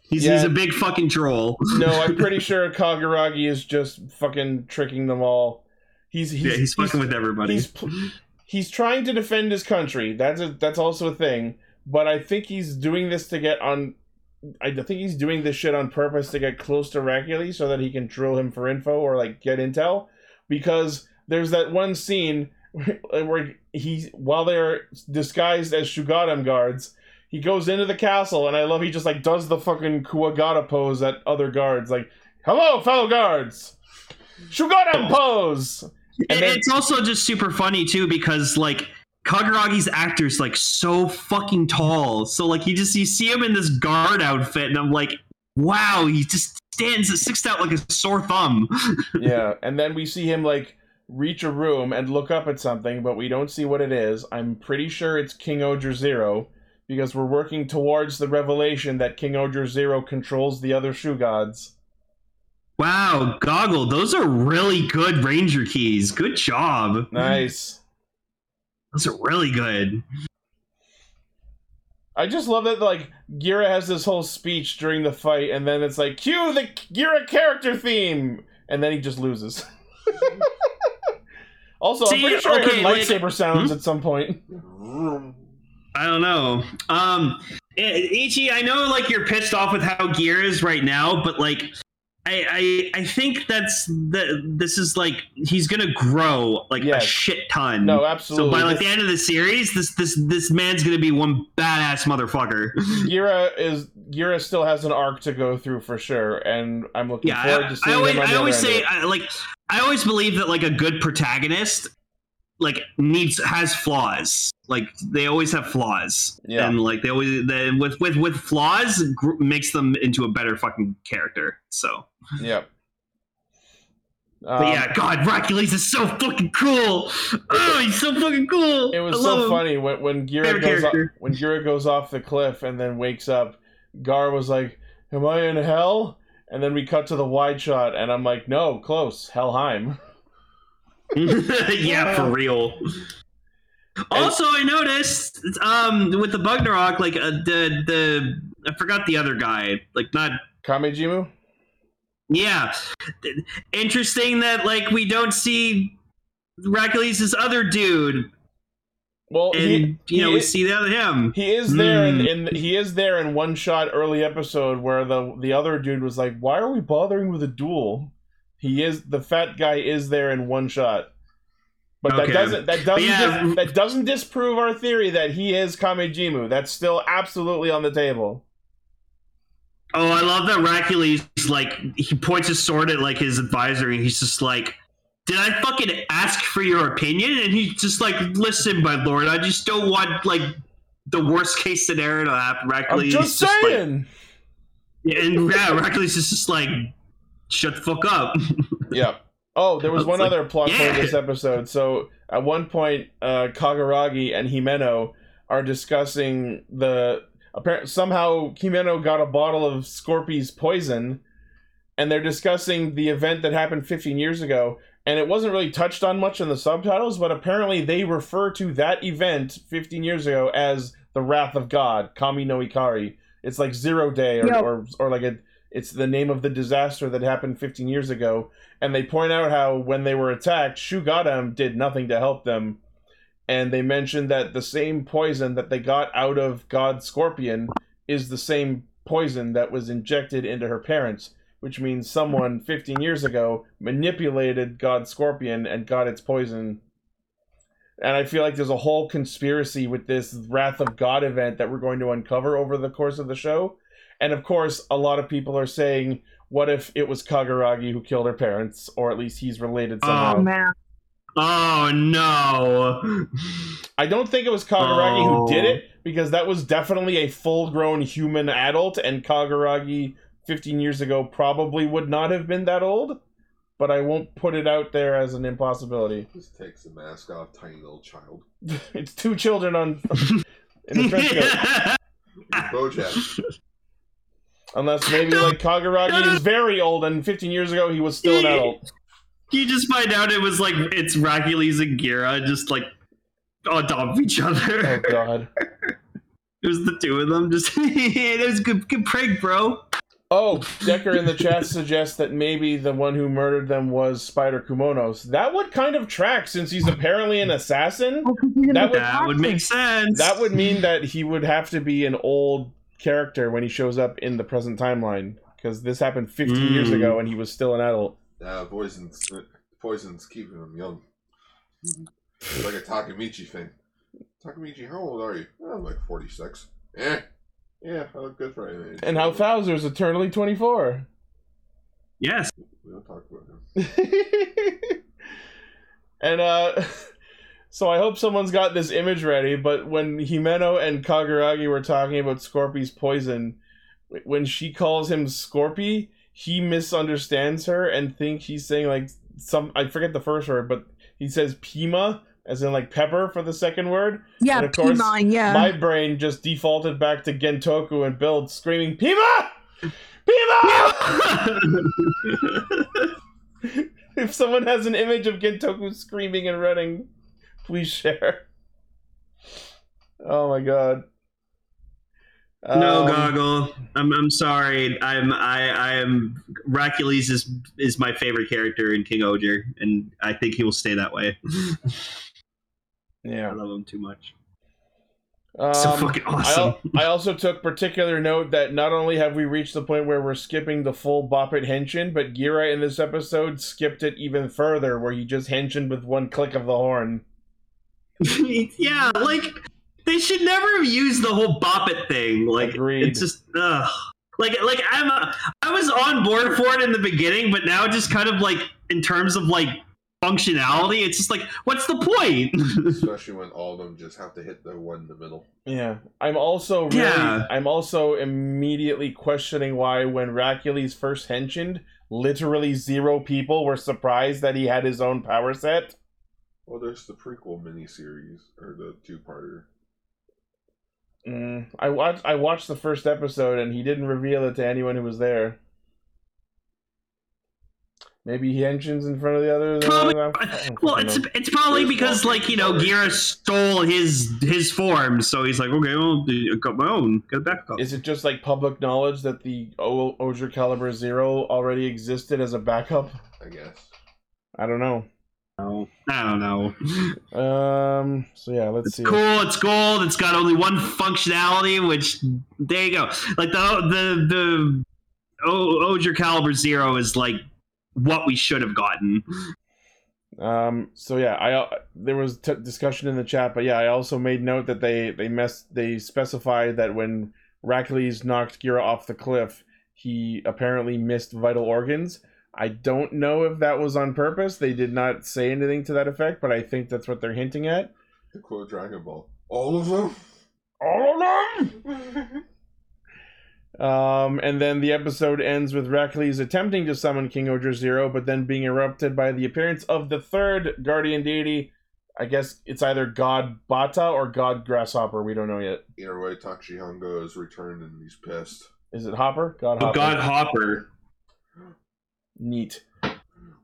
Speaker 3: he's, he's
Speaker 1: Yeah.
Speaker 3: a big fucking troll.
Speaker 1: No, I'm pretty sure Kaguragi is just fucking tricking them all. He's he's
Speaker 3: yeah, he's fucking with everybody.
Speaker 1: he's, pl- he's trying to defend his country. That's a, that's also a thing. but I think he's doing this to get on. I think he's doing this shit on purpose to get close to Rackily so that he can drill him for info or like get intel, because there's that one scene where, where he, while they're disguised as Shugadam guards, he goes into the castle and I love he just like does the fucking Kuwagata pose at other guards, like, "Hello, fellow guards, Shugadam pose." And then-
Speaker 3: it's also just super funny too because like Kaguragi's actor's like so fucking tall. So like you just you see him in this guard outfit and I'm like, wow, he just stands six out like a sore thumb.
Speaker 1: yeah, and then we see him like reach a room and look up at something, but we don't see what it is. I'm pretty sure it's King Oger Zero because we're working towards the revelation that King Oger Zero controls the other shoe gods.
Speaker 3: Wow, Goggle, those are really good ranger keys. Good job.
Speaker 1: Nice.
Speaker 3: Those are really good.
Speaker 1: I just love that like Gira has this whole speech during the fight, and then it's like cue the Gira character theme, and then he just loses. also,
Speaker 3: See,
Speaker 1: I'm pretty sure
Speaker 3: okay,
Speaker 1: I heard
Speaker 3: like- hmm?
Speaker 1: lightsaber sounds at some point.
Speaker 3: I don't know. Um, I- Ichi, I know like you're pissed off with how Gear is right now, but like, I I, I think that's the this is like he's gonna grow like
Speaker 1: Yes.
Speaker 3: a shit ton.
Speaker 1: No,
Speaker 3: Mm-hmm. so
Speaker 1: absolutely.
Speaker 3: by like
Speaker 1: This-
Speaker 3: the end of the series, this this this man's gonna be one badass motherfucker.
Speaker 1: Gira is Gira still has an arc to go through for sure, and I'm looking
Speaker 3: yeah,
Speaker 1: forward
Speaker 3: I,
Speaker 1: to seeing
Speaker 3: I always
Speaker 1: him on the
Speaker 3: I always
Speaker 1: other end
Speaker 3: say
Speaker 1: of it.
Speaker 3: I, like I always believe that like a good protagonist like needs has flaws. Like they always have flaws,
Speaker 1: Yeah.
Speaker 3: and like they always they, with with with flaws gr- makes them into a better fucking character. So,
Speaker 1: Yep.
Speaker 3: but
Speaker 1: Um,
Speaker 3: yeah, God, Hercules is so fucking cool. Oh, he's so fucking cool.
Speaker 1: It was
Speaker 3: I love
Speaker 1: so
Speaker 3: him.
Speaker 1: funny when when Gira
Speaker 3: Favorite
Speaker 1: goes off,
Speaker 3: character.
Speaker 1: when Gira goes off the cliff and then wakes up. Gar was like, "Am I in hell?" And then we cut to the wide shot, and I'm like, "No, close, Helheim."
Speaker 3: yeah, for real. Also, I noticed um with the Bugnarok, like uh, the the I forgot the other guy, like not
Speaker 1: Kamejimu.
Speaker 3: yeah. Interesting that like we don't see Hercules' other dude,
Speaker 1: Well,
Speaker 3: and
Speaker 1: he,
Speaker 3: you know
Speaker 1: he
Speaker 3: we
Speaker 1: is,
Speaker 3: see the other him.
Speaker 1: he is there in,
Speaker 3: Hmm.
Speaker 1: in he is there in one shot early episode where the the other dude was like, "Why are we bothering with a duel?" He is the fat guy is there in one shot. But that
Speaker 3: Okay.
Speaker 1: doesn't that doesn't
Speaker 3: yeah.
Speaker 1: dis- that doesn't disprove our theory that he is Kamejimu. That's still absolutely on the table.
Speaker 3: Oh, I love that Hercules like he points his sword at like his advisor, and he's just like. Did I fucking ask for your opinion? And he's just like, listen, my lord, I just don't want like the worst case scenario to happen.
Speaker 1: I'm
Speaker 3: Hercules is
Speaker 1: just
Speaker 3: like-
Speaker 1: saying.
Speaker 3: and yeah, Hercules is just like, shut the fuck up.
Speaker 1: yeah. Oh, there was
Speaker 3: It's
Speaker 1: one
Speaker 3: like,
Speaker 1: other plot point in
Speaker 3: yeah.
Speaker 1: this episode. So at one point, uh, Kagaragi and Himeno are discussing the apparent somehow Himeno got a bottle of Scorpi's poison, and they're discussing the event that happened 15 years ago. And it wasn't really touched on much in the subtitles, but apparently they refer to that event 15 years ago as the Wrath of God, Kami no Ikari. It's like Zero Day, or
Speaker 7: Yep.
Speaker 1: or, or like a, it's the name of the disaster that happened 15 years ago and they point out how when they were attacked, Shugadam did nothing to help them. And they mentioned that the same poison that they got out of God Scorpion is the same poison that was injected into her parents, which means someone 15 years ago manipulated God Scorpion and got its poison. And I feel like there's a whole conspiracy with this Wrath of God event that we're going to uncover over the course of the show. And of course, a lot of people are saying what if it was Kagaragi who killed her parents, or at least he's related somehow?
Speaker 7: Oh man.
Speaker 3: oh no.
Speaker 1: I don't think it was Kagaragi
Speaker 3: Oh.
Speaker 1: who did it, because that was definitely a full grown human adult, and Kagaragi 15 years ago probably would not have been that old, but I won't put it out there as an impossibility.
Speaker 2: Just takes the mask off, tiny little child.
Speaker 1: it's two children on in a trench coat.
Speaker 3: Ah.
Speaker 2: Bojack.
Speaker 1: Unless maybe like Kagaragi is very old and 15 years ago he was still an adult.
Speaker 3: you just find out it was like it's Hercules and Gira just like on top of each
Speaker 1: Oh
Speaker 3: other.
Speaker 1: god.
Speaker 3: It was the two of them. Just that was a good, good prank, bro.
Speaker 1: Oh, Decker in the chat suggests that maybe the one who murdered them was Spider Kumonos. That would kind of track since he's apparently an assassin.
Speaker 7: Oh, 'cause he's in
Speaker 1: That
Speaker 7: the
Speaker 1: would-
Speaker 3: That would make
Speaker 7: toxins.
Speaker 3: sense.
Speaker 1: That would mean that he would have to be an old character when he shows up in the present timeline because this happened 15 years
Speaker 3: Mm.
Speaker 1: ago and he was still an adult.
Speaker 2: Uh, poison's poison's keeping him young.
Speaker 1: Mm-hmm.
Speaker 2: It's like a Takamichi thing. Takamichi, how old are you? "Oh, I'm like 46. Eh. Yeah, I look good for him.
Speaker 1: And how Bowser's eternally 24.
Speaker 3: Yes.
Speaker 2: We don't talk about him.
Speaker 1: and uh so I hope someone's got this image ready, but when Himeno and Kaguragi were talking about Scorpy's poison, wh- when she calls him Scorpy, he misunderstands her and thinks he's saying like some I forget the first word, but he says Pima as in like pepper for the second word.
Speaker 7: Yeah,
Speaker 1: And of course,
Speaker 7: Pima, yeah.
Speaker 1: My brain just defaulted back to Gentoku and Build screaming Pima! Pima! if someone has an image of Gentoku screaming and running, please share. Oh my god.
Speaker 3: no,
Speaker 1: Um,
Speaker 3: Goggle. I'm I'm sorry. I'm I I am Racules is is my favorite character in King Oger, and I think he will stay that way. I
Speaker 1: Yeah.
Speaker 3: love him too much.
Speaker 1: Um,
Speaker 3: so fucking
Speaker 1: I,
Speaker 3: awesome.
Speaker 1: al- I also took particular note that not only have we reached the point where we're skipping the full Bop It Henshin, but Gira in this episode skipped it even further, where he just henshin with one click of the horn.
Speaker 3: yeah, like they should never have used the whole bop it thing. Like
Speaker 1: Agreed.
Speaker 3: it's just ugh. Like like I'm a, I was on board for it in the beginning, but now just kind of like in terms of like functionality, it's just like what's the point?
Speaker 2: Especially when all of them just have to hit the one in the middle.
Speaker 1: Yeah, I'm also really,
Speaker 3: Yeah.
Speaker 1: I'm also immediately questioning why when Racules first henshined, literally zero people were surprised that he had his own power set.
Speaker 2: Well, there's the prequel miniseries, or the two-parter.
Speaker 1: Mm, I watched I watched the first episode and he didn't reveal it to anyone who was there. Maybe he henshins in front of the others. and
Speaker 3: Probably-
Speaker 1: then- I don't
Speaker 3: well,
Speaker 1: fucking
Speaker 3: it's
Speaker 1: know.
Speaker 3: it's probably because like you know Gira stole his his form, so he's like, okay, well, I got my own, got a backup.
Speaker 1: Is it just like public knowledge that the o- Oger Caliber Zero already existed as a backup?
Speaker 2: I guess.
Speaker 1: I don't know.
Speaker 3: No. I don't know.
Speaker 1: Um. So yeah, let's see.
Speaker 3: Cool, it's gold. It's got only one functionality, which there you go. Like the the the o- Oger Caliber Zero is like what we should have gotten.
Speaker 1: Um. So yeah, I there was t- discussion in the chat, but yeah, I also made note that they they mess they specified that when Rackles knocked Gira off the cliff, he apparently missed vital organs. I don't know if that was on purpose. They did not say anything to that effect, but I think that's what they're hinting at.
Speaker 2: The quote Dragon Ball. All of them?
Speaker 1: All of them. Um, and then the episode ends with Rackles attempting to summon King Oger Zero, but then being erupted by the appearance of the third guardian deity. I guess it's either God Bata or God Grasshopper. We don't know yet.
Speaker 2: Either way, Takshihango is returned and he's pissed.
Speaker 1: Is it Hopper? God Hopper.
Speaker 3: Oh, God Hopper.
Speaker 1: Neat.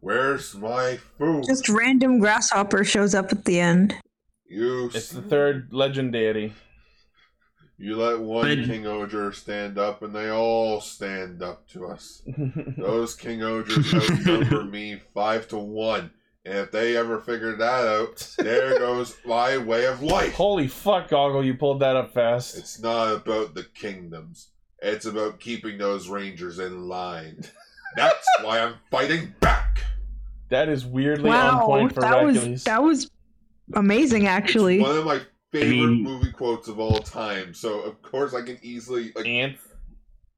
Speaker 2: Where's my food?
Speaker 7: Just random grasshopper shows up at the end.
Speaker 2: you
Speaker 1: It's the third legend deity.
Speaker 2: You let one
Speaker 3: But-
Speaker 2: King Oger stand up, and they all stand up to us. Those King Ogers outnumber me five to one. And if they ever figure that out, there goes my way of life.
Speaker 1: Holy fuck, Goggle! You pulled that up fast.
Speaker 2: It's not about the kingdoms. It's about keeping those rangers in line. That's why I'm fighting back.
Speaker 1: That is weirdly on
Speaker 7: Wow,
Speaker 1: point for
Speaker 7: that
Speaker 1: Hercules.
Speaker 7: was that was amazing, actually.
Speaker 2: It's one of my favorite
Speaker 3: mean-
Speaker 2: movie quotes of all time. So of course I can easily like
Speaker 1: Ant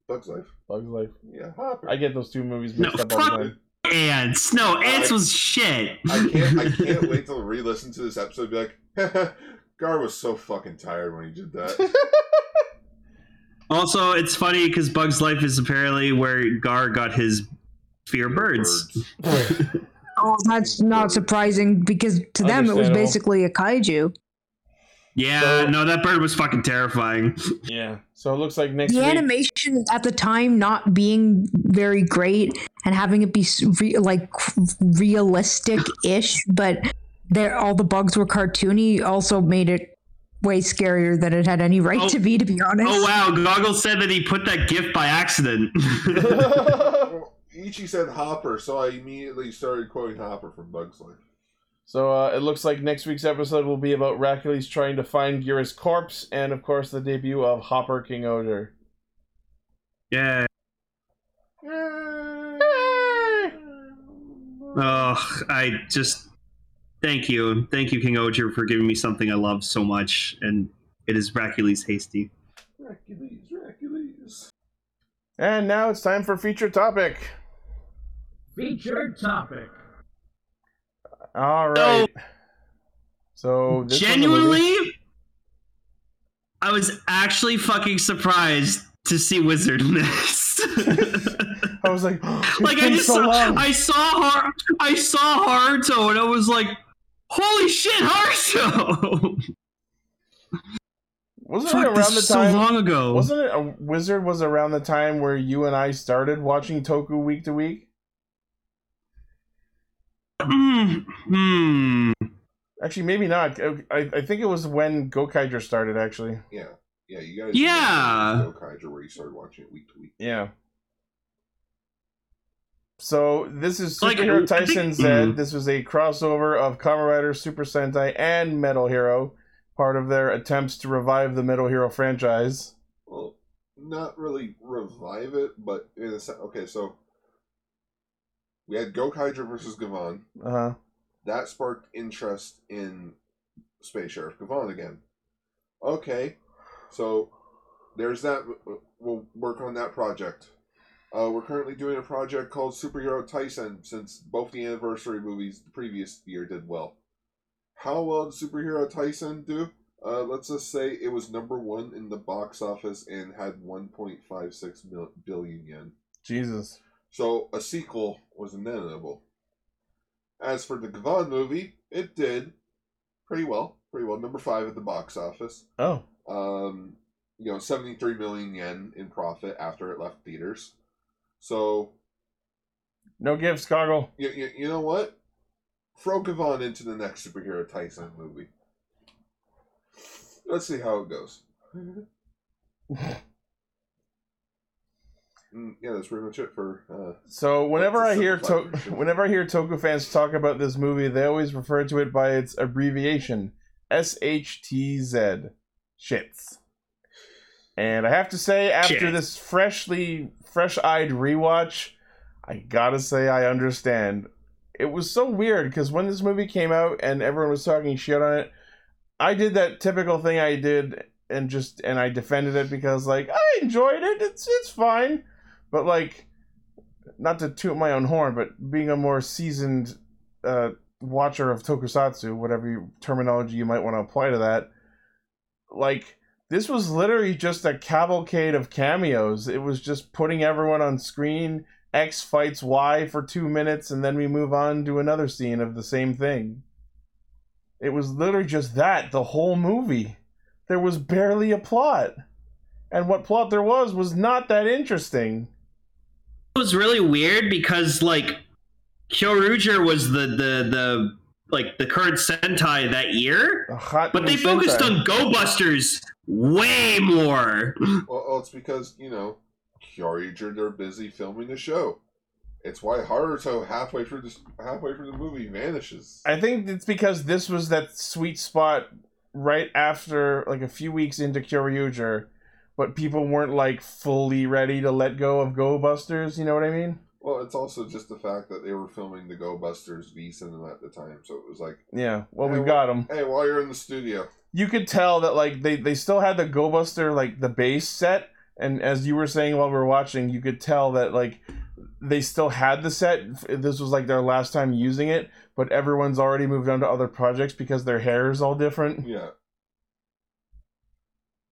Speaker 2: Bugs Life.
Speaker 1: Bugs Life.
Speaker 2: Yeah, Hopper.
Speaker 1: I get those two movies
Speaker 3: No,
Speaker 1: mixed up all the
Speaker 3: fuck.
Speaker 1: time.
Speaker 3: Ants. No, ants was shit.
Speaker 2: I can't. I can't wait to re-listen to this episode. And be like, Gar was so fucking tired when he did that.
Speaker 3: Also, it's funny because Bug's Life is apparently where Gar got his fear birds.
Speaker 7: Oh, that's not surprising because to them it was
Speaker 1: Understandable.
Speaker 7: basically a kaiju.
Speaker 3: Yeah,
Speaker 1: So-
Speaker 3: no, that bird was fucking terrifying.
Speaker 1: Yeah. So it looks like next
Speaker 7: The
Speaker 1: week.
Speaker 7: animation at the time not being very great and having it be s- re- like realistic ish, but there all the bugs were cartoony, also made it way scarier than it had any right
Speaker 3: Oh.
Speaker 7: to be, to be honest.
Speaker 3: Oh wow, Goggles said that he put that gift by accident.
Speaker 2: Well, Ichi said Hopper, so I immediately started quoting Hopper from Bugs Life.
Speaker 1: So uh, it looks like next week's episode will be about Hercules trying to find Gira's corpse, and of course the debut of Hopper King Odor.
Speaker 3: yeah. Oh, I just thank you, thank you, King Oger, for giving me something I love so much, and it is Hercules Hasty.
Speaker 2: Hercules, Hercules.
Speaker 1: And now it's time for feature topic.
Speaker 9: Featured topic.
Speaker 1: All right. So this was a movie-
Speaker 3: Genuinely, I was actually fucking surprised to see Wizard in this.
Speaker 1: I was like, it's
Speaker 3: like I
Speaker 1: been
Speaker 3: just
Speaker 1: so
Speaker 3: saw,
Speaker 1: long.
Speaker 3: I saw Har- I saw Haruto, and I was like, holy shit, Haruto!
Speaker 1: wasn't it
Speaker 3: Fuck,
Speaker 1: around
Speaker 3: this
Speaker 1: the
Speaker 3: was so
Speaker 1: time?
Speaker 3: long ago.
Speaker 1: wasn't it a wizard was around the time where you and I started watching Toku week to week?
Speaker 3: Mm, hmm.
Speaker 1: Actually, maybe not. I, I I think it was when Gokaiger started. Actually,
Speaker 2: Yeah, yeah, you guys.
Speaker 3: Yeah.
Speaker 2: Go Kaiser, where you started watching it week to week.
Speaker 1: yeah. So this is
Speaker 3: Like,
Speaker 1: Superhero
Speaker 3: I think-
Speaker 1: Tyson said
Speaker 2: Mm-hmm.
Speaker 3: Mhm.
Speaker 1: this was a crossover of Kamen Rider, Super Sentai, and Metal Hero, part of their attempts to revive the Metal Hero franchise.
Speaker 2: Well, not really revive it, but in a sense, okay, so we had Go Kaiser versus Gavon.
Speaker 1: Uh huh.
Speaker 2: That sparked interest in Space Sheriff Gavon again. Okay, so there's that. We'll work on that project. Uh, we're currently doing a project called Superhero Tyson since both the anniversary movies the previous year did well. How well did Superhero Tyson do? Uh, let's just say it was number one in the box office and had 1.56 mil- billion yen.
Speaker 1: Jesus.
Speaker 2: So a sequel was inevitable. As for the Gavon movie, it did pretty well. Pretty well. Number five at the box office.
Speaker 1: Oh.
Speaker 2: Um, you know, 73 million yen in profit after it left theaters. So,
Speaker 1: No gifts, Goggle.
Speaker 2: you, you, you know what? Throw Gavon into the next superhero Tyson movie. Let's see how it goes. Mm, yeah, that's pretty much it for uh,
Speaker 1: So whenever I
Speaker 2: That's a
Speaker 1: hear to-
Speaker 2: simplified version.
Speaker 1: whenever I hear Toku fans talk about this movie, they always refer to it by its abbreviation, SHTZ, shits. And I have to say, after
Speaker 3: Shit.
Speaker 1: this freshly fresh-eyed rewatch, I gotta say I understand. It was so weird because when this movie came out and everyone was talking shit on it, I did that typical thing I did and just and I defended it because like I enjoyed it. It's it's fine, but like not to toot my own horn, but being a more seasoned uh, watcher of tokusatsu, whatever you- terminology you might want to apply to that, like this was literally just a cavalcade of cameos. It was just putting everyone on screen. X fights Y for two minutes, and then we move on to another scene of the same thing. It was literally just that the whole movie. There was barely a plot. And what plot there was was not that interesting.
Speaker 3: it was really weird because like Kyoruger was the the the like the current Sentai that year,
Speaker 1: A hot
Speaker 3: but they
Speaker 1: new
Speaker 3: focused
Speaker 1: Sentai.
Speaker 3: on Go Busters way more.
Speaker 2: Well, well, it's because, you know, Kyoryuger, they're busy filming the show. It's why Haruto halfway through this halfway through the movie vanishes.
Speaker 1: I think it's because this was that sweet spot right after, like a few weeks into Kyoryuger, but people weren't like fully ready to let go of Go Busters. You know what I mean?
Speaker 2: Well, it's also just the fact that they were filming the Go Busters V cinema at the time, so it was like,
Speaker 1: Yeah. Well,
Speaker 2: Yeah,
Speaker 1: we've
Speaker 2: well-
Speaker 1: got them.
Speaker 2: hey, while you're in the studio,
Speaker 1: you could tell that like they they still had the Go Buster like the base set, and as you were saying while we were watching, you could tell that like they still had the set. F- This was like their last time using it, but everyone's already moved on to other projects because their hair is all different.
Speaker 2: yeah,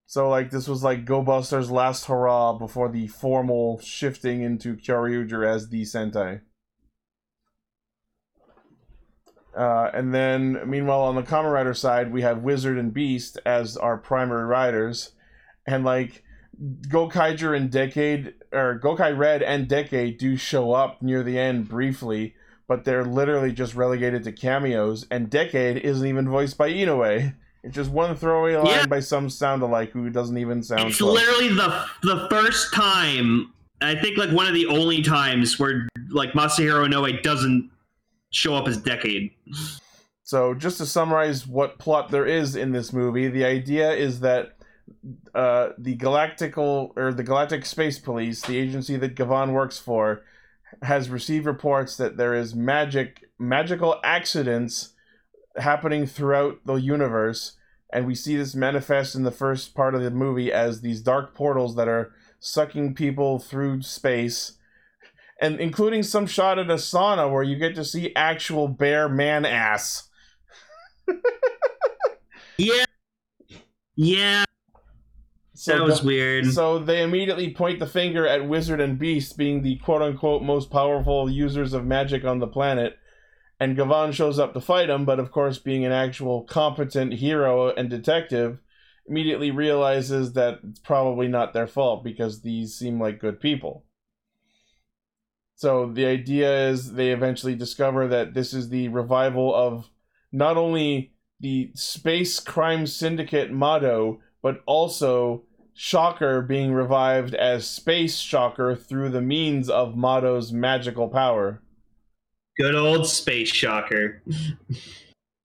Speaker 1: So like this was like Go Buster's last hurrah before the formal shifting into Kyoryuger as the Sentai. Uh, and then, meanwhile, on the Kamen Rider side, we have Wizard and Beast as our primary riders, and like Gokaiger and Decade or Gokai Red and Decade do show up near the end briefly, but they're literally just relegated to cameos. And Decade isn't even voiced by Inoue. It's just one throwaway line
Speaker 3: Yeah.
Speaker 1: by some sound alike who doesn't even sound.
Speaker 3: It's
Speaker 1: close.
Speaker 3: literally the the first time, I think, like one of the only times where like Masahiro Inoue doesn't show up as decade.
Speaker 1: So, just to summarize what plot there is in this movie, the idea is that uh, the Galactical or the Galactic Space Police, the agency that Gavan works for, has received reports that there is magic, magical accidents happening throughout the universe, and we see this manifest in the first part of the movie as these dark portals that are sucking people through space and including some shot at a sauna where you get to see actual bare man ass.
Speaker 3: Yeah, yeah,
Speaker 1: So
Speaker 3: that was
Speaker 1: the-
Speaker 3: weird.
Speaker 1: So they immediately point the finger at Wizard and Beast being the quote unquote most powerful users of magic on the planet. And Gavan shows up to fight him, but of course, being an actual competent hero and detective, immediately realizes that it's probably not their fault because these seem like good people. So the idea is they eventually discover that this is the revival of not only the space crime syndicate motto, but also Shocker being revived as Space Shocker through the means of Motto's magical power.
Speaker 3: Good old space shocker.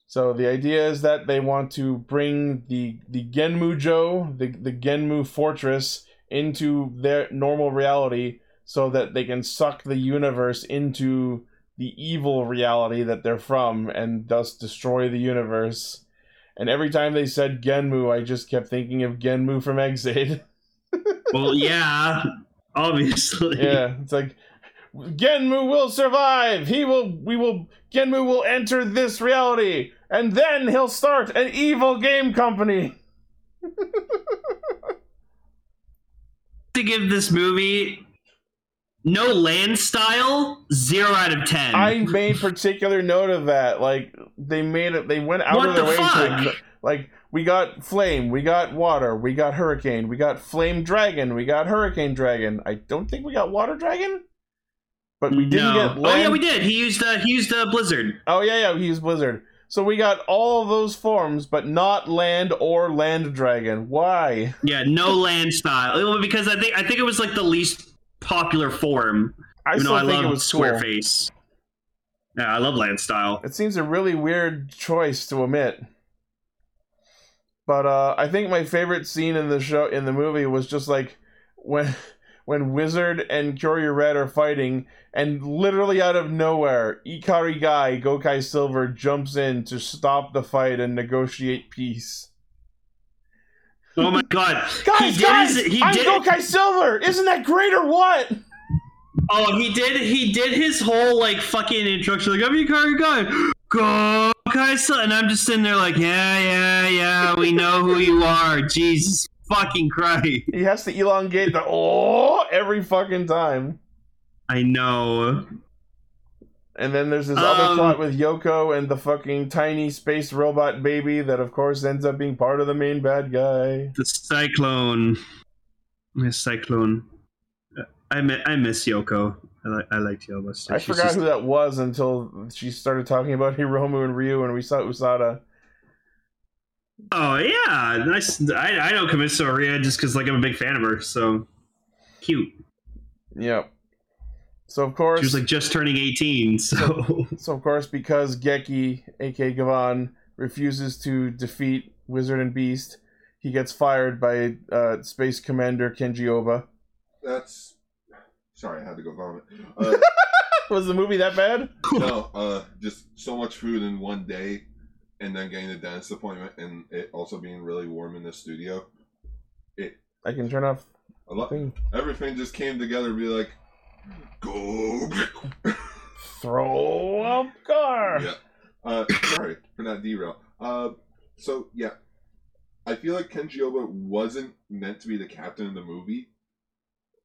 Speaker 1: So the idea is that they want to bring the the Genmujo, the the Genmu fortress into their normal reality so that they can suck the universe into the evil reality that they're from and thus destroy the universe. And every time they said Genmu, I just kept thinking of Genmu from Exit.
Speaker 3: Well, yeah, obviously.
Speaker 1: yeah, it's like Genmu will survive. He will. We will. Genmu will enter this reality, and then he'll start an evil game company.
Speaker 3: To give this movie no land style, zero out of ten.
Speaker 1: I made particular note of that. Like they made it. They went out
Speaker 3: What
Speaker 1: of their
Speaker 3: the
Speaker 1: way to
Speaker 3: fuck?
Speaker 1: like. We got flame. We got water. We got hurricane. We got flame dragon. We got hurricane dragon. I don't think we got water dragon, but we didn't
Speaker 3: no.
Speaker 1: get.
Speaker 3: oh yeah,
Speaker 1: land-
Speaker 3: we did. He used uh, he used uh, Blizzard.
Speaker 1: Oh yeah, yeah, he's Blizzard. So we got all those forms, but not land or land dragon. Why?
Speaker 3: Yeah, no land style. Well, Because I think I think it was like the least popular form.
Speaker 1: I
Speaker 3: even
Speaker 1: still
Speaker 3: though I
Speaker 1: think
Speaker 3: love
Speaker 1: it was
Speaker 3: square
Speaker 1: cool.
Speaker 3: face. Yeah, I love land style.
Speaker 1: It seems a really weird choice to omit. But uh, I think my favorite scene in the show in the movie was just like when when Wizard and Kyoryu Red are fighting, and literally out of nowhere, Ikari Guy Gokai Silver jumps in to stop the fight and negotiate peace.
Speaker 3: Oh my god,
Speaker 1: Guys,
Speaker 3: he did
Speaker 1: guys,
Speaker 3: his, he
Speaker 1: I'm
Speaker 3: did.
Speaker 1: Gokai Silver. Isn't that great or what?
Speaker 3: Oh, he did. He did his whole like fucking introduction. Like, I'm Ikari Guy. Go, Kaisa, and I'm just sitting there like, yeah, yeah, yeah. We know who you are. Jesus fucking Christ.
Speaker 1: He has to elongate the oh every fucking time.
Speaker 3: I know.
Speaker 1: And then there's this other
Speaker 3: Um,
Speaker 1: plot with Yoko and the fucking tiny space robot baby that, of course, ends up being part of the main bad guy.
Speaker 3: The cyclone. The cyclone. I mi- I miss Yoko. I, li- I liked Yoko.
Speaker 1: I forgot who that was until she started talking about Hiromu and Ryu, and we saw Usada.
Speaker 3: Oh yeah, nice. I, I know Kamiso Ria just because like I'm a big fan of her. So cute.
Speaker 1: Yep. So of
Speaker 3: She was
Speaker 1: course,
Speaker 3: like just turning 18. So
Speaker 1: so of course, because Geki, aka Gavan, refuses to defeat Wizard and Beast, he gets fired by uh, Space Commander Kenji Oba.
Speaker 2: That's sorry, I had to go vomit. Uh,
Speaker 1: Was the movie that bad?
Speaker 2: no, uh, just so much food in one day, and then getting a dentist appointment, and it also being really warm in the studio.
Speaker 1: I can turn off
Speaker 2: A lot,
Speaker 1: thing.
Speaker 2: everything just came together. to Be like, go.
Speaker 1: Throw up car.
Speaker 2: yeah. Uh, sorry for that derail. Uh, so yeah, I feel like Kenji Oba wasn't meant to be the captain in the movie,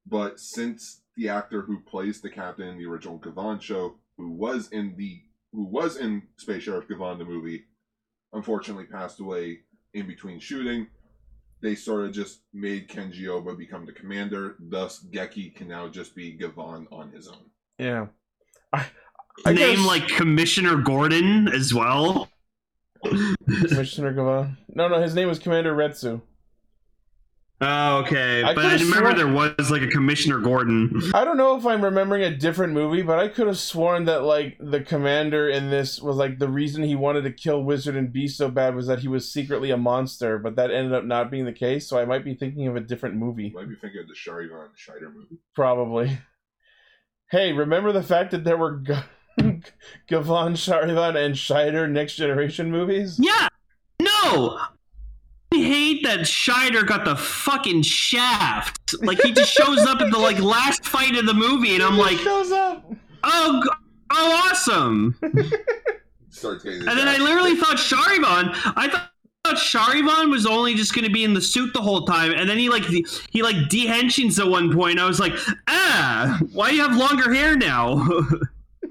Speaker 2: but since the actor who plays the captain in the original Gavan show, who was in the who was in Space Sheriff Gavan the movie, unfortunately passed away in between shooting. They sort of just made Kenji Oba become the commander, thus Geki can now just be Gavan on his own.
Speaker 1: Yeah.
Speaker 3: name
Speaker 1: guess-
Speaker 3: like Commissioner Gordon as well.
Speaker 1: Commissioner Gavon. No, no, his name was Commander Retsu.
Speaker 3: Oh, okay.
Speaker 1: I
Speaker 3: but I
Speaker 1: could've
Speaker 3: remember
Speaker 1: sworn-
Speaker 3: there was like a Commissioner Gordon.
Speaker 1: I don't know if I'm remembering a different movie, but I could have sworn that like the commander in this was like the reason he wanted to kill Wizard and Beast so bad was that he was secretly a monster, but that ended up not being the case. So I might be thinking of a different movie,
Speaker 2: Might be thinking of the Shari Von Scheider movie.
Speaker 1: probably. Hey, remember the fact that there were G- Gavon, Sharivan, and Scheider Next Generation movies?
Speaker 3: Yeah. No. I hate that Scheider got the fucking shaft. Like he just shows up at the like last fight of the movie, and I'm like,
Speaker 1: shows up.
Speaker 3: oh, g- oh, awesome.
Speaker 2: Starts getting his
Speaker 3: And then I
Speaker 2: ass
Speaker 3: literally
Speaker 2: kicked.
Speaker 3: thought Sharivan. I thought. Sharivan was only just going to be in the suit the whole time, and then he like he like dehensions at one point. I was like, ah, why do you have longer hair now? it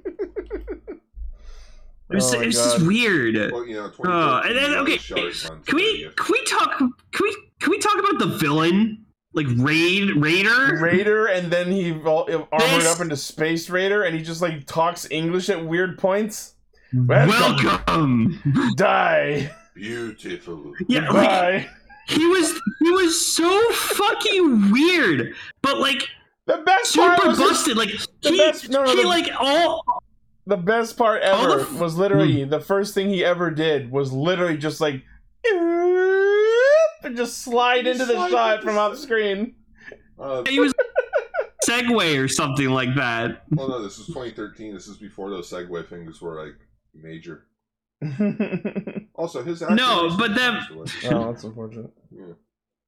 Speaker 3: was,
Speaker 1: Oh my
Speaker 3: it was just
Speaker 1: God.
Speaker 3: weird.
Speaker 2: Well, you know,
Speaker 3: Oh,
Speaker 2: 2013
Speaker 3: and then
Speaker 2: was
Speaker 3: okay,
Speaker 2: Shari
Speaker 3: can
Speaker 2: Von
Speaker 3: we
Speaker 2: Scheider.
Speaker 3: can we talk can we can we talk about the villain like Raid Raider?
Speaker 1: Raider, and then he vol- armored
Speaker 3: This-
Speaker 1: up into Space Raider, and he just like talks English at weird points.
Speaker 3: Welcome.
Speaker 1: Die.
Speaker 2: Beautiful.
Speaker 3: Yeah, like
Speaker 1: Bye.
Speaker 3: he was he was so fucking weird, but like
Speaker 1: The best part
Speaker 3: super
Speaker 1: was his-
Speaker 3: busted. Like
Speaker 1: The
Speaker 3: he
Speaker 1: best- no, no,
Speaker 3: he
Speaker 1: the-
Speaker 3: like all
Speaker 1: the best part
Speaker 3: All
Speaker 1: ever
Speaker 3: the f-
Speaker 1: was literally the first thing he ever did was literally just like and just slide into the
Speaker 2: Slide
Speaker 1: shot
Speaker 2: into
Speaker 1: from
Speaker 2: the-
Speaker 1: off screen.
Speaker 2: Uh,
Speaker 3: he was Segway or something like that.
Speaker 2: well, no, this was 2013. This is before those Segway things were like major.
Speaker 1: oh,
Speaker 2: Also, his
Speaker 3: No,
Speaker 2: actor-
Speaker 3: but that-
Speaker 1: that's unfortunate.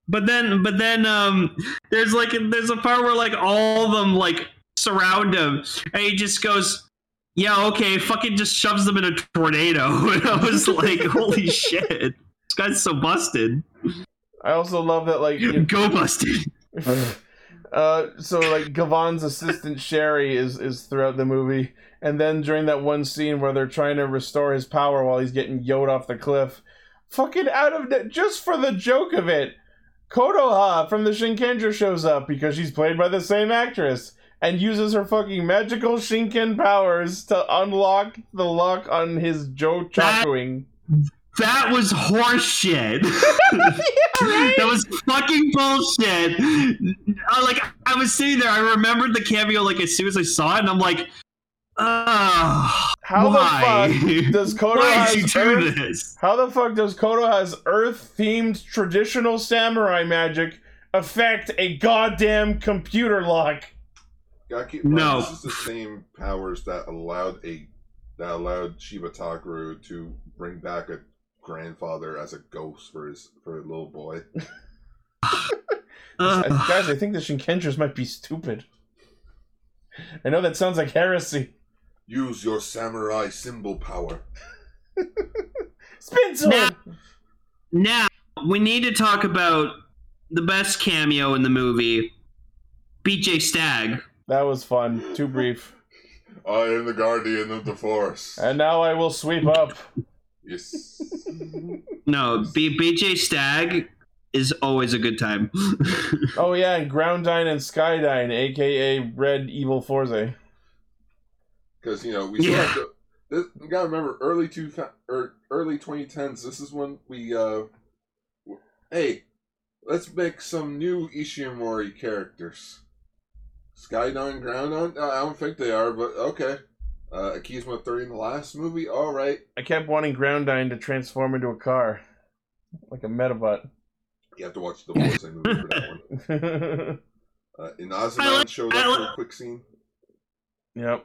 Speaker 3: But then, but then, um, there's like there's a part where like all of them like surround him, and he just goes, "Yeah, okay," fucking just shoves them in a tornado. And I was like, "Holy shit, this guy's so busted,
Speaker 1: I also love that like you-
Speaker 3: go busted."
Speaker 1: Uh, so like Gavon's assistant Sherry is is throughout the movie, and then during that one scene where they're trying to restore his power while he's getting yoed off the cliff, fucking out of the- just for the joke of it, Kodoha from the Shinkenger shows up because she's played by the same actress and uses her fucking magical Shinken powers to unlock the lock on his Joe Chakuing.
Speaker 3: That was horseshit. That was fucking bullshit. I, like I was sitting there, I remembered the cameo like as soon as I saw it, and I'm like, "Ah,
Speaker 1: How
Speaker 3: why?
Speaker 1: the fuck does
Speaker 3: why did you
Speaker 1: Kodoha's Earth
Speaker 3: do this?"
Speaker 1: How the fuck does Kodoha's Earth themed traditional samurai magic affect a goddamn computer lock?
Speaker 2: Gotta keep in mind,
Speaker 3: No.
Speaker 2: This is the same powers that allowed a that allowed Shiba Takuru to bring back a grandfather as a ghost for his for a little boy.
Speaker 1: I,
Speaker 3: Ugh.
Speaker 1: Uh, guys, I think the Shinkenjas might be stupid. I know that sounds like heresy.
Speaker 2: Use your samurai symbol power.
Speaker 1: Spin sword!
Speaker 3: Now- Now we need to talk about the best cameo in the movie, BJ Stagg.
Speaker 1: That was fun. Too brief.
Speaker 2: I am the guardian of the forest.
Speaker 1: And now I will sweep up.
Speaker 2: Yes.
Speaker 3: No, B- BJ Stagg is always a good time.
Speaker 1: Oh yeah, and Groundine and Skydine, aka Red Evil Forze.
Speaker 2: Because you know we still have to, this, you gotta remember early two thou- er, early 2010s. This is when we uh, w- hey, let's make some new Ishimori characters. Skydon, Groundon. No, I don't think they are, but okay. Uh, Akizma thirty in the last movie. All right.
Speaker 1: I kept wanting Groundine to transform into a car. Like a Metabot.
Speaker 2: You have to watch the Force movie for that one. Uh,
Speaker 3: I
Speaker 2: Inazuman
Speaker 3: like-
Speaker 2: showed
Speaker 3: I
Speaker 2: up for
Speaker 3: like-
Speaker 2: a quick scene.
Speaker 1: yep.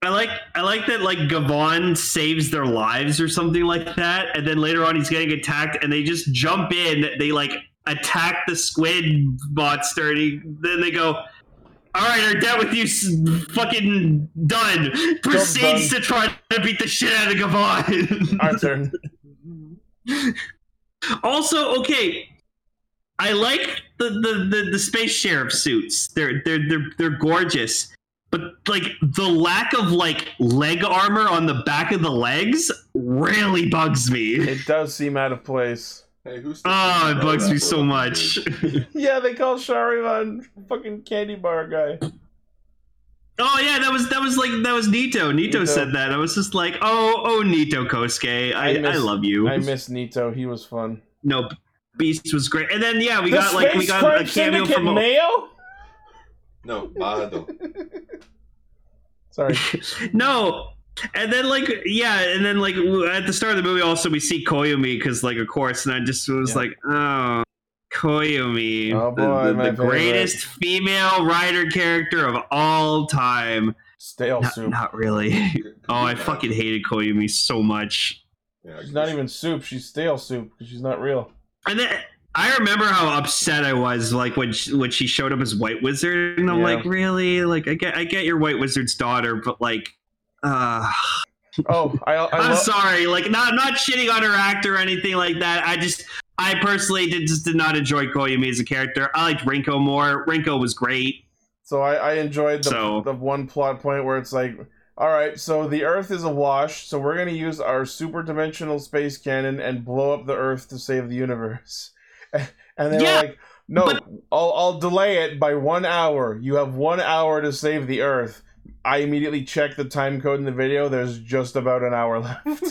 Speaker 3: I like I like that like Gavon saves their lives or something like that, and then later on he's getting attacked, and they just jump in. They like attack the squid monster, and he, then they go, "All right, our debt with you, s- fucking done." Proceeds to try to beat the shit out of Gavon.
Speaker 1: Our turn.
Speaker 3: Mm-hmm. also, okay, I like the, the the the space sheriff suits. They're they're they're they're gorgeous. But like the lack of like leg armor on the back of the legs really bugs me.
Speaker 1: It does seem out of place.
Speaker 2: Hey, who's?
Speaker 3: Oh, it bugs me so much.
Speaker 1: Yeah, they call Sharivan fucking candy bar guy.
Speaker 3: Oh yeah, that was that was like that was Nito. Nito,
Speaker 1: Nito.
Speaker 3: said that. I was just like, oh oh Nito Kosuke, I, I,
Speaker 1: miss-
Speaker 3: love you.
Speaker 1: I miss Nito. He was fun.
Speaker 3: no, Beast was great. And then yeah, we
Speaker 1: The
Speaker 3: got like we
Speaker 1: Space
Speaker 3: got
Speaker 1: Crime
Speaker 3: a cameo
Speaker 1: Syndicate
Speaker 3: from a-
Speaker 1: Mayo.
Speaker 2: No, Mahado.
Speaker 1: Sorry.
Speaker 3: no. And then like yeah, and then like w- at the start of the movie, also we see Koyomi because like of course, and I just was
Speaker 1: Yeah.
Speaker 3: like, oh. Koyomi,
Speaker 1: Oh,
Speaker 3: the-
Speaker 1: boy,
Speaker 3: the,
Speaker 1: my
Speaker 3: the
Speaker 1: favorite.
Speaker 3: greatest female writer character of all time.
Speaker 1: Stale
Speaker 3: Not,
Speaker 1: soup.
Speaker 3: not really. Oh, I fucking hated Koyumi so much.
Speaker 2: Yeah,
Speaker 1: She's not even soup. She's stale soup because she's not real.
Speaker 3: And then I remember how upset I was, like when she, when she showed up as White Wizard, and I'm
Speaker 1: Yeah.
Speaker 3: like, really? Like, I get I get your White Wizard's daughter, but like, uh,
Speaker 1: Oh, I, I
Speaker 3: I'm
Speaker 1: love.
Speaker 3: sorry. Like, not not shitting on her act or anything like that. I just I personally did, just did not enjoy Koyumi as a character. I liked Rinko more. Rinko was great.
Speaker 1: So I, I enjoyed the,
Speaker 3: So-
Speaker 1: the one plot point where it's like, all right, so the Earth is awash, so we're gonna use our super dimensional space cannon and blow up the Earth to save the universe. And they
Speaker 3: Yeah,
Speaker 1: were like, no,
Speaker 3: but-
Speaker 1: I'll I'll delay it by one hour. You have one hour to save the Earth. I immediately checked the time code in the video. There's just about an hour left.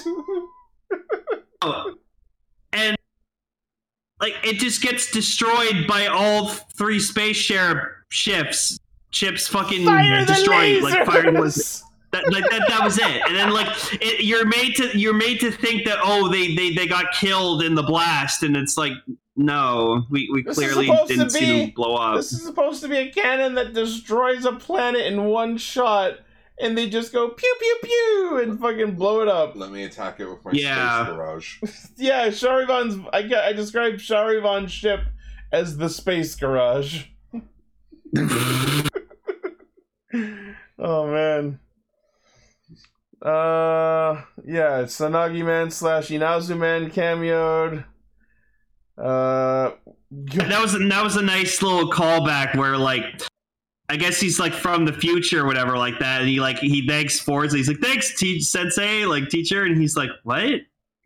Speaker 3: Oh. And like it just gets destroyed by all three space share ships. Chips fucking destroyed like firing was that, like, that that was it. And then like it, you're made to you're made to think that oh they, they they got killed in the blast and it's like no we, we
Speaker 1: This is
Speaker 3: clearly
Speaker 1: supposed to
Speaker 3: didn't see
Speaker 1: be-
Speaker 3: them blow up.
Speaker 1: This is supposed to be a cannon that destroys a planet in one shot, and they just go pew pew pew and fucking blow it up.
Speaker 2: Let me attack it with my
Speaker 3: Yeah.
Speaker 2: space garage.
Speaker 1: Yeah, Sharivan's. I ca- I described Sharivan's ship as the space garage. oh man. Uh, yeah, Sanagi Man slash Inazu Man cameoed. Uh,
Speaker 3: And that was that was a nice little callback where like I guess he's like from the future or whatever like that and he like he thanks Forza he's like thanks te- sensei like teacher and he's like what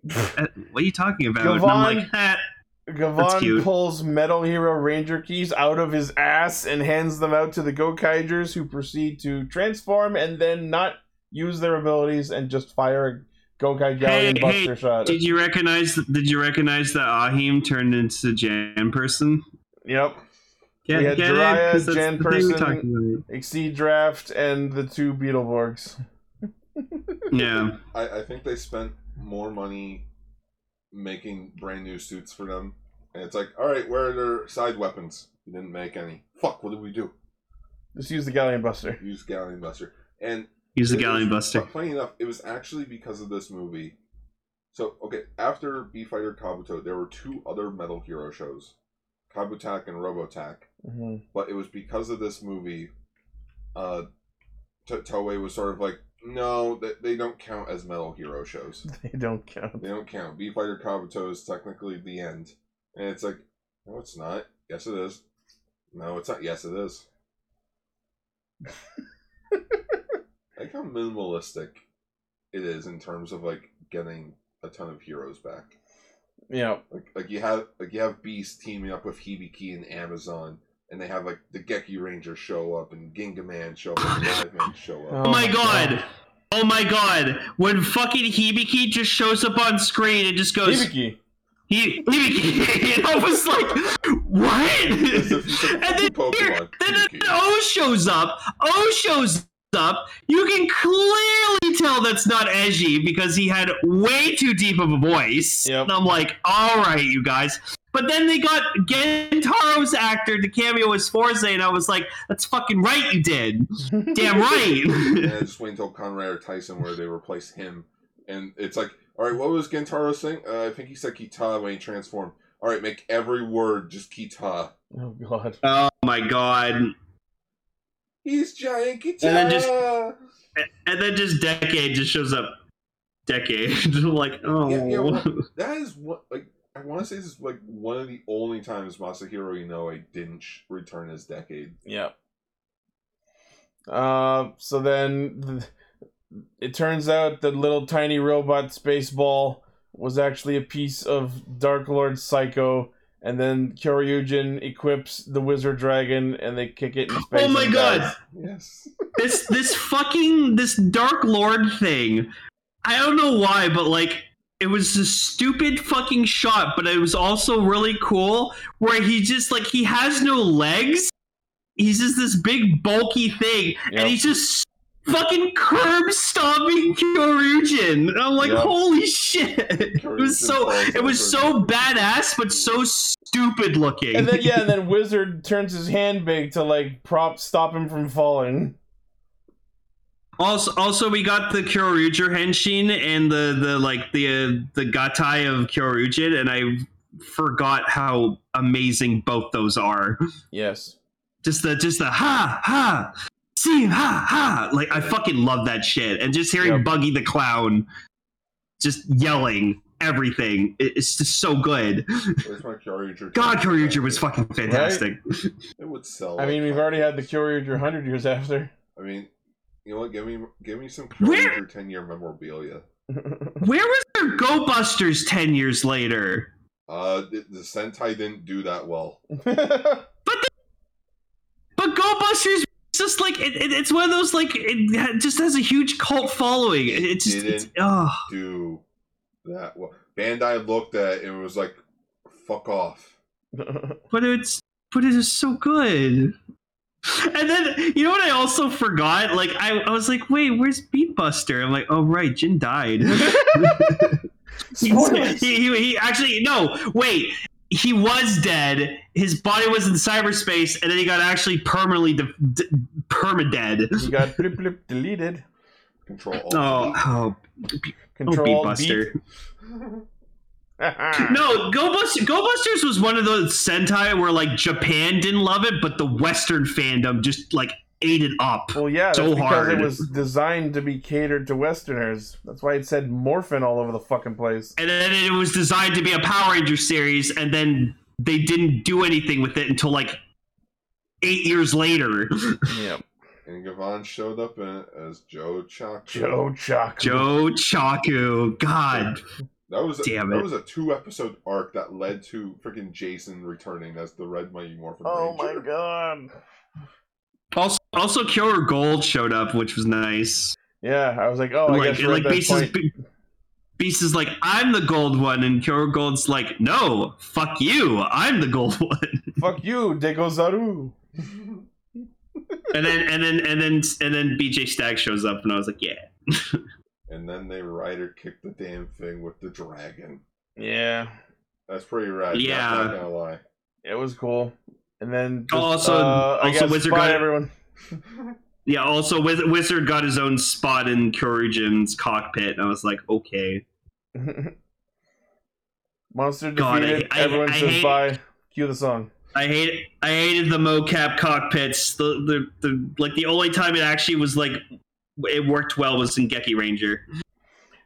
Speaker 3: Uh, what are you talking about and I'm like eh.
Speaker 1: Gavon
Speaker 3: cute.
Speaker 1: pulls Metal Hero Ranger keys out of his ass and hands them out to the Gokaigers, who proceed to transform and then not use their abilities and just fire a Gokai Galleon
Speaker 3: Hey,
Speaker 1: Buster
Speaker 3: hey,
Speaker 1: shot.
Speaker 3: Did you recognize? Did you recognize that Ahim turned into Jan person?
Speaker 1: Yep.
Speaker 3: Yeah,
Speaker 1: We had
Speaker 3: get it?
Speaker 1: Jiraiya,
Speaker 3: 'Cause that's
Speaker 1: Jan
Speaker 3: the thing we're
Speaker 1: person.
Speaker 3: talking
Speaker 1: Exceed Draft and the two Beetleborgs.
Speaker 3: about. Yeah,
Speaker 2: I, I think they spent more money making brand new suits for them. And it's like, all right, where are their side weapons? We didn't make any. Fuck, what did we do?
Speaker 1: Just use the Galleon Buster.
Speaker 2: Use Galleon Buster. And
Speaker 3: he's a
Speaker 2: it
Speaker 3: Galleon
Speaker 2: was-
Speaker 3: Buster.
Speaker 2: fu- Funny enough, it was actually because of this movie. So, okay, after B Fighter Kabuto, there were two other Metal Hero shows Kabutak and Robotak.
Speaker 1: hmm
Speaker 2: but it was because of this movie. Uh, T- Toei was sort of like, no, they, they don't count as Metal Hero shows.
Speaker 1: They don't count.
Speaker 2: They don't count. B Fighter Kabuto is technically the end, and it's like, no, it's not. Yes, it is. No, it's not. Yes, it is. like how minimalistic it is in terms of like getting a ton of heroes back.
Speaker 1: Yeah.
Speaker 2: Like like you have like you have Beast teaming up with Hibiki and Amazon, and they have like the Geki Ranger show up and Ginga Man show up and Live Man show up.
Speaker 3: Oh my god! Oh my god! When fucking Hibiki just shows up on screen and just goes
Speaker 1: Hibiki.
Speaker 3: he Hibiki, and I was like, what?
Speaker 2: As if he's a
Speaker 3: Oh. and then
Speaker 2: fucking
Speaker 3: here,
Speaker 2: Pokemon.
Speaker 3: then
Speaker 2: Hibiki.
Speaker 3: O shows up. O shows up. You can clearly tell that's not Edgy because he had way too deep of a voice.
Speaker 1: Yep.
Speaker 3: And I'm like, all right, you guys. But then they got Gentaro's actor to cameo as Forza, and I was like, that's fucking right, you did. Damn right.
Speaker 2: and I just wait until Conrad or Tyson where they replace him, and it's like, all right, what was Gentaro saying? Uh, I think he said Kita when he transformed. All right, make every word just Kita.
Speaker 1: Oh god.
Speaker 3: oh my god.
Speaker 2: He's giant Kita.
Speaker 3: then just- And then just Decade just shows up. Decade. like, oh.
Speaker 2: Yeah, yeah, well- That is what like I want to say this is like one of the only times Masahiro Inoue didn't sh- return his decade.
Speaker 1: Yep. Uh, so then th- it turns out the little tiny robot space ball was actually a piece of Dark Lord Psycho, and then Kyoryugen equips the wizard dragon and they kick it in space.
Speaker 3: Oh my
Speaker 1: and it
Speaker 3: God.
Speaker 1: dies.
Speaker 2: Yes.
Speaker 3: this this fucking this Dark Lord thing. I don't know why, but like it was a stupid fucking shot, but it was also really cool where he just like he has no legs. He's just this big bulky thing,
Speaker 1: Yep.
Speaker 3: and he's just fucking curb stomping Kyorujin. And I'm like,
Speaker 1: Yep.
Speaker 3: holy shit! It was so
Speaker 2: Kyorujin falls
Speaker 3: it was so
Speaker 2: over.
Speaker 3: badass, but so stupid looking.
Speaker 1: And then yeah, and then Wizard turns his hand big to like prop stop him from falling.
Speaker 3: Also, also we got the Kyoryuger Henshin and the the like the uh, the Gatai of Kyoryuger, and I forgot how amazing both those are.
Speaker 1: Yes.
Speaker 3: Just the just the ha ha see ha ha like I fucking love that shit, and just hearing
Speaker 1: Yep.
Speaker 3: Buggy the clown just yelling everything, it, it's just so good.
Speaker 2: Where's my Kyoryuger?
Speaker 3: God, Kyoryuger was fucking fantastic.
Speaker 2: It would sell.
Speaker 1: I
Speaker 2: like
Speaker 1: mean, we've
Speaker 2: hot.
Speaker 1: already had the Curator hundred years after.
Speaker 2: I mean, you know what? Give me, give me some
Speaker 3: Where-
Speaker 2: Kyoryuger ten year memorabilia.
Speaker 3: Where was their Go Busters ten years later?
Speaker 2: Uh, the, the Sentai didn't do that well.
Speaker 3: But GoBusters is just like it, it- it's one of those like it ha- just has a huge cult following. It, it just it's,
Speaker 2: Didn't.
Speaker 3: oh,
Speaker 2: Do that well. Bandai looked at it and was like, "Fuck off."
Speaker 3: but it's but it is so good. And then you know what I also forgot? Like I, I was like, wait, where's Beatbuster? I'm like, oh right, Jin died. he, he, he actually no, wait. He was dead. His body was in cyberspace, and then he got actually permanently de- de- permadead.
Speaker 1: he got blip blip deleted.
Speaker 2: Control. Alt,
Speaker 3: Oh, oh
Speaker 1: Control
Speaker 3: oh, Beatbuster.
Speaker 1: beat. no.
Speaker 3: No, GoBusters, GoBusters was one of those Sentai where like Japan didn't love it, but the Western fandom just like ate it up.
Speaker 1: Well, yeah, that's
Speaker 3: So
Speaker 1: because
Speaker 3: hard.
Speaker 1: it was designed to be catered to Westerners. That's why it said morphin all over the fucking place.
Speaker 3: And then it was designed to be a Power Ranger series, and then they didn't do anything with it until like eight years later.
Speaker 1: Yeah.
Speaker 2: And Gavon showed up in, as Joe Chock.
Speaker 1: Joe Chuck.
Speaker 3: Joe Chaku, God,
Speaker 2: That was a,
Speaker 3: Damn
Speaker 2: that
Speaker 3: it.
Speaker 2: was a two episode arc that led to freaking Jason returning as the Red Mighty Morphin
Speaker 1: Oh my
Speaker 2: Ranger.
Speaker 1: god.
Speaker 3: also also Kyoer Gold showed up, which was nice.
Speaker 1: Yeah, I was like, oh, I
Speaker 3: like
Speaker 1: guess we're
Speaker 3: like
Speaker 1: at that
Speaker 3: Beast is,
Speaker 1: point.
Speaker 3: Be- Beast is like I'm the gold one, and Kyoer Gold's like, no, fuck you, I'm the gold one.
Speaker 1: Fuck you, Degozaru.
Speaker 3: and then and then and then and then BJ Stag shows up, and I was like, yeah.
Speaker 2: And then they rider kicked the damn thing with the dragon.
Speaker 1: Yeah,
Speaker 2: That's pretty rad.
Speaker 3: Yeah.
Speaker 2: Not, not gonna lie.
Speaker 1: it was cool. And then
Speaker 3: Oh, also-
Speaker 1: uh, I
Speaker 3: also
Speaker 1: guess,
Speaker 3: Wizard
Speaker 1: bye,
Speaker 3: got-
Speaker 1: everyone.
Speaker 3: Yeah. Also, Wiz- Wizard got his own spot in Kyurujin's cockpit, and I was like, okay.
Speaker 1: Monster
Speaker 3: God, I-
Speaker 1: defeated.
Speaker 3: I-
Speaker 1: everyone
Speaker 3: I
Speaker 1: says
Speaker 3: hate-
Speaker 1: bye. Cue the song.
Speaker 3: I hate I hated the mocap cockpits. The, the the like the only time it actually was like it worked well was in Geki Ranger.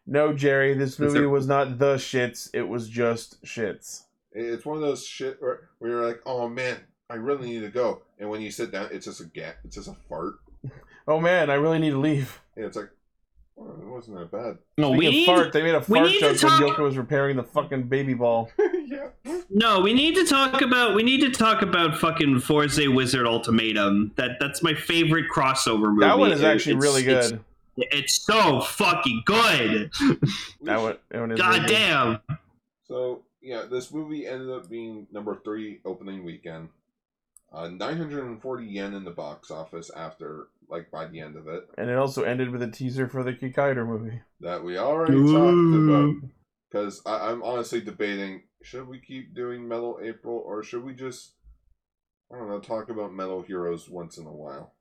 Speaker 1: No, Jerry, this movie
Speaker 3: there-
Speaker 1: was not the shits. It was just shits.
Speaker 2: It- It's one of those shit where, where you're like, oh man, I really need to go. And when you sit down, it's just a gap. It's just a fart.
Speaker 1: Oh man, I really need to leave.
Speaker 2: And it's like, oh, it wasn't that bad.
Speaker 3: No, we
Speaker 1: Speaking
Speaker 3: need
Speaker 1: of fart. They made a
Speaker 3: we
Speaker 1: fart
Speaker 3: need to
Speaker 1: joke when
Speaker 3: talk-
Speaker 1: Yoko was repairing the fucking baby ball.
Speaker 2: yeah.
Speaker 3: no, we need to talk about we need to talk about fucking Forza Wizard Ultimatum. That that's my favorite crossover movie.
Speaker 1: That one is
Speaker 3: It-
Speaker 1: actually
Speaker 3: it's-
Speaker 1: really
Speaker 3: it's-
Speaker 1: good.
Speaker 3: it's so fucking good.
Speaker 1: That one, that one is really
Speaker 3: God
Speaker 1: good.
Speaker 3: damn.
Speaker 2: So yeah, this movie ended up being number three opening weekend. Uh, 940 yen in the box office after, like, by the end of it.
Speaker 1: And it also ended with a teaser for the Kikaider movie.
Speaker 2: That we already talked about. Because I'm honestly debating, should we keep doing Metal April, or should we just, I don't know, talk about Metal Heroes once in a while?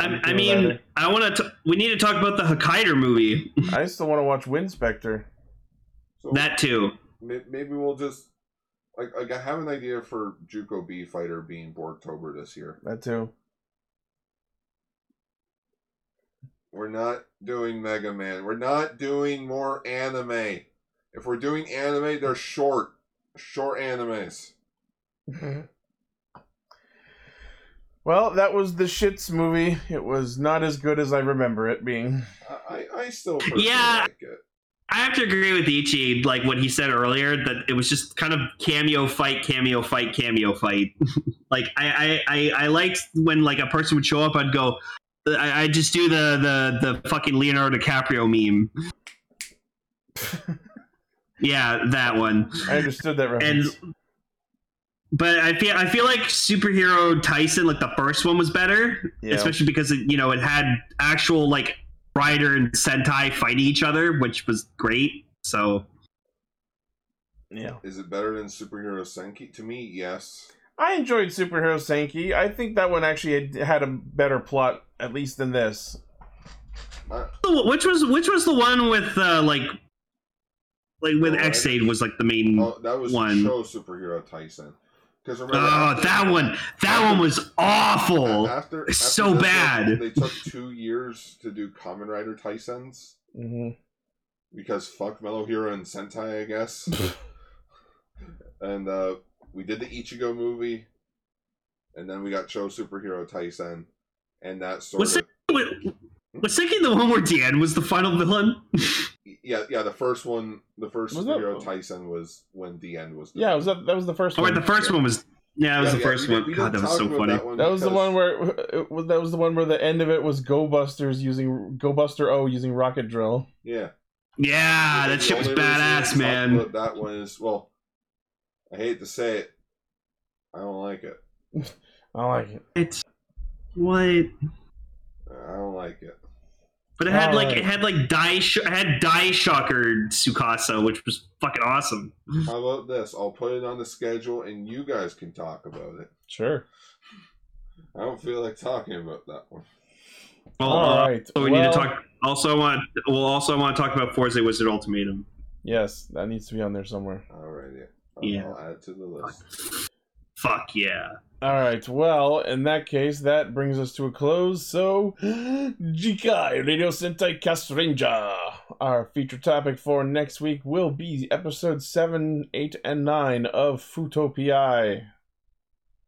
Speaker 3: I, I
Speaker 1: Feel
Speaker 3: mean,
Speaker 1: better.
Speaker 3: I want to. We need to talk about the Hokkaido movie.
Speaker 1: I still want to watch Windspector.
Speaker 2: So
Speaker 3: That too.
Speaker 2: may- maybe we'll just, like, like, I have an idea for Juco B Fighter being Borgtober this year.
Speaker 1: That too.
Speaker 2: We're not doing Mega Man. We're not doing more anime. If we're doing anime, they're short. Short animes.
Speaker 1: Well, that was the shits movie. It was not as good as I remember it being.
Speaker 2: I, I, I still personally
Speaker 3: Yeah.
Speaker 2: like it.
Speaker 3: I have to agree with Ichi, like what he said earlier, that it was just kind of cameo fight, cameo fight, cameo fight. like I, I, I, I liked when like a person would show up, I'd go, I, I just do the, the the fucking Leonardo DiCaprio meme. yeah, that one.
Speaker 1: I understood that
Speaker 3: And
Speaker 1: reference.
Speaker 3: but I feel I feel like superhero Tyson, like the first one was better,
Speaker 1: Yeah.
Speaker 3: especially because it, you know it had actual like Rider and Sentai fighting each other, which was great. So
Speaker 1: yeah.
Speaker 2: Is it better than superhero Senki? To me, yes.
Speaker 1: I enjoyed Superhero Senki. I think that one actually had, had a better plot, at least than this.
Speaker 2: I,
Speaker 3: which was which was the one with uh, like like with
Speaker 2: Alright.
Speaker 3: Xade was like the main.
Speaker 2: oh, that was
Speaker 3: One.
Speaker 2: show superhero Tyson. Because remember,
Speaker 3: Oh,
Speaker 2: after-
Speaker 3: that one! That one was awful.
Speaker 2: After,
Speaker 3: It's
Speaker 2: after
Speaker 3: so
Speaker 2: this one,
Speaker 3: bad.
Speaker 2: they took two years to do Common Rider Tyson's
Speaker 1: hmm
Speaker 2: because fuck Mellow Hero and Sentai, I guess. and uh, we did the Ichigo movie, and then we got Cho Superhero Tyson, and that sort
Speaker 3: Was
Speaker 2: of
Speaker 3: Wait, Was thinking the one where Deanne was the final villain?
Speaker 2: yeah, yeah. The first one, the first
Speaker 1: Was that-
Speaker 2: Superhero Tyson was when the end was. the-
Speaker 1: Yeah, it was that, that was the first
Speaker 3: Or
Speaker 1: one.
Speaker 3: the first one was. Yeah, it was
Speaker 2: Yeah,
Speaker 3: the
Speaker 2: yeah,
Speaker 3: first
Speaker 2: we-
Speaker 3: one.
Speaker 2: we
Speaker 3: God,
Speaker 2: didn't
Speaker 3: that was so
Speaker 2: talk about
Speaker 3: funny.
Speaker 2: one
Speaker 1: that was the
Speaker 2: because-
Speaker 1: one where it was, that was the one where the end of it was Go Busters using Go Buster O using rocket drill.
Speaker 2: Yeah.
Speaker 3: Yeah, Ah, that
Speaker 2: The
Speaker 3: shit was
Speaker 2: only reason we
Speaker 3: badass,
Speaker 2: talked
Speaker 3: man.
Speaker 2: about that one is well, I hate to say it, I don't like it.
Speaker 1: I like it.
Speaker 3: It's what,
Speaker 2: I don't like it.
Speaker 3: but it had like
Speaker 1: Alright.
Speaker 3: it had like die sh- it had die shocker Tsukasa, which was fucking awesome.
Speaker 2: How about this? I'll put it on the schedule, and you guys can talk about it.
Speaker 1: Sure.
Speaker 2: I don't feel like talking about that one.
Speaker 3: Well,
Speaker 1: All
Speaker 3: uh,
Speaker 1: right.
Speaker 3: so we need
Speaker 1: Well-
Speaker 3: to talk. Also, I want well, also I want to talk about Forza Wizard Ultimatum.
Speaker 1: Yes, that needs to be on there somewhere.
Speaker 2: Alrighty. I'll,
Speaker 3: Yeah.
Speaker 2: I'll add it to the list.
Speaker 3: Fuck yeah!
Speaker 1: All right. Well, in that case, that brings us to a close. So, Jikai Radio Sentai Cast Ranger. Our feature topic for next week will be episode seven, eight, and nine of Futopii.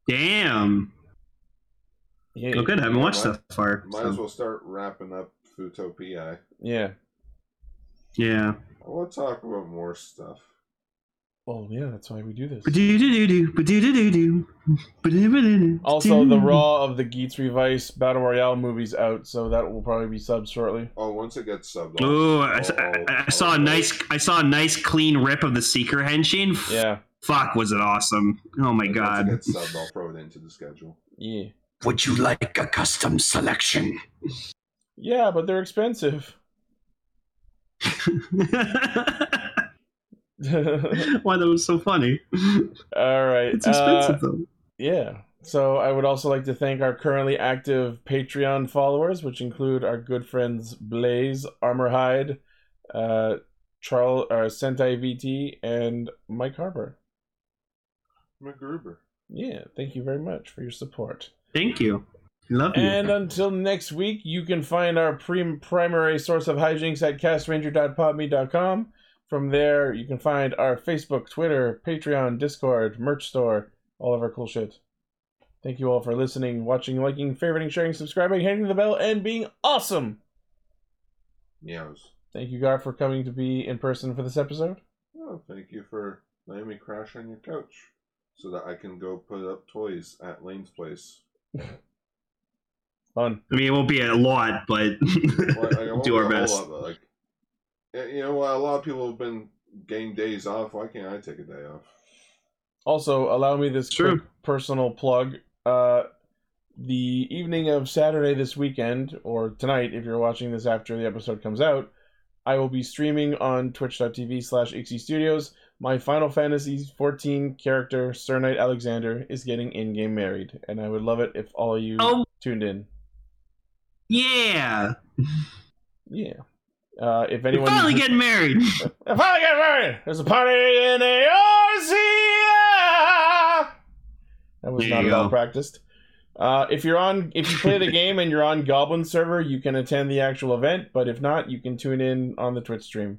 Speaker 3: Damn.
Speaker 1: Yeah.
Speaker 3: Oh, good. I haven't watched that far.
Speaker 2: Might
Speaker 3: so,
Speaker 2: as well start wrapping up Futopia.
Speaker 1: Yeah.
Speaker 3: Yeah.
Speaker 2: I want to talk about more stuff.
Speaker 1: Well, yeah. That's why we do this.
Speaker 3: Ba-do-do-do-do, ba-do-do-do-do, ba-do-do-do-do.
Speaker 1: Also, the raw of the Geats Revice Battle Royale movies out, so that will probably be subbed shortly.
Speaker 2: Oh, once it gets subbed. I'll-
Speaker 3: Oh, I,
Speaker 2: I'll- I'll-
Speaker 3: I- I saw a
Speaker 2: I'll-
Speaker 3: nice, I saw a nice clean rip of the Seeker Henshin.
Speaker 1: Yeah.
Speaker 3: Fuck, was it awesome? Oh my
Speaker 2: once
Speaker 3: god.
Speaker 2: it gets subbed, I'll throw it into the schedule.
Speaker 1: Yeah.
Speaker 4: Would you like a custom selection?
Speaker 1: Yeah, but they're expensive. All
Speaker 3: Why that was so funny?
Speaker 1: right.
Speaker 3: It's
Speaker 1: uh,
Speaker 3: expensive though.
Speaker 1: Yeah. So I would also like to thank our currently active Patreon followers, which include our good friends Blaze, Armorhide, uh, Charles, uh, Sentai VT, and Mike Harper.
Speaker 2: MacGruber.
Speaker 1: Yeah, thank you very much for your support.
Speaker 3: Thank you. Love you.
Speaker 1: And uh, until next week, you can find our prim- primary source of hijinks at castranger.podme.com. From there, you can find our Facebook, Twitter, Patreon, Discord, merch store, all of our cool shit. Thank you all for listening, watching, liking, favoriting, sharing, subscribing, hitting the bell, and being awesome.
Speaker 2: Meows.
Speaker 1: Thank you, Gar, for coming to be in person for this episode.
Speaker 2: Oh, thank you for letting me crash on your couch so that I can go put up toys at Lane's place.
Speaker 1: Fun.
Speaker 3: I mean, it won't be a lot, but
Speaker 2: Well, I- I won't
Speaker 3: do
Speaker 2: be
Speaker 3: our
Speaker 2: a whole
Speaker 3: best.
Speaker 2: lot, but, like, yeah, you know what? A lot of people have been game days off. Why can't I take a day off?
Speaker 1: Also, allow me this
Speaker 3: Sure.
Speaker 1: quick personal plug. Uh, the evening of Saturday this weekend, or tonight if you're watching this after the episode comes out, I will be streaming on twitch.tv slash Ixie Studios. My Final Fantasy XIV character, Sir Knight Alexander, is getting in game married, and I would love it if all of you
Speaker 3: Oh
Speaker 1: tuned in.
Speaker 3: yeah!
Speaker 1: Yeah. Uh, if
Speaker 3: We're
Speaker 1: anyone
Speaker 3: finally getting married.
Speaker 1: I finally got married. There's a party in ARCA. That was
Speaker 3: There
Speaker 1: not
Speaker 3: you
Speaker 1: at all
Speaker 3: go.
Speaker 1: practiced. Uh, if you're on, if you play the game and you're on Goblin server, you can attend the actual event. But if not, you can tune in on the Twitch stream.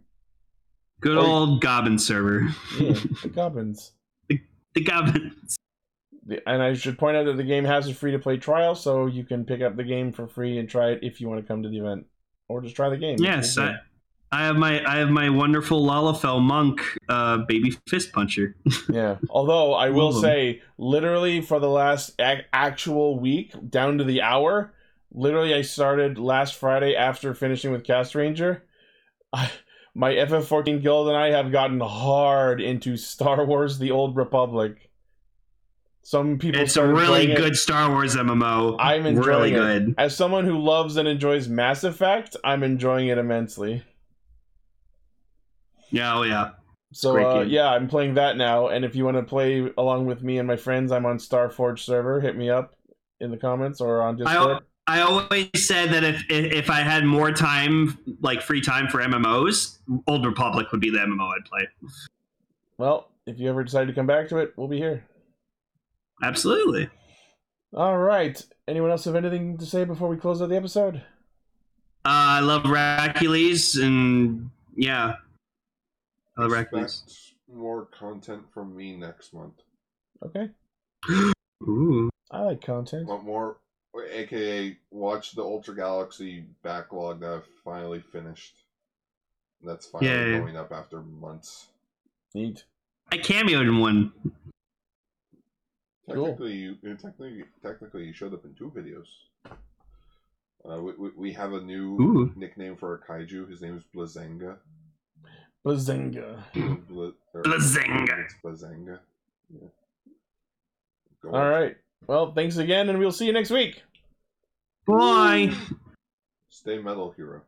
Speaker 3: Good
Speaker 1: Or-
Speaker 3: old Goblin server.
Speaker 1: Oh, Yeah, the goblins.
Speaker 3: The Goblin.
Speaker 1: The- And I should point out that the game has a free to play trial, so you can pick up the game for free and try it if you want to come to the event, or just try the game.
Speaker 3: Yes, I, I have my I have my wonderful Lalafell monk uh, baby fist puncher.
Speaker 1: Yeah. Although I
Speaker 3: Hmm.
Speaker 1: will
Speaker 3: Love 'em.
Speaker 1: say, literally for the last ac- actual week, down to the hour, literally I started last Friday after finishing with Cast Ranger. I, my FF14 guild and I have gotten hard into Star Wars: The Old Republic. Some people
Speaker 3: It's a
Speaker 1: started
Speaker 3: really
Speaker 1: playing it.
Speaker 3: good Star Wars MMO.
Speaker 1: I'm enjoying
Speaker 3: really
Speaker 1: it.
Speaker 3: good.
Speaker 1: As someone who loves and enjoys Mass Effect, I'm enjoying it immensely.
Speaker 3: Yeah, oh yeah.
Speaker 1: So
Speaker 3: Great
Speaker 1: uh,
Speaker 3: game.
Speaker 1: yeah, I'm playing that now. And if you want to play along with me and my friends, I'm on Starforge server. Hit me up in the comments or on
Speaker 3: I
Speaker 1: Discord.
Speaker 3: al- I always said that if if if I had more time, like free time for MMOs, Old Republic would be the MMO I'd play.
Speaker 1: Well, if you ever decide to come back to it, we'll be here.
Speaker 3: Absolutely.
Speaker 1: All right. Anyone else have anything to say before we close out the episode?
Speaker 3: Uh, I love Hercules, and yeah, I love Hercules.
Speaker 2: Expect more content from me next month.
Speaker 1: Okay.
Speaker 3: Ooh,
Speaker 1: I like content.
Speaker 2: Want more? AKA, watch the Ultra Galaxy backlog that I've finally finished. That's finally
Speaker 3: Yay.
Speaker 2: going up after months.
Speaker 1: Neat.
Speaker 3: I cameoed in one.
Speaker 1: Cool.
Speaker 2: Technically, you technically technically you showed up in two videos. Uh, we, we, we have a new
Speaker 3: Ooh.
Speaker 2: nickname for our kaiju. His name is Blazenga.
Speaker 1: Bazinga.
Speaker 2: Bla, or-
Speaker 3: Blazenga.
Speaker 2: It's Blazenga. Yeah. Go
Speaker 1: All right. Well, thanks again, and we'll see you next week.
Speaker 3: Bye.
Speaker 2: Stay metal, hero.